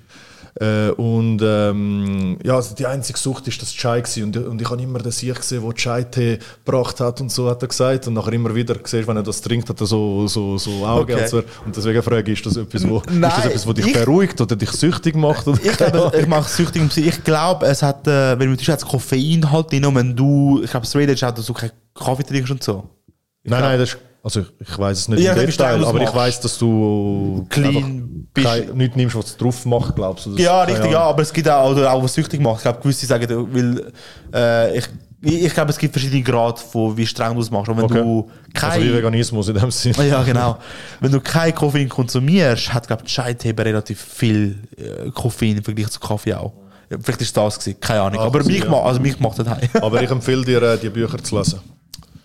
Speaker 2: Äh, und ähm, ja, also die einzige Sucht ist das Chai gewesen. und, und ich habe immer den Sieg gesehen, der Chai-Tee gebracht hat und so, hat er gesagt. Und nachher immer wieder siehst, wenn er das trinkt, hat er so, so, so Augen.
Speaker 1: Okay.
Speaker 2: als wär- Und deswegen frage ich, ist das etwas, wo, ist das
Speaker 1: Nein,
Speaker 2: etwas, wo dich
Speaker 1: ich-
Speaker 2: beruhigt oder dich süchtig macht? Oder
Speaker 1: Ich
Speaker 2: [laughs]
Speaker 1: glaube, ich mache es süchtig um sie. Ich glaube, es hat, äh, wenn du mit hat Koffein halt drin und wenn du, ich glaube, Straight Edge hat, dass du keinen Kaffee trinkst und so.
Speaker 2: Nein, nein, das ist Also ich, ich weiß es nicht
Speaker 1: Ja,
Speaker 2: im
Speaker 1: du bist der,
Speaker 2: Detail,
Speaker 1: der
Speaker 2: aber ich
Speaker 1: das macht.
Speaker 2: weiß, dass du
Speaker 1: Clean
Speaker 2: einfach
Speaker 1: bist.
Speaker 2: kein, nichts nimmst, was drauf macht, glaubst du? Das-
Speaker 1: Ja,
Speaker 2: keine
Speaker 1: richtig, ja,
Speaker 2: Ahnung.
Speaker 1: aber es gibt auch, oder auch was süchtig macht. Ich glaube, gewisse sagen, weil äh, ich, ich ich glaube, es gibt verschiedene Grade von wie streng du es machst. Und wenn
Speaker 2: Okay.
Speaker 1: du
Speaker 2: Also wie
Speaker 1: kein,
Speaker 2: Veganismus in dem
Speaker 1: [laughs]
Speaker 2: Sinne.
Speaker 1: ja, genau. wenn du kein Koffein konsumierst, hat glaube ich Scheithebe relativ viel äh, Koffein im Vergleich zu Kaffee auch. Ja, Vielleicht ist das gewesen, keine Ahnung.
Speaker 2: Ah,
Speaker 1: aber
Speaker 2: also,
Speaker 1: mich,
Speaker 2: ja.
Speaker 1: ma- also mich macht das heim. [laughs]
Speaker 2: Aber ich empfehle dir, äh, die Bücher zu lesen.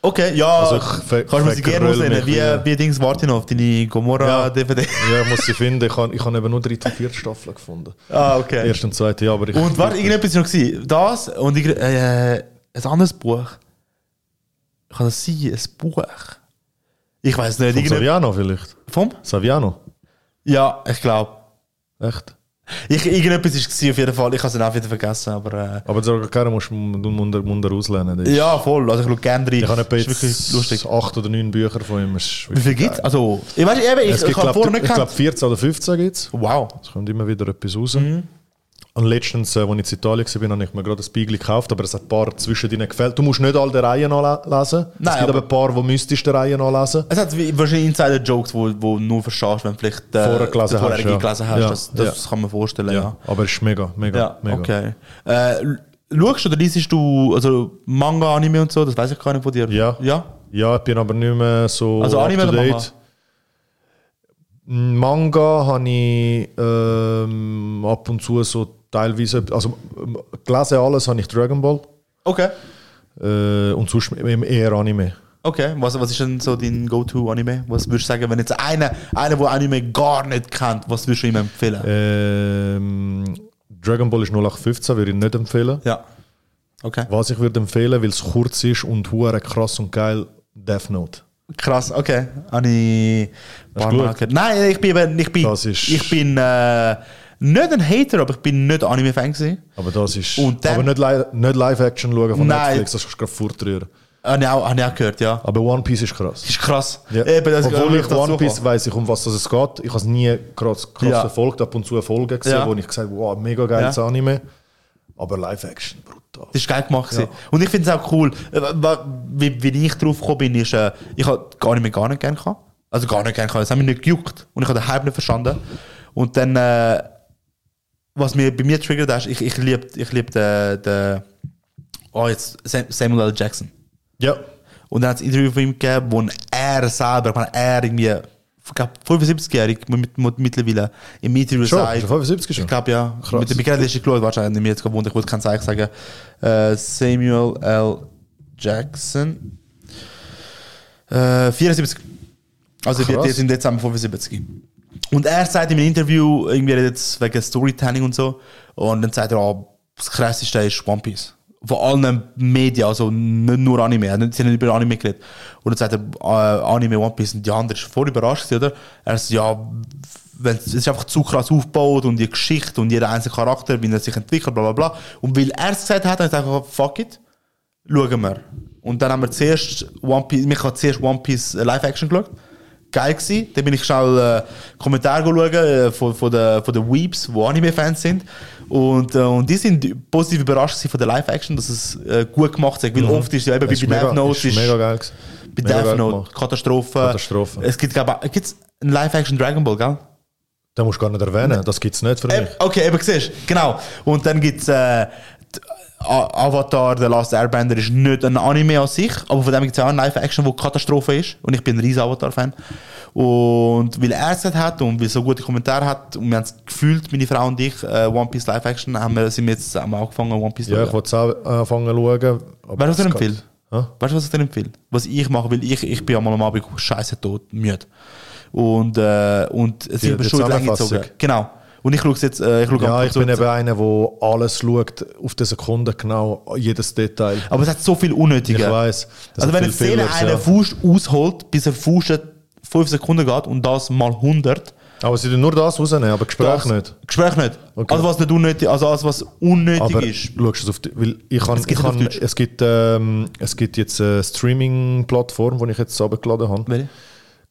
Speaker 1: Okay, ja.
Speaker 2: Also ich ver-
Speaker 1: kannst du mir gerne
Speaker 2: vergröll
Speaker 1: rausnehmen,
Speaker 2: mich
Speaker 1: wie,
Speaker 2: wieder.
Speaker 1: wie Dings Martinov, deine
Speaker 2: Ja.
Speaker 1: Gomorra-DVD.
Speaker 2: Ja, ich muss sie finden. Ich habe ich hab eben nur dritte und vierte Staffel gefunden.
Speaker 1: Ah, okay.
Speaker 2: Erste und zweite, ja, aber ich...
Speaker 1: Und warte, irgendetwas war noch. Gewesen. Das und irgend- äh, ein anderes Buch. Kann das sein? Ein Buch? Ich weiß nicht.
Speaker 2: Von
Speaker 1: Irgende
Speaker 2: Saviano vielleicht.
Speaker 1: vom?
Speaker 2: Saviano.
Speaker 1: Ja, ich glaube.
Speaker 2: Echt?
Speaker 1: Ich, irgendetwas war es auf jeden Fall. Ich habe es dann auch wieder vergessen. Aber
Speaker 2: Aber sogar keiner musst du munter, munter auslehnen. Das
Speaker 1: äh,
Speaker 2: ist-
Speaker 1: ja, voll. Also ich schaue gerne rein.
Speaker 2: Ich habe etwa
Speaker 1: Ist wirklich
Speaker 2: jetzt
Speaker 1: lustig.
Speaker 2: acht oder neun Bücher von ihm. Es ist
Speaker 1: Wie
Speaker 2: wirklich
Speaker 1: viel gibt es?
Speaker 2: geil.
Speaker 1: Also, ich weiß eben, ich,
Speaker 2: Es
Speaker 1: ich
Speaker 2: gibt,
Speaker 1: habe
Speaker 2: glaub,
Speaker 1: vorher
Speaker 2: ich
Speaker 1: nicht
Speaker 2: glaube,
Speaker 1: gekannt.
Speaker 2: 14 oder 15 gibt es.
Speaker 1: Wow.
Speaker 2: Es kommt immer wieder etwas raus.
Speaker 1: Mhm.
Speaker 2: Und letztens, äh, als ich in Italien war, habe ich mir gerade ein Spiegel gekauft, aber es hat ein paar zwischen denen gefällt. Du musst nicht all die Reihen anlesen.
Speaker 1: Nein,
Speaker 2: es gibt aber
Speaker 1: aber-
Speaker 2: ein paar, die müsstest die Reihen anlesen.
Speaker 1: Es hat wie- wahrscheinlich Insider-Jokes, die wo, wo du nur verstehst, wenn du vielleicht äh,
Speaker 2: Vorher gelesen
Speaker 1: den vorherigen
Speaker 2: hast, ja.
Speaker 1: gelesen hast.
Speaker 2: Ja,
Speaker 1: Das, das kann man vorstellen, ja.
Speaker 2: Aber es ist mega, mega,
Speaker 1: Ja,
Speaker 2: mega.
Speaker 1: okay. Äh, l- schaust oder liest du also Manga, Anime und so? Das weiß ich gar nicht von dir.
Speaker 2: Ja.
Speaker 1: Ja?
Speaker 2: Ja, ich bin aber nicht mehr so
Speaker 1: Also Anime oder
Speaker 2: Manga habe ich ähm, ab und zu so teilweise, also ähm, gelesen alles habe ich Dragon Ball
Speaker 1: Okay.
Speaker 2: äh, und sonst eher Anime.
Speaker 1: Okay. Was, was ist denn so dein Go-To-Anime? Was würdest du sagen, wenn jetzt einer, einer, der Anime gar nicht kennt, was würdest du ihm empfehlen?
Speaker 2: Ähm, Dragon Ball ist 0815, würde ich nicht empfehlen.
Speaker 1: Ja. Okay.
Speaker 2: Was ich würde empfehlen, weil es kurz ist und hure krass und geil, Death Note.
Speaker 1: Krass, okay. Habe ich ein paar
Speaker 2: gut.
Speaker 1: Mal gehört. Nein, ich bin, eben- ich bin,
Speaker 2: Das ist-
Speaker 1: ich bin äh, nicht ein Hater, aber ich bin nicht Anime-Fan gewesen.
Speaker 2: Aber das ist.
Speaker 1: Und dann-
Speaker 2: aber nicht, li nicht Live-Action schauen von
Speaker 1: Nein.
Speaker 2: Netflix, das kannst du gerade fortrühren.
Speaker 1: Habe ich, auch- habe ich auch gehört, ja.
Speaker 2: Aber One Piece ist krass.
Speaker 1: Ist krass.
Speaker 2: Ja.
Speaker 1: Eben, das
Speaker 2: Obwohl ich
Speaker 1: dazu
Speaker 2: One Piece
Speaker 1: komme.
Speaker 2: weiss, ich, um was es geht. Ich habe es nie krass, krass
Speaker 1: Ja.
Speaker 2: verfolgt, ab und zu Folgen gesehen,
Speaker 1: Ja.
Speaker 2: wo ich gesagt habe, wow, mega geiles
Speaker 1: Ja.
Speaker 2: Anime. Aber Live-Action, brutal.
Speaker 1: Das ist geil gemacht.
Speaker 2: Ja.
Speaker 1: gewesen. Und ich finde es auch cool. Äh, wa- Wie, wie ich drauf gekommen bin, ist, äh, ich hab gar nicht mehr gar nicht gerne gehabt. Also gar nicht gerne gehabt. Es hat mich nicht gejuckt. Und ich habe den Hype nicht verstanden. Und dann, äh, was mir bei mir triggert, ist, ich, ich liebe ich lieb den, den, oh jetzt, Sam- Samuel L. Jackson.
Speaker 2: Ja,
Speaker 1: Und dann hat es ein Interview von ihm gegeben, wo er selber, ich meine, er irgendwie, ich glaube, 75-jährig mit, mit, mittlerweile im Interview
Speaker 2: Schon?
Speaker 1: sagt.
Speaker 2: Ist er 75 schon?
Speaker 1: Ich glaube, ja.
Speaker 2: Krass.
Speaker 1: Mit dem Begriff geschaut, wahrscheinlich mir jetzt gewohnt, ich wollte kein Zeichen sagen. Äh, Samuel L. Jackson. Äh, 74. Also er wird
Speaker 2: Krass.
Speaker 1: jetzt im Dezember 75. Und er sagt in einem Interview, irgendwie redet jetzt wegen Storytelling und so, und dann sagt er, oh, das krasseste ist One Piece. Von allen Medien, also nicht nur Anime, er hat nicht- sie haben nicht über Anime geredet. Und dann sagt er, äh, Anime, One Piece, und die andere ist voll überrascht, gewesen, oder? Er sagt, ja, wenn es ist einfach zu krass aufgebaut und die Geschichte und jeder einzelne Charakter, wie er sich entwickelt, bla bla bla. Und weil er es gesagt hat, hat er gesagt, fuck it schauen wir. Und dann haben wir zuerst One Piece, mich hat zuerst One Piece äh, Live-Action geschaut. Geil gsi. Dann bin ich schnell äh, Kommentare schauen äh, von, von den von den Weeps, die Anime-Fans sind. Und, äh, und die sind positiv überrascht gewesen von der Live-Action, dass es äh, gut gemacht ist. Weil oft ist ja eben
Speaker 2: das
Speaker 1: bei
Speaker 2: Mhm. ist mega,
Speaker 1: Death Note
Speaker 2: ist
Speaker 1: ist,
Speaker 2: mega geil. gewesen.
Speaker 1: bei
Speaker 2: Mega
Speaker 1: Death
Speaker 2: geil
Speaker 1: Note
Speaker 2: gemacht.
Speaker 1: Katastrophe.
Speaker 2: Katastrophe.
Speaker 1: Es gibt glaube gibt's einen Live-Action Dragon Ball, gell?
Speaker 2: Den musst du gar nicht erwähnen, das gibt es nicht für
Speaker 1: Äh,
Speaker 2: mich.
Speaker 1: okay, eben siehst du, genau. Und dann gibt es äh, d- A- Avatar, The Last Airbender ist nicht ein Anime an sich, aber von dem gibt es auch eine Live-Action, wo Katastrophe ist. Und ich bin ein riesen Avatar-Fan. Und weil er es gesagt hat und weil es so gute Kommentare hat und wir haben es gefühlt, meine Frau und ich, äh, One Piece Live-Action, haben wir, sind wir jetzt haben wir angefangen, One Piece
Speaker 2: Ja, ich wollte es auch äh, anfangen zu schauen.
Speaker 1: Weißt du, was ich
Speaker 2: aber es
Speaker 1: dir
Speaker 2: geht-
Speaker 1: empfehle?
Speaker 2: Hä?
Speaker 1: Weißt du, was ich dir empfehle? Was ich mache, weil ich, ich bin einmal am Abend scheiße tot, müde. Und, äh, und es
Speaker 2: Die-
Speaker 1: sind mir
Speaker 2: die
Speaker 1: schon lange
Speaker 2: Zusammenfassung.
Speaker 1: gezogen. Genau. Und ich schaue es jetzt, äh, ich schaue ab
Speaker 2: Ja,
Speaker 1: und
Speaker 2: ich
Speaker 1: zu-
Speaker 2: bin eben einer, der alles schaut, auf die Sekunde genau, jedes Detail.
Speaker 1: Aber es hat so viel Unnötige.
Speaker 2: Ich weiß.
Speaker 1: Also wenn eine Szene einen
Speaker 2: ja.
Speaker 1: Fuß ausholt, bis er Fuß 5 Sekunden geht und das mal 100.
Speaker 2: Aber sie tun nur das rausnehmen, aber Gespräch
Speaker 1: das-
Speaker 2: nicht.
Speaker 1: Gespräch nicht.
Speaker 2: Okay.
Speaker 1: Also was nicht unnötig, also alles was unnötig
Speaker 2: Aber
Speaker 1: ist.
Speaker 2: schaust du es auf die, weil ich kann,
Speaker 1: Es gibt nicht
Speaker 2: ich
Speaker 1: auf
Speaker 2: kann,
Speaker 1: Deutsch.
Speaker 2: es gibt, ähm, es gibt jetzt eine Streaming-Plattform, die ich jetzt runtergeladen habe.
Speaker 1: Welche?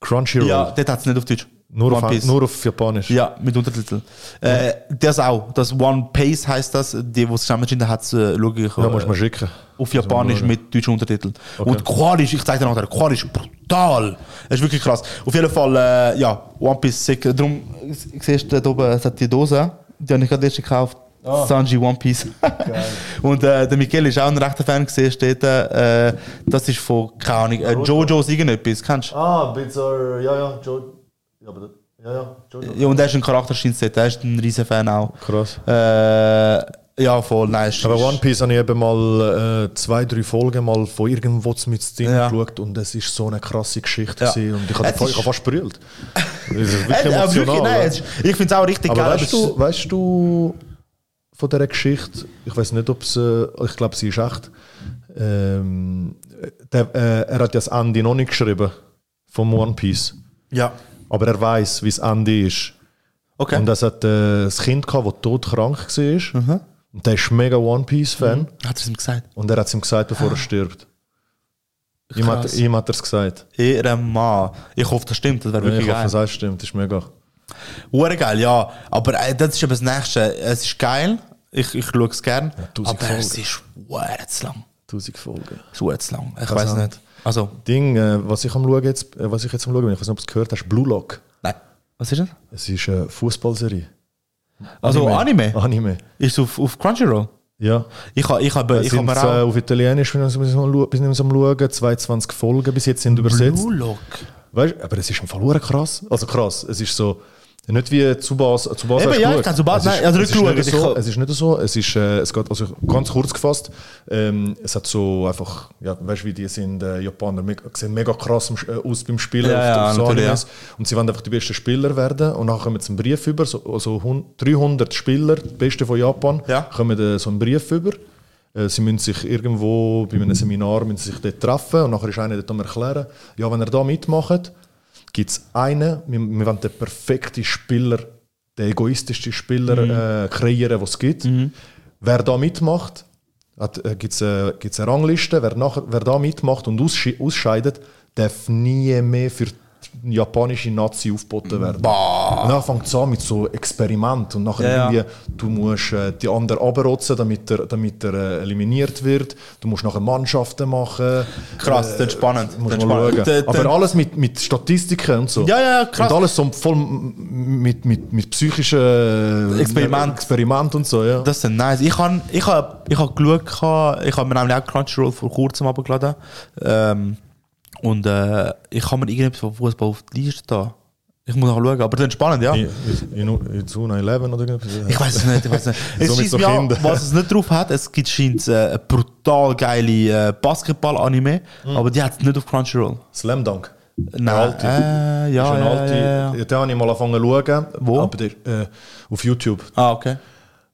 Speaker 2: Crunchyroll.
Speaker 1: Ja, dort hat es nicht auf Deutsch.
Speaker 2: Nur,
Speaker 1: One
Speaker 2: auf,
Speaker 1: Piece.
Speaker 2: nur auf Japanisch.
Speaker 1: Ja, mit Untertitel. Äh, das auch. Das One Piece heißt das. Die, die es zusammengeschnitten hat, äh, schaue ich
Speaker 2: Ja,
Speaker 1: äh,
Speaker 2: musst du mir schicken.
Speaker 1: auf Japanisch mit deutschen Untertiteln. Und Qualisch, ich zeige dir nachher, Qualisch brutal. Das ist wirklich krass. Auf jeden Fall, äh, ja, One Piece sick. Darum, äh, siehst du da oben, es hat die Dose, die habe ich gerade erst gekauft.
Speaker 2: Ah.
Speaker 1: Sanji One Piece. [laughs] und äh, der Michele ist auch ein rechter Fan gesehen, steht da, äh, das ist von, keine Ahnung, äh, Jojo's irgendetwas, kennst du?
Speaker 2: Ah, Bizarre, ja, ja, Joe. Ja, aber, ja, ja, Joe.
Speaker 1: Ja, und er ist ein Charakter, scheint zu sein. er ist ein riesen Fan auch.
Speaker 2: Krass.
Speaker 1: Äh, ja, voll, nein. ist-
Speaker 2: Aber One Piece habe ich eben mal äh, zwei, drei Folgen mal von irgendwo mit drin
Speaker 1: Ja.
Speaker 2: geschaut und es ist so eine krasse Geschichte
Speaker 1: Ja.
Speaker 2: gewesen und ich habe
Speaker 1: Es
Speaker 2: fa- ich
Speaker 1: ist-
Speaker 2: habe
Speaker 1: [laughs]
Speaker 2: fast brüllt. Es
Speaker 1: Äh,
Speaker 2: ist wirklich
Speaker 1: äh, wirklich,
Speaker 2: emotional.
Speaker 1: nein,
Speaker 2: ja.
Speaker 1: es ist- ich finde es auch richtig
Speaker 2: Aber
Speaker 1: geil.
Speaker 2: weißt du, weißt du von dieser Geschichte, ich weiß nicht, ob es, äh, ich glaube, sie ist echt, ähm, der, äh, er hat ja das Ende noch nicht geschrieben vom One Piece,
Speaker 1: Ja.
Speaker 2: aber er weiß, wie das Ende ist.
Speaker 1: Okay.
Speaker 2: Und es hat äh, ein Kind gehabt, das todkrank war.
Speaker 1: Mhm.
Speaker 2: Und der ist mega One Piece-Fan.
Speaker 1: Hat er es ihm gesagt?
Speaker 2: Und er hat es ihm gesagt, bevor er stirbt. Ihm hat,
Speaker 1: Ah. Krass.
Speaker 2: ihm hat er es gesagt.
Speaker 1: Ihre Mann. Ich hoffe, das stimmt. Das wäre
Speaker 2: Ich
Speaker 1: wirklich
Speaker 2: hoffe,
Speaker 1: geil.
Speaker 2: es auch stimmt, ist mega.
Speaker 1: Hure geil, ja. Aber äh, das ist eben das Nächste. Es ist geil. Ich, ich schaue es gern.
Speaker 2: tausend
Speaker 1: aber es
Speaker 2: Folgen.
Speaker 1: ist hure zu lang.
Speaker 2: 1000 Folgen.
Speaker 1: Es ist hure zu lang. Ich
Speaker 2: Kann
Speaker 1: weiß
Speaker 2: sein.
Speaker 1: nicht. Also,
Speaker 2: Ding, äh, was ich am schauen jetzt, äh, was ich jetzt am schauen bin, ich weiß nicht, ob du es gehört hast, Blue Lock.
Speaker 1: nein. Was ist das?
Speaker 2: Es ist eine Fußballserie.
Speaker 1: Also Anime.
Speaker 2: Anime.
Speaker 1: Ist auf, auf Crunchyroll.
Speaker 2: Ja.
Speaker 1: Ich habe ich hab,
Speaker 2: Ich
Speaker 1: ich hab
Speaker 2: sind
Speaker 1: mir
Speaker 2: äh,
Speaker 1: auch...
Speaker 2: auf Italienisch, bin ich am schauen, bin ich am schauen, 22 Folgen bis jetzt sind übersetzt.
Speaker 1: Blue Lock.
Speaker 2: Weißt, aber es ist im Fall verdammt krass. Also krass, es ist so. Nicht wie Zubasa. Zubasa
Speaker 1: Eben,
Speaker 2: hast du
Speaker 1: ja, ich
Speaker 2: geschaut.
Speaker 1: kann Tsubasa-
Speaker 2: Es ist-
Speaker 1: nein, also
Speaker 2: es ist
Speaker 1: nicht
Speaker 2: nicht
Speaker 1: geschaut, ich
Speaker 2: so.
Speaker 1: kann-
Speaker 2: Es ist nicht so. Es ist, äh, es geht, also ganz kurz gefasst, ähm, es hat so einfach, ja, weißt du, wie die sind, äh, Japaner, mega, sehen mega krass am Sch- äh, aus beim Spielen
Speaker 1: Ja, ja,
Speaker 2: so
Speaker 1: natürlich,
Speaker 2: Animes. Und sie wollen einfach die besten Spieler werden. Und dann kommen sie einen Brief über, so, also hun- 300 Spieler, die besten von Japan,
Speaker 1: Ja.
Speaker 2: kommen äh, so einen Brief über. Äh, Sie müssen sich irgendwo bei einem Seminar müssen sie sich dort treffen und nachher ist einer dort am erklären, ja, wenn ihr da mitmacht, gibt es einen, wir, wir wollen den perfekten Spieler, den egoistischsten Spieler
Speaker 1: Mhm.
Speaker 2: äh, kreieren, was es gibt. Wer da mitmacht, gibt es eine, gibt's eine Rangliste, wer, nachher, wer da mitmacht und aussche ausscheidet, darf nie mehr für die japanische Nazi aufgeboten werden. Und dann fängt es an mit so Experiment und nachher
Speaker 1: Ja, ja.
Speaker 2: irgendwie, du musst äh, die anderen abrotzen, damit er, damit er äh, eliminiert wird, du musst nachher Mannschaften machen. Äh,
Speaker 1: Krass, das ist spannend.
Speaker 2: Muss
Speaker 1: Das ist
Speaker 2: mal
Speaker 1: spannend.
Speaker 2: schauen.
Speaker 1: Da- da-
Speaker 2: Aber alles mit, mit Statistiken und so.
Speaker 1: Ja, ja, ja, krass.
Speaker 2: Und alles so voll mit, mit, mit psychischen äh,
Speaker 1: Experiment.
Speaker 2: Experiment und so, ja.
Speaker 1: Das sind nice. Ich habe ich hab, ich hab geschaut, gehabt, ich habe mir nämlich auch Crunchyroll vor kurzem abgeladen. Ähm, und äh, ich habe mir irgendetwas von Fußball auf die Liste da. Ich muss noch schauen, aber das ist spannend, ja.
Speaker 2: in, in, in 2011 oder irgendwas?
Speaker 1: Ich weiß es nicht, ich weiß es nicht.
Speaker 2: [laughs] So
Speaker 1: Es
Speaker 2: mit
Speaker 1: schießt
Speaker 2: so
Speaker 1: mich an,
Speaker 2: Kindern.
Speaker 1: was es nicht drauf hat, es gibt scheint äh, eine brutal geile äh, Basketball-Anime, aber die hat es nicht auf Crunchyroll.
Speaker 2: Slam Dunk.
Speaker 1: Nein,
Speaker 2: Hm. alte.
Speaker 1: äh, ja,
Speaker 2: Das ist
Speaker 1: ja,
Speaker 2: eine alte,
Speaker 1: ja, ja, ja.
Speaker 2: Den habe ich mal angefangen zu schauen.
Speaker 1: Wo?
Speaker 2: Aber der, äh, auf YouTube.
Speaker 1: Ah, okay.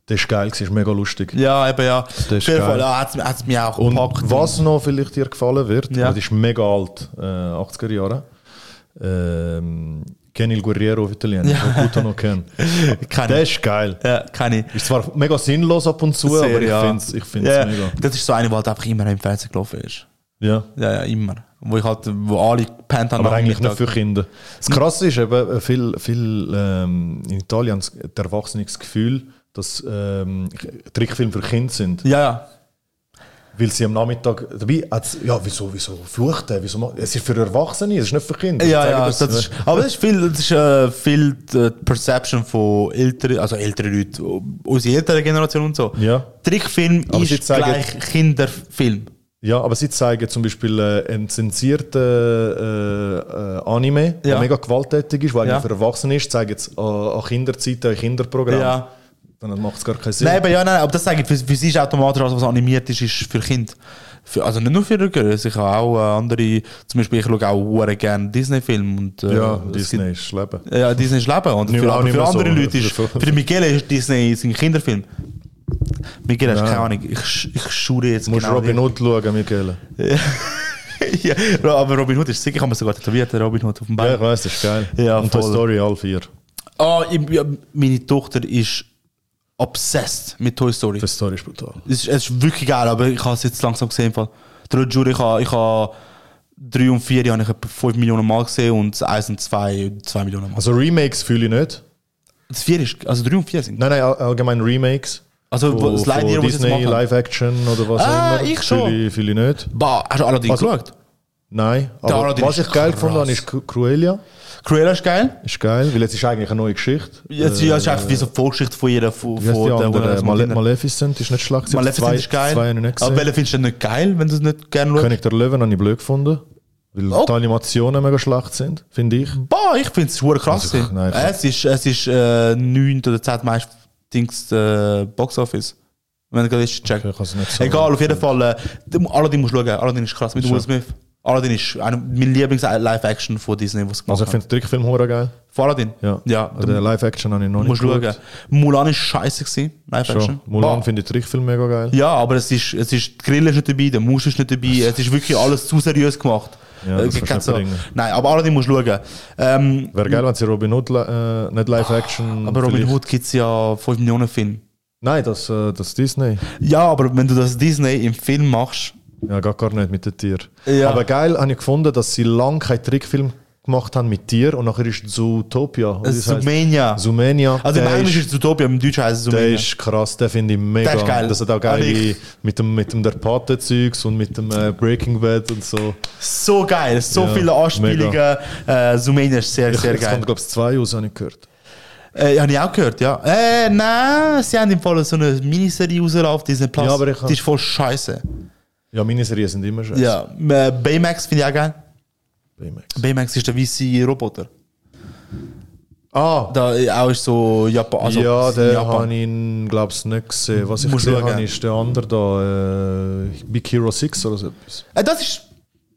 Speaker 2: Der ist geil, gewesen, ist mega lustig.
Speaker 1: Ja, eben, ja. Auf jeden
Speaker 2: ist
Speaker 1: Fall
Speaker 2: geil.
Speaker 1: ja, hat es mich auch
Speaker 2: Und
Speaker 1: gepackt.
Speaker 2: was noch vielleicht dir gefallen wird,
Speaker 1: Ja.
Speaker 2: ja. das ist mega alt, äh, 80er Jahre. Ähm, Kenny il Guerriero auf Italienisch, ja. gut noch kennen.
Speaker 1: [laughs] Kenn
Speaker 2: Der
Speaker 1: ich.
Speaker 2: ist geil.
Speaker 1: Ja, keine.
Speaker 2: Ist zwar mega sinnlos ab und zu, aber ich finde es ich find's
Speaker 1: ja.
Speaker 2: mega.
Speaker 1: Das ist so eine, die halt einfach immer im Fernsehen gelaufen ist.
Speaker 2: Ja.
Speaker 1: Ja, ja, immer. Wo ich halt, wo alle gepennt haben.
Speaker 2: Aber
Speaker 1: am
Speaker 2: eigentlich nicht
Speaker 1: Mittag.
Speaker 2: für Kinder. Das Krasse ist eben, äh, viel, viel ähm, in Italien haben s- die Erwachsenen das Gefühl, dass ähm, Trickfilme für Kinder sind.
Speaker 1: Ja, ja.
Speaker 2: Weil sie am Nachmittag dabei hat's, ja, wieso, wieso flucht er? Wieso, macht- es ist für Erwachsene, es ist nicht für Kinder. Sie
Speaker 1: Ja,
Speaker 2: zeigen
Speaker 1: ja, das ist, aber das ist viel, das ist, äh, viel die Perception von älteren, also älteren Leuten, unsere ältere Generation und so.
Speaker 2: Ja.
Speaker 1: Trickfilm
Speaker 2: Aber sie
Speaker 1: ist
Speaker 2: zeigen-
Speaker 1: gleich Kinderfilm.
Speaker 2: Ja, aber sie zeigen zum Beispiel äh, einen zensierten äh, äh, Anime, der
Speaker 1: Ja.
Speaker 2: mega gewalttätig ist, weil
Speaker 1: Ja.
Speaker 2: er für Erwachsene ist, zeigen es an, an Kinderzeiten, an Kinderprogrammen.
Speaker 1: Ja.
Speaker 2: Dann macht es gar keinen Sinn.
Speaker 1: Nein, aber ja, nein, aber das sage ich, für, für sie ist automatisch alles, was animiert ist, ist für Kinder. Für, also nicht nur für Rücker, ich habe auch äh, andere, zum Beispiel ich schaue auch sehr gerne Disney-Filme. und, Äh,
Speaker 2: ja,
Speaker 1: es
Speaker 2: Disney ist Leben.
Speaker 1: Gibt, ja, Disney ist Leben. Und
Speaker 2: Nicht
Speaker 1: für,
Speaker 2: mehr-
Speaker 1: aber
Speaker 2: nicht
Speaker 1: für
Speaker 2: mehr so.
Speaker 1: andere Leute
Speaker 2: [laughs]
Speaker 1: ist, für den Michele ist Disney sein Kinderfilm. Michele, hast keine Ahnung, ich, sch- ich schaue jetzt genau
Speaker 2: Du musst Robin Hood schauen, Michael.
Speaker 1: [laughs] ja, aber Robin Hood ist sicher, ich habe mir sogar tätowiert, den Robin Hood auf dem
Speaker 2: Ja, ich
Speaker 1: Bein.
Speaker 2: weiss, das ist geil.
Speaker 1: Ja,
Speaker 2: Und Toy
Speaker 1: voll.
Speaker 2: Story, all vier.
Speaker 1: Ah, ich- ja, meine Tochter ist obsessed mit Toy Story.
Speaker 2: Toy Story ist brutal.
Speaker 1: Es ist, es ist wirklich geil, aber ich habe es jetzt langsam gesehen. im Fall. Der Jure, ich habe, ich habe 3 und 4 habe ich etwa 5 Millionen Mal gesehen und 1 und 2 2 Millionen Mal.
Speaker 2: Also Remakes fühle ich nicht.
Speaker 1: Das 4 ist, also 3 und 4 sind.
Speaker 2: Nein, nein, all- allgemein Remakes.
Speaker 1: Also wo- das Slide Year, was ich jetzt
Speaker 2: Disney,
Speaker 1: gemacht habe.
Speaker 2: Live Action oder was
Speaker 1: Ah,
Speaker 2: auch immer.
Speaker 1: ich schon.
Speaker 2: Fühle ich, fühle ich nicht.
Speaker 1: Bah, hast du Aladdin
Speaker 2: Also-
Speaker 1: geschaut?
Speaker 2: Nein. Aber
Speaker 1: Aladdin
Speaker 2: was
Speaker 1: ist
Speaker 2: ich geil
Speaker 1: krass.
Speaker 2: gefunden habe, ist Cru- Cruella.
Speaker 1: Cruella ist geil.
Speaker 2: Ist geil, weil jetzt ist eigentlich eine neue Geschichte. Äh,
Speaker 1: Jetzt ja, es ist einfach wie so die Vorgeschichte von jeder von,
Speaker 2: Wie heißt
Speaker 1: von
Speaker 2: die
Speaker 1: der
Speaker 2: andere?
Speaker 1: Wonder
Speaker 2: Male
Speaker 1: Woman.
Speaker 2: Maleficent ist nicht schlecht. gewesen.
Speaker 1: Maleficent
Speaker 2: Zwei-
Speaker 1: ist geil.
Speaker 2: Zwei habe ich nicht
Speaker 1: Aber
Speaker 2: gesehen.
Speaker 1: welche findest du denn nicht geil, wenn du es nicht gerne schaust?
Speaker 2: König der Löwen habe ich blöd gefunden. Weil
Speaker 1: Oh. Mhm.
Speaker 2: die Animationen mega schlecht sind, finde ich.
Speaker 1: Boah, ich finde es hure krass.
Speaker 2: Also,
Speaker 1: gewesen.
Speaker 2: nein, ich-
Speaker 1: es ist, es ist äh, 9 oder 10 meist Dings äh, Box Office. Wenn du gerade ist, check.
Speaker 2: Okay, ich kann's nicht sagen.
Speaker 1: Egal, auf jeden Fall. Äh, du- Aladdin musst du schauen. Aladdin ist krass mit Will Smith. Aladdin ist einer, mein Lieblings-Live-Action von Disney, was gemacht
Speaker 2: Also ich
Speaker 1: also,
Speaker 2: finde den Trickfilm hure geil.
Speaker 1: Von Aladdin?
Speaker 2: Ja.
Speaker 1: ja
Speaker 2: also den Live-Action habe ich noch
Speaker 1: du musst
Speaker 2: nicht
Speaker 1: schauen. Mulan ist scheiße gewesen, Live-Action.
Speaker 2: Schon. Mulan
Speaker 1: Boah.
Speaker 2: finde ich den Trickfilm mega geil.
Speaker 1: Ja, aber es ist, es ist, die Grille ist nicht dabei, der Musch ist nicht dabei, es ist wirklich alles zu seriös gemacht.
Speaker 2: Ja, das kannst du
Speaker 1: kennst
Speaker 2: nicht
Speaker 1: du-
Speaker 2: bringen.
Speaker 1: Nein, aber Aladdin musst du schauen. Ähm,
Speaker 2: Wäre geil, wenn sie Robin Hood, li- äh, nicht Live-Action.
Speaker 1: aber Robin
Speaker 2: vielleicht-
Speaker 1: Hood gibt es ja 5 Millionen Film.
Speaker 2: Nein, das, äh, das Disney.
Speaker 1: Ja, aber wenn du das Disney im Film machst,
Speaker 2: Ja, geht gar nicht mit den Tieren.
Speaker 1: Ja.
Speaker 2: Aber geil habe ich gefunden, dass sie lange keinen Trickfilm gemacht haben mit Tieren und nachher ist Zootopia. oder wie
Speaker 1: es
Speaker 2: das heisst.
Speaker 1: Sumania.
Speaker 2: Sumania.
Speaker 1: Also im
Speaker 2: der
Speaker 1: Englischen
Speaker 2: ist,
Speaker 1: ist es Utopia, im Deutschen heißt es
Speaker 2: der
Speaker 1: Sumania.
Speaker 2: ist krass, der finde ich mega.
Speaker 1: Der ist geil.
Speaker 2: Das hat auch
Speaker 1: Habe
Speaker 2: geile
Speaker 1: ich-
Speaker 2: mit dem, mit dem der Pate-Zeugs und mit dem äh, Breaking Bad und so.
Speaker 1: So geil, so
Speaker 2: Ja,
Speaker 1: viele Anspielungen. Äh, Sumania ist sehr, sehr
Speaker 2: Jetzt
Speaker 1: geil.
Speaker 2: kommt, glaube ich, zwei raus, habe ich gehört.
Speaker 1: Äh, habe ich auch gehört, ja. Äh, nein, sie haben im Fall so eine Miniserie rausgelaufen, auf Disney Plus.
Speaker 2: Ja, aber ich hab-
Speaker 1: Die ist voll scheiße.
Speaker 2: Ja, Miniserien sind immer schön.
Speaker 1: Ja, äh, Baymax finde ich auch geil.
Speaker 2: Baymax.
Speaker 1: Baymax ist der weiße Roboter.
Speaker 2: Ah,
Speaker 1: Da äh, auch ist so Japan. Also
Speaker 2: ja,
Speaker 1: in
Speaker 2: den
Speaker 1: Japan.
Speaker 2: habe ich, glaube ich, nicht gesehen. Was ich
Speaker 1: Musst
Speaker 2: gesehen
Speaker 1: schauen.
Speaker 2: habe, ist der andere da, äh, Big Hero 6 oder so etwas.
Speaker 1: Äh, das ist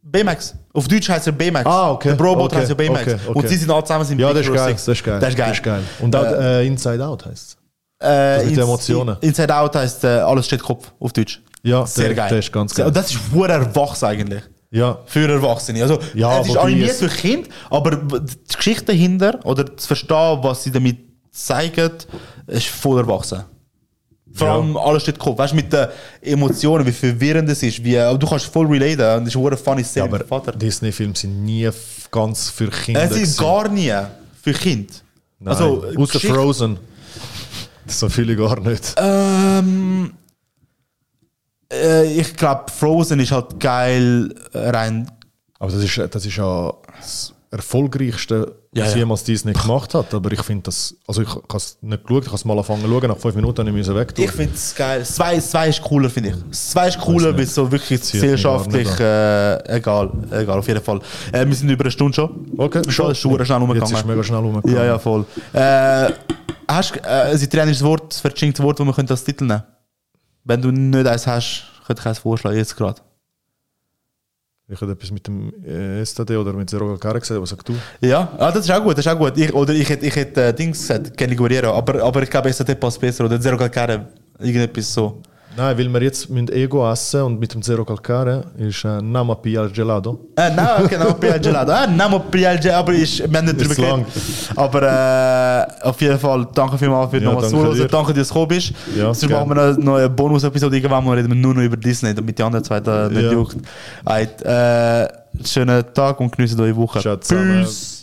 Speaker 1: Baymax. Auf Deutsch heißt er Baymax.
Speaker 2: Ah, okay.
Speaker 1: Der Roboter
Speaker 2: Okay,
Speaker 1: heißt ja Baymax.
Speaker 2: okay, okay.
Speaker 1: Und sie sind alle zusammen im
Speaker 2: Ja,
Speaker 1: Big
Speaker 2: das ist,
Speaker 1: Hero
Speaker 2: geil,
Speaker 1: Six.
Speaker 2: das ist geil.
Speaker 1: Das ist geil.
Speaker 2: Und auch äh, Inside Out heißt es.
Speaker 1: äh,
Speaker 2: das mit den
Speaker 1: Ins-
Speaker 2: Emotionen.
Speaker 1: Inside Out heißt äh, alles steht Kopf auf Deutsch.
Speaker 2: Ja,
Speaker 1: Sehr
Speaker 2: der,
Speaker 1: geil.
Speaker 2: der ist ganz
Speaker 1: Sehr-
Speaker 2: geil.
Speaker 1: Und das ist wohl erwachsen eigentlich.
Speaker 2: ja,
Speaker 1: Für Erwachsene. Also,
Speaker 2: Ja,
Speaker 1: es ist
Speaker 2: wobei
Speaker 1: animiert
Speaker 2: es-
Speaker 1: für Kind, aber die Geschichte dahinter oder zu verstehen, was sie damit zeigen, ist voll erwachsen. Vor
Speaker 2: Ja.
Speaker 1: allem alles steht Kopf. Weißt du, mit den Emotionen, wie verwirrend es ist, wie aber du kannst voll relaten und es ist eine funny Szene mit
Speaker 2: aber
Speaker 1: dem Vater.
Speaker 2: Disney-Filme sind nie f- ganz für Kinder.
Speaker 1: Es ist
Speaker 2: gewesen.
Speaker 1: gar nie für Kind.
Speaker 2: Nein,
Speaker 1: also, äh,
Speaker 2: außer
Speaker 1: Geschichte-
Speaker 2: Frozen. So viele gar nicht.
Speaker 1: Ähm, äh, ich glaube, Frozen ist halt geil äh, rein.
Speaker 2: Aber das ist, das ist ja das erfolgreichste,
Speaker 1: Ja,
Speaker 2: was
Speaker 1: ja.
Speaker 2: jemals Disney gemacht hat. Aber ich finde das, also ich habe es nicht geschaut, ich habe es mal angefangen zu schauen, nach fünf Minuten habe ich es weg.
Speaker 1: Ich finde es geil. Zwei, zwei ist cooler, finde ich. Zwei ist cooler,
Speaker 2: nicht.
Speaker 1: weil es so wirklich
Speaker 2: Zieht mich
Speaker 1: gesellschaftlich. Äh, egal, egal, auf jeden Fall. Äh, wir sind über eine Stunde schon.
Speaker 2: Okay,
Speaker 1: schon ist schon schnell
Speaker 2: Jetzt
Speaker 1: rumgegangen.
Speaker 2: ist es mega schnell rumgegangen.
Speaker 1: ja, ja, voll. Äh, hast du äh, ein italienisches Wort, ein verschenktes Wort, das wir können als Titel nehmen Wenn du nicht eins hast, könnte ich eins vorschlagen, jetzt gerade.
Speaker 2: Ich hätte etwas mit dem äh, STD oder mit Zero Galkare gesagt, was sagst du?
Speaker 1: Ja, ah, das ist auch gut, das ist auch gut. Ich, oder ich hätte ich hätt, äh, Dings gesagt, Kenny Guerrero, aber, aber ich glaube, SAT passt besser oder Zero Calcare, irgendetwas so.
Speaker 2: Nein, weil wir jetzt mit Ego essen und mit dem Zero Calcare ist äh, Nama Pia Gelato.
Speaker 1: Äh, nein, okay, Namo Prial Gelato. Ah, Namo Prial Gelato, aber ich, wir haben nicht drüber
Speaker 2: Ist lang.
Speaker 1: geredet. Aber äh, auf jeden Fall, danke vielmals für
Speaker 2: Ja,
Speaker 1: nochmal
Speaker 2: danke
Speaker 1: zuhören.
Speaker 2: dir.
Speaker 1: Danke, dass du gekommen bist.
Speaker 2: Ja,
Speaker 1: Sonst
Speaker 2: gerne.
Speaker 1: machen wir noch, noch eine Bonus-Episode irgendwann, wo reden wir nur noch über Disney, damit die anderen zwei da nicht
Speaker 2: Ja.
Speaker 1: Eh, juckt. Eit, äh, schönen Tag und genießt eure Woche.
Speaker 2: Ciao zusammen.
Speaker 1: Peace.